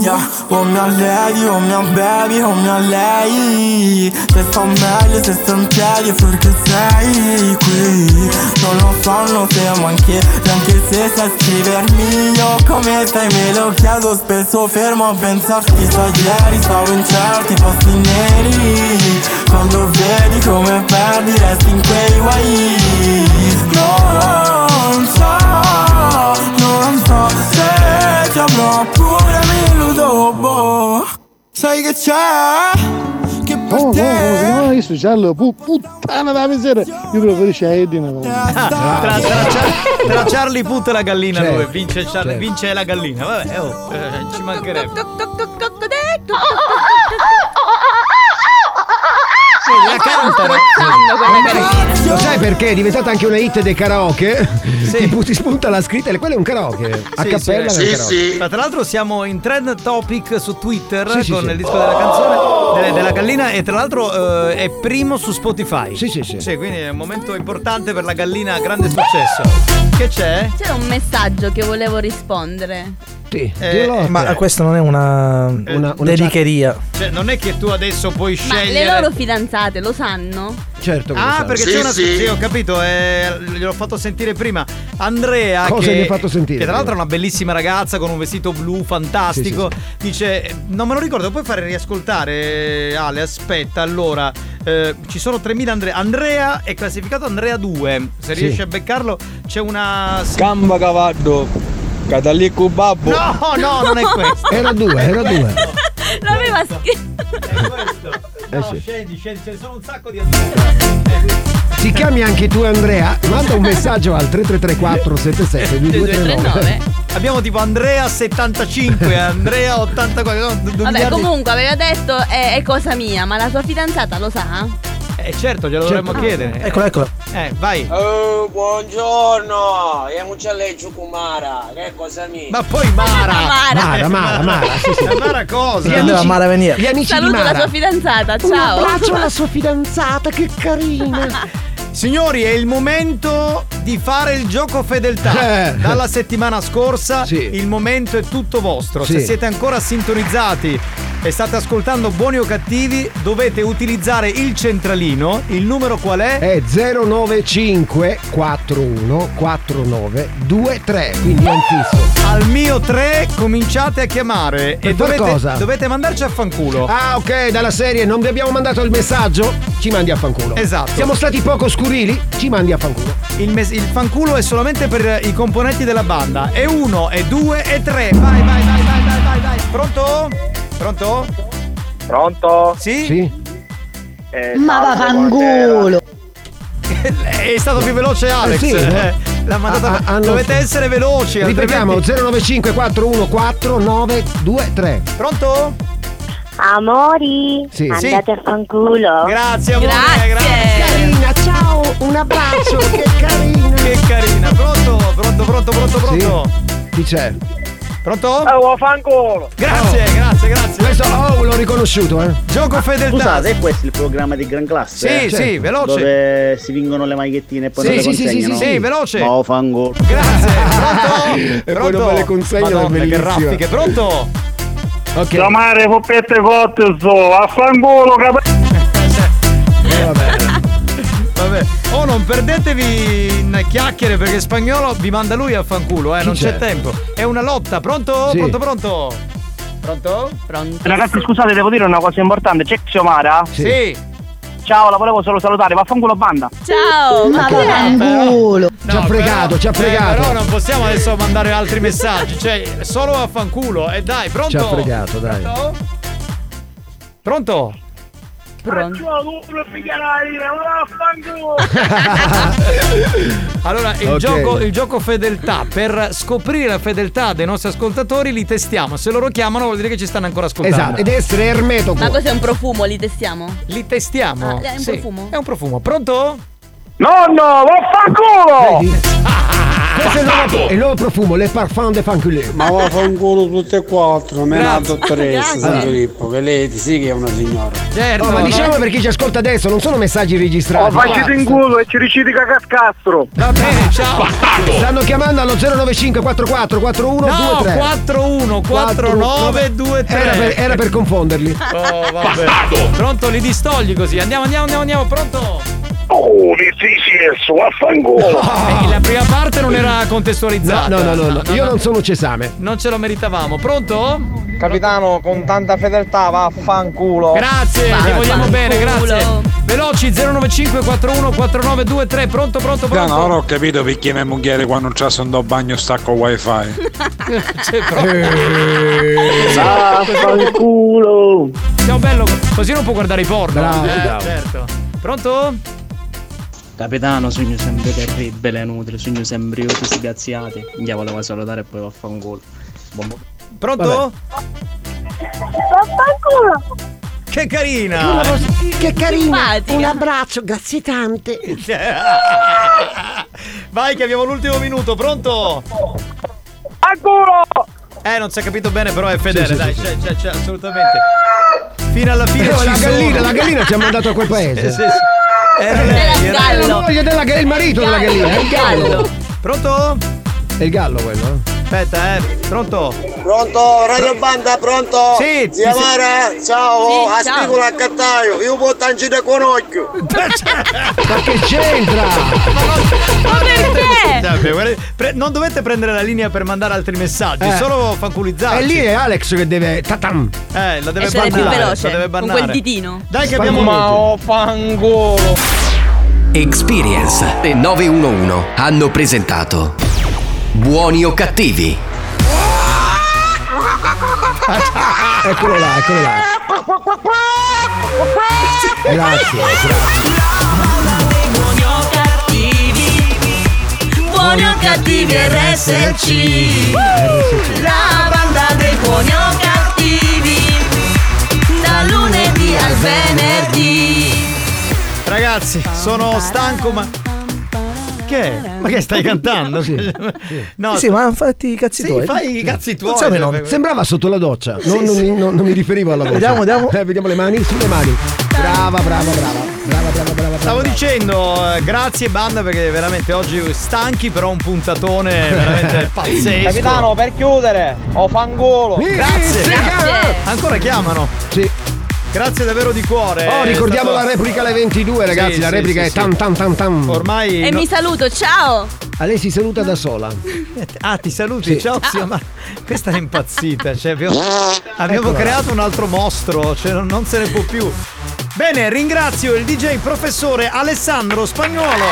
mia, o mia lady, o mia baby, o mia lei Se sto meglio, se sto in piedi, è perché sei qui Non lo sanno se manchi, neanche se sai scrivermi Io come stai me lo chiedo spesso fermo a pensarti Chissà ieri stavo in certi posti neri Quando vedi come perdi resti in quei guai Non so, non so se ti avrò oppure mi illudo boh. Sai che c'è? Che per
No, no,
te
no, no, questo giallo, pu- puttana da miseria. Io preferisco Edina.
Ah, Tra, tra Char- tra Charlie Putt e la gallina
Certo,
lui vince, Charlie-
certo.
vince la gallina, vabbè, oh, eh, ci mancherebbe.
la cantano. Lo sai perché? È diventata anche una hit dei karaoke. Tipo ti spunta la scritta e quello è un karaoke. A
Sì,
cappella
sì,
è un
sì,
karaoke.
sì. Ma Tra l'altro siamo in trend topic su Twitter
Sì, sì,
con
sì.
il disco della canzone de- della gallina e tra l'altro eh, è primo su Spotify. Sì, sì, sì. quindi è un momento importante per la gallina, grande successo. Che c'è?
C'era un messaggio che volevo rispondere.
Sì,
Eh,
Eh, ma questa non è una, una, dedicheria.
Cioè, non è che tu adesso puoi
Ma
scegliere.
le loro fidanzate lo sanno?
Certo
che lo
Ah,
sanno.
perché
Sì,
c'è una
sì.
sì, ho capito, eh, gliel'ho fatto sentire prima. Andrea
Cosa
che
gli hai fatto sentire?
Che tra l'altro è una bellissima ragazza con un vestito blu fantastico. Dice eh, "Non me lo ricordo, puoi fare riascoltare eh, Ale, aspetta, allora eh, ci sono 3000 Andrea. Andrea è classificato Andrea 2. Se
Sì.
riesci a beccarlo c'è una
Gamba cavallo, catalico babbo.
No, no, non è questo.
Era due, era due.
L'aveva scritto.
Eh sì.
Scendi, scendi, ce ne sono un sacco di
Ti chiami anche tu Andrea? Manda un messaggio al 3334 77 2239.
Abbiamo tipo Andrea 75, Andrea 84. no, due
Vabbè,
miliardi-
comunque aveva detto è, è cosa mia, ma la sua fidanzata lo sa?
Eh certo, glielo dovremmo chiedere.
Eccola, eccola.
Eh, vai.
buongiorno, è un cialleggio Kumara, che cosa mi?
Ma poi Mara!
Mara, Mara, Mara, sì, sì.
Mara cosa?
Gli
Andava
amici-
Mara a venire.
Gli amici
Saluto
di Mara.
la sua fidanzata, ciao.
Un abbraccio alla
sua fidanzata, che carina.
Signori, è il momento di fare il gioco fedeltà.
Eh.
Dalla settimana scorsa il momento è tutto vostro. Se
Sì.
siete ancora sintonizzati e state ascoltando buoni o cattivi, dovete utilizzare il centralino. Il numero qual è?
È 095 41 49 23, quindi è un fisso.
Al mio 3 cominciate a chiamare
Per
e
far
dovete,
cosa?
dovete mandarci a fanculo.
Ah, ok, dalla serie non vi abbiamo mandato il messaggio? Ci mandi a fanculo.
Esatto.
Siamo stati poco scurili? Ci mandi a fanculo.
Il, mes- il fanculo è solamente per i componenti della banda. E uno, e due, e tre. Vai, vai, vai, vai, vai, vai, vai. Pronto? Pronto?
Pronto?
Sì?
Eh,
Ma va fangolo!
È stato più veloce Alex.
Eh sì.
Eh, l'ha mandata-
Ah, ah, hanno-
Dovete essere veloci.
Ripetiamo
altrimenti-
095 41 49 23.
Pronto?
Amori,
Sì.
andate a fanculo.
Grazie, amore, grazie.
Carina, ciao, un abbraccio, che carina.
Che carina. Pronto? Pronto, pronto, pronto, pronto.
Chi c'è?
Pronto? Oh,
fangolo!
Grazie, grazie, grazie.
Questo oh, l'ho riconosciuto, eh.
Gioco fedeltà.
Ah, Scusate, è questo il programma di Gran Classe? Certo.
Sì, sì, veloce.
Dove si vincono le magliettine e poi
Sì,
non le
sì, sì,
consegnano?
sì, sì, sì, veloce.
No, fango.
Pronto?
E poi
Pronto?
non me le consegnano, è
Madonna, che
bellissima.
raffiche. Pronto?
Ok.
Chiamare poppette cotte so, affanculo
Vabbè. Oh, non perdetevi in chiacchiere perché spagnolo vi manda lui a fanculo, eh,
Chi
non c'è?
c'è?
tempo. È una lotta, pronto?
Sì.
Pronto, pronto? Pronto? Pronto.
Ragazzi, scusate, devo dire una cosa importante. C'è Xiomara?
Sì.
Ciao, la volevo solo salutare. Vaffanculo banda.
Ciao,
ma
che
vaffanculo.
ci ha fregato, ci ha fregato.
Eh, però non possiamo adesso mandare altri messaggi, cioè solo a fanculo. E dai, pronto?
Ci ha fregato, dai.
Pronto? Pronto? Allora, il,
Ok.
gioco, il gioco fedeltà, per scoprire la fedeltà dei nostri ascoltatori li testiamo. Se loro chiamano vuol dire che ci stanno ancora ascoltando.
Esatto, ed essere ermetoco.
Ma cos'è un profumo? Li testiamo?
Li testiamo?
Ah, è un
Sì.
profumo?
È un profumo. Pronto?
Nonno, vaffanculo!
Questo è il nuovo, il nuovo profumo, le parfum de fanculé.
Ma va fa un culo tutte e quattro, me la
Grazie.
dottoressa San
Grazie.
Filippo, che lei sì che è una signora.
Certo.
No, ma diciamo per chi ci ascolta adesso, non sono messaggi registrati.
Oh, facete in
culo e ci ricidi cacastro. Va bene, ciao. Stanno chiamando allo 095 44 41
No,
23.
41 49 23.
Era per, era per confonderli.
Oh, vabbè. Pronto, li distogli così. Andiamo, andiamo, andiamo, andiamo. Pronto?
Oh, Letizia, vaffanculo!
Eh, la prima parte non era contestualizzata.
No, no, no, no, io non sono Cesame.
Non ce lo meritavamo. Pronto?
Capitano, con tanta fedeltà, vaffanculo.
Grazie, ti vogliamo bene, grazie. Veloci 095 41 4923. Pronto, pronto,
No,
pronto.
no, ora ho capito perché mia moglie quando c'è sono a bagno stacco wifi.
C'è
Eh.
proprio.
Ah,
Vaffanculo!
Ciao bello, così non può guardare i porno.
Bravo,
eh,
bravo.
certo. Pronto?
Capitano, sogno sempre terribile, nutre, sogno sempre io, tutti spiazziati. Gli volevo salutare e poi vaffanculo. Buon-
Pronto?
Vaffanculo.
Che carina!
Una voce- Che carina. Un abbraccio, grazie tante.
Vai che abbiamo l'ultimo minuto, pronto?
Ancora!
Eh, non si è capito bene, però è fedele,
Sì, sì,
dai,
sì,
c'è, c'è, c'è, assolutamente. Fino alla fine
Eh,
ci
la
sono.
gallina, la gallina ci ha mandato a quel paese.
Eh, Sì, sì. Esatto. Eh, Era lei, era
È
lei.
la moglie della gallina, il marito della gallina, è il gallo.
eh. Pronto?
È il gallo quello, eh?
Aspetta, eh, pronto?
Pronto, Radio Banda, pronto?
Sì,
Zia
sì.
Mara, ciao,
Sì,
a
ciao.
spigola a Cattaio, io può tangere con occhio.
certo. Ma che c'entra?
Ma perché? non dovete prendere la linea per mandare altri messaggi,
Eh.
solo fanculizzarci.
E lì è Alex che deve. Tatam.
Eh, la deve
E sarebbe più
bannare,
veloce,
la deve
con
bannare.
quel ditino.
Dai che abbiamo
Ma
ho
Experience e 911 hanno presentato Buoni o cattivi?
Eccolo là, eccolo là. Grazie.
Buoni o cattivi, buoni o cattivi RSC. La banda dei buoni o cattivi, da lunedì al venerdì.
Ragazzi, sono stanco ma che? è? Ma che stai cantando? No,
sì, ma fatti i cazzi
Sì,
tuoi.
fai i
Sì.
cazzi tuoi.
Non so,
cioè,
Meloni.
per-
Sembrava sotto la doccia, non, non mi- non- non mi riferivo alla voce.
Vediamo,
vediamo. vediamo le mani, sulle mani. Brava, brava, brava. Brava, brava, brava.
Stavo dicendo eh, grazie banda perché veramente oggi stanchi però un puntatone veramente pazzesco.
Capitano, per chiudere, ho fangolo.
Grazie. Ancora chiamano.
Sì.
Grazie davvero di cuore.
Oh,
È
ricordiamo
stato-
la replica alle 22, ragazzi.
Sì,
la
sì,
replica
sì,
è
sì.
tam tam tam tam.
Ormai.
E
no-
mi saluto, ciao.
A lei si saluta da sola.
Ah, ti saluti,
Sì. Ah.
ciao zia Mara. Questa è impazzita, cioè abbiamo, abbiamo
Eccola.
creato un altro mostro, cioè non, non se ne può più. Bene, ringrazio il DJ professore Alessandro Spagnuolo.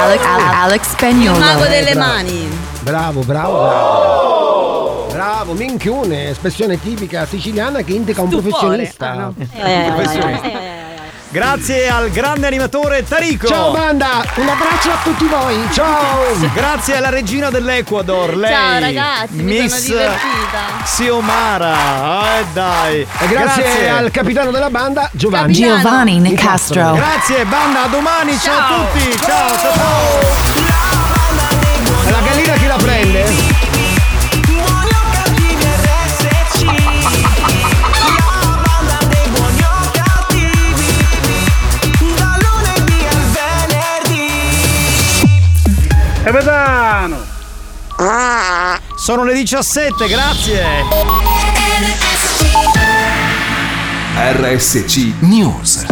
Alex, Alex Spagnolo.
Il mago delle
bravo.
mani.
Bravo, bravo, bravo. Bravo, minchione, espressione tipica siciliana che indica un
Stupore.
professionista.
Ah, no.
Eh, Professionista. Grazie al grande animatore Tarico.
Ciao banda, un abbraccio a tutti voi. Ciao.
Grazie alla regina dell'Ecuador, lei.
Ciao ragazzi, mi sono
Miss
divertita.
Xiomara. Eh dai.
E grazie, al capitano della banda Giovanni
Giovanni Nicastro.
Grazie, banda, a domani, ciao, a tutti. Ciao, ciao, ciao.
La gallina chi la prende?
Capitano!
Sono le 17, grazie.
RSC News.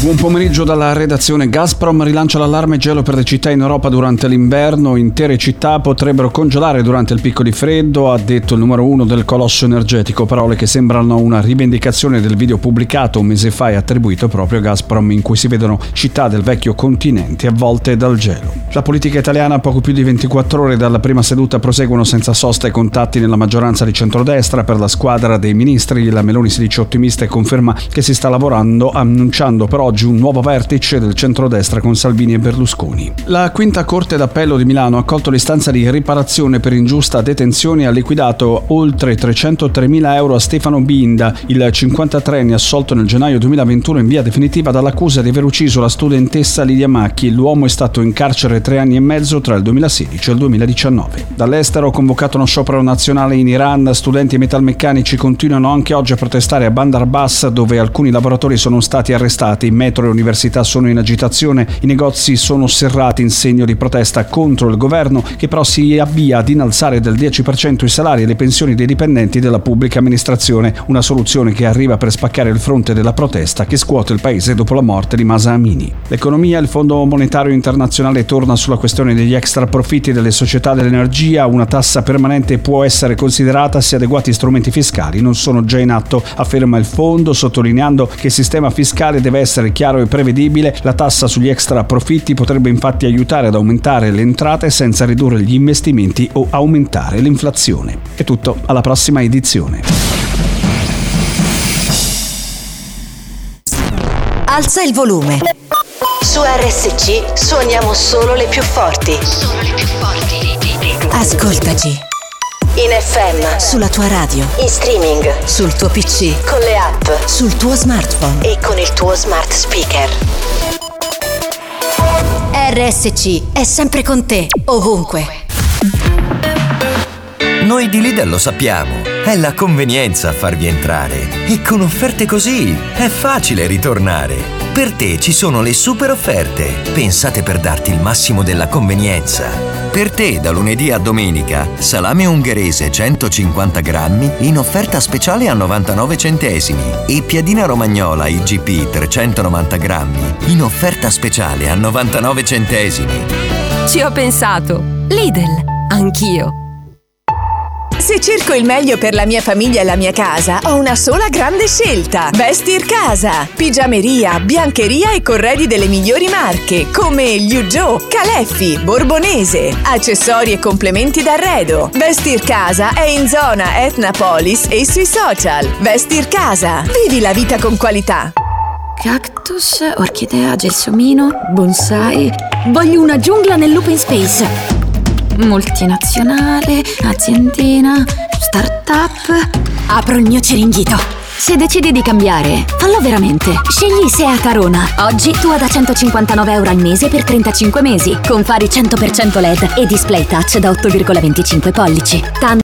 Buon pomeriggio dalla redazione. Gazprom rilancia l'allarme gelo per le città in Europa durante l'inverno. Intere città potrebbero congelare durante il picco di freddo, ha detto il numero uno del colosso energetico. Parole che sembrano una rivendicazione del video pubblicato un mese fa e attribuito proprio a Gazprom, in cui si vedono città del vecchio continente avvolte dal gelo. La politica italiana, a poco più di 24 ore dalla prima seduta, proseguono senza sosta i contatti nella maggioranza di centrodestra per la squadra dei ministri. La Meloni si dice ottimista e conferma che si sta lavorando, annunciando però oggi un nuovo vertice del centrodestra con Salvini e Berlusconi. La quinta corte d'appello di Milano ha accolto l'istanza di riparazione per ingiusta detenzione e ha liquidato oltre 303.000 euro a Stefano Binda, il 53enne assolto nel gennaio 2021 in via definitiva dall'accusa di aver ucciso la studentessa Lidia Macchi. L'uomo è stato in carcere tre anni e mezzo tra il 2016 e il 2019. Dall'estero ho convocato uno sciopero nazionale in Iran, studenti e metalmeccanici continuano anche oggi a protestare a Bandar Abbas dove alcuni lavoratori sono stati arrestati, metro e università sono in agitazione, i negozi sono serrati in segno di protesta contro il governo che però si avvia ad innalzare del 10% i salari e le pensioni dei dipendenti della pubblica amministrazione, una soluzione che arriva per spaccare il fronte della protesta che scuote il paese dopo la morte di Masa Amini. L'economia, il Fondo Monetario Internazionale torna sulla questione degli extra profitti delle società dell'energia, una tassa permanente può essere considerata se adeguati strumenti fiscali non sono già in atto, afferma il fondo sottolineando che il sistema fiscale deve essere chiaro e prevedibile, la tassa sugli extra profitti potrebbe infatti aiutare ad aumentare le entrate senza ridurre gli investimenti o aumentare l'inflazione. È tutto, alla prossima edizione.
Alza il volume.
Su RSC suoniamo solo le più forti. Solo le più forti.
Ascoltaci.
In FM.
Sulla tua radio.
In streaming.
Sul tuo PC.
Con le app.
Sul tuo smartphone.
E con il tuo smart speaker.
RSC è sempre con te, ovunque.
Noi di Lidl lo sappiamo, è la convenienza a farvi entrare e con offerte così è facile ritornare. Per te ci sono le super offerte, pensate per darti il massimo della convenienza. Per te da lunedì a domenica, salame ungherese 150 grammi in offerta speciale a 99 centesimi e piadina romagnola IGP 390 grammi in offerta speciale a 99 centesimi.
Ci ho pensato, Lidl, anch'io.
Se cerco il meglio per la mia famiglia e la mia casa, ho una sola grande scelta. Vestir Casa. Pigiameria, biancheria e corredi delle migliori marche, come Liugio, Caleffi, Borbonese. Accessori e complementi d'arredo. Vestir Casa è in zona Etnapolis e sui social. Vestir Casa. Vivi la vita con qualità.
Cactus, orchidea, gelsomino, bonsai. Voglio una giungla nell'open space multinazionale, aziendina, startup. Apro il mio ceringhito. Se decidi di cambiare, fallo veramente. Scegli SEAT Arona. Oggi tua da 159 euro al mese per 35 mesi, con fari 100% LED e display touch da 8,25 pollici. Tan-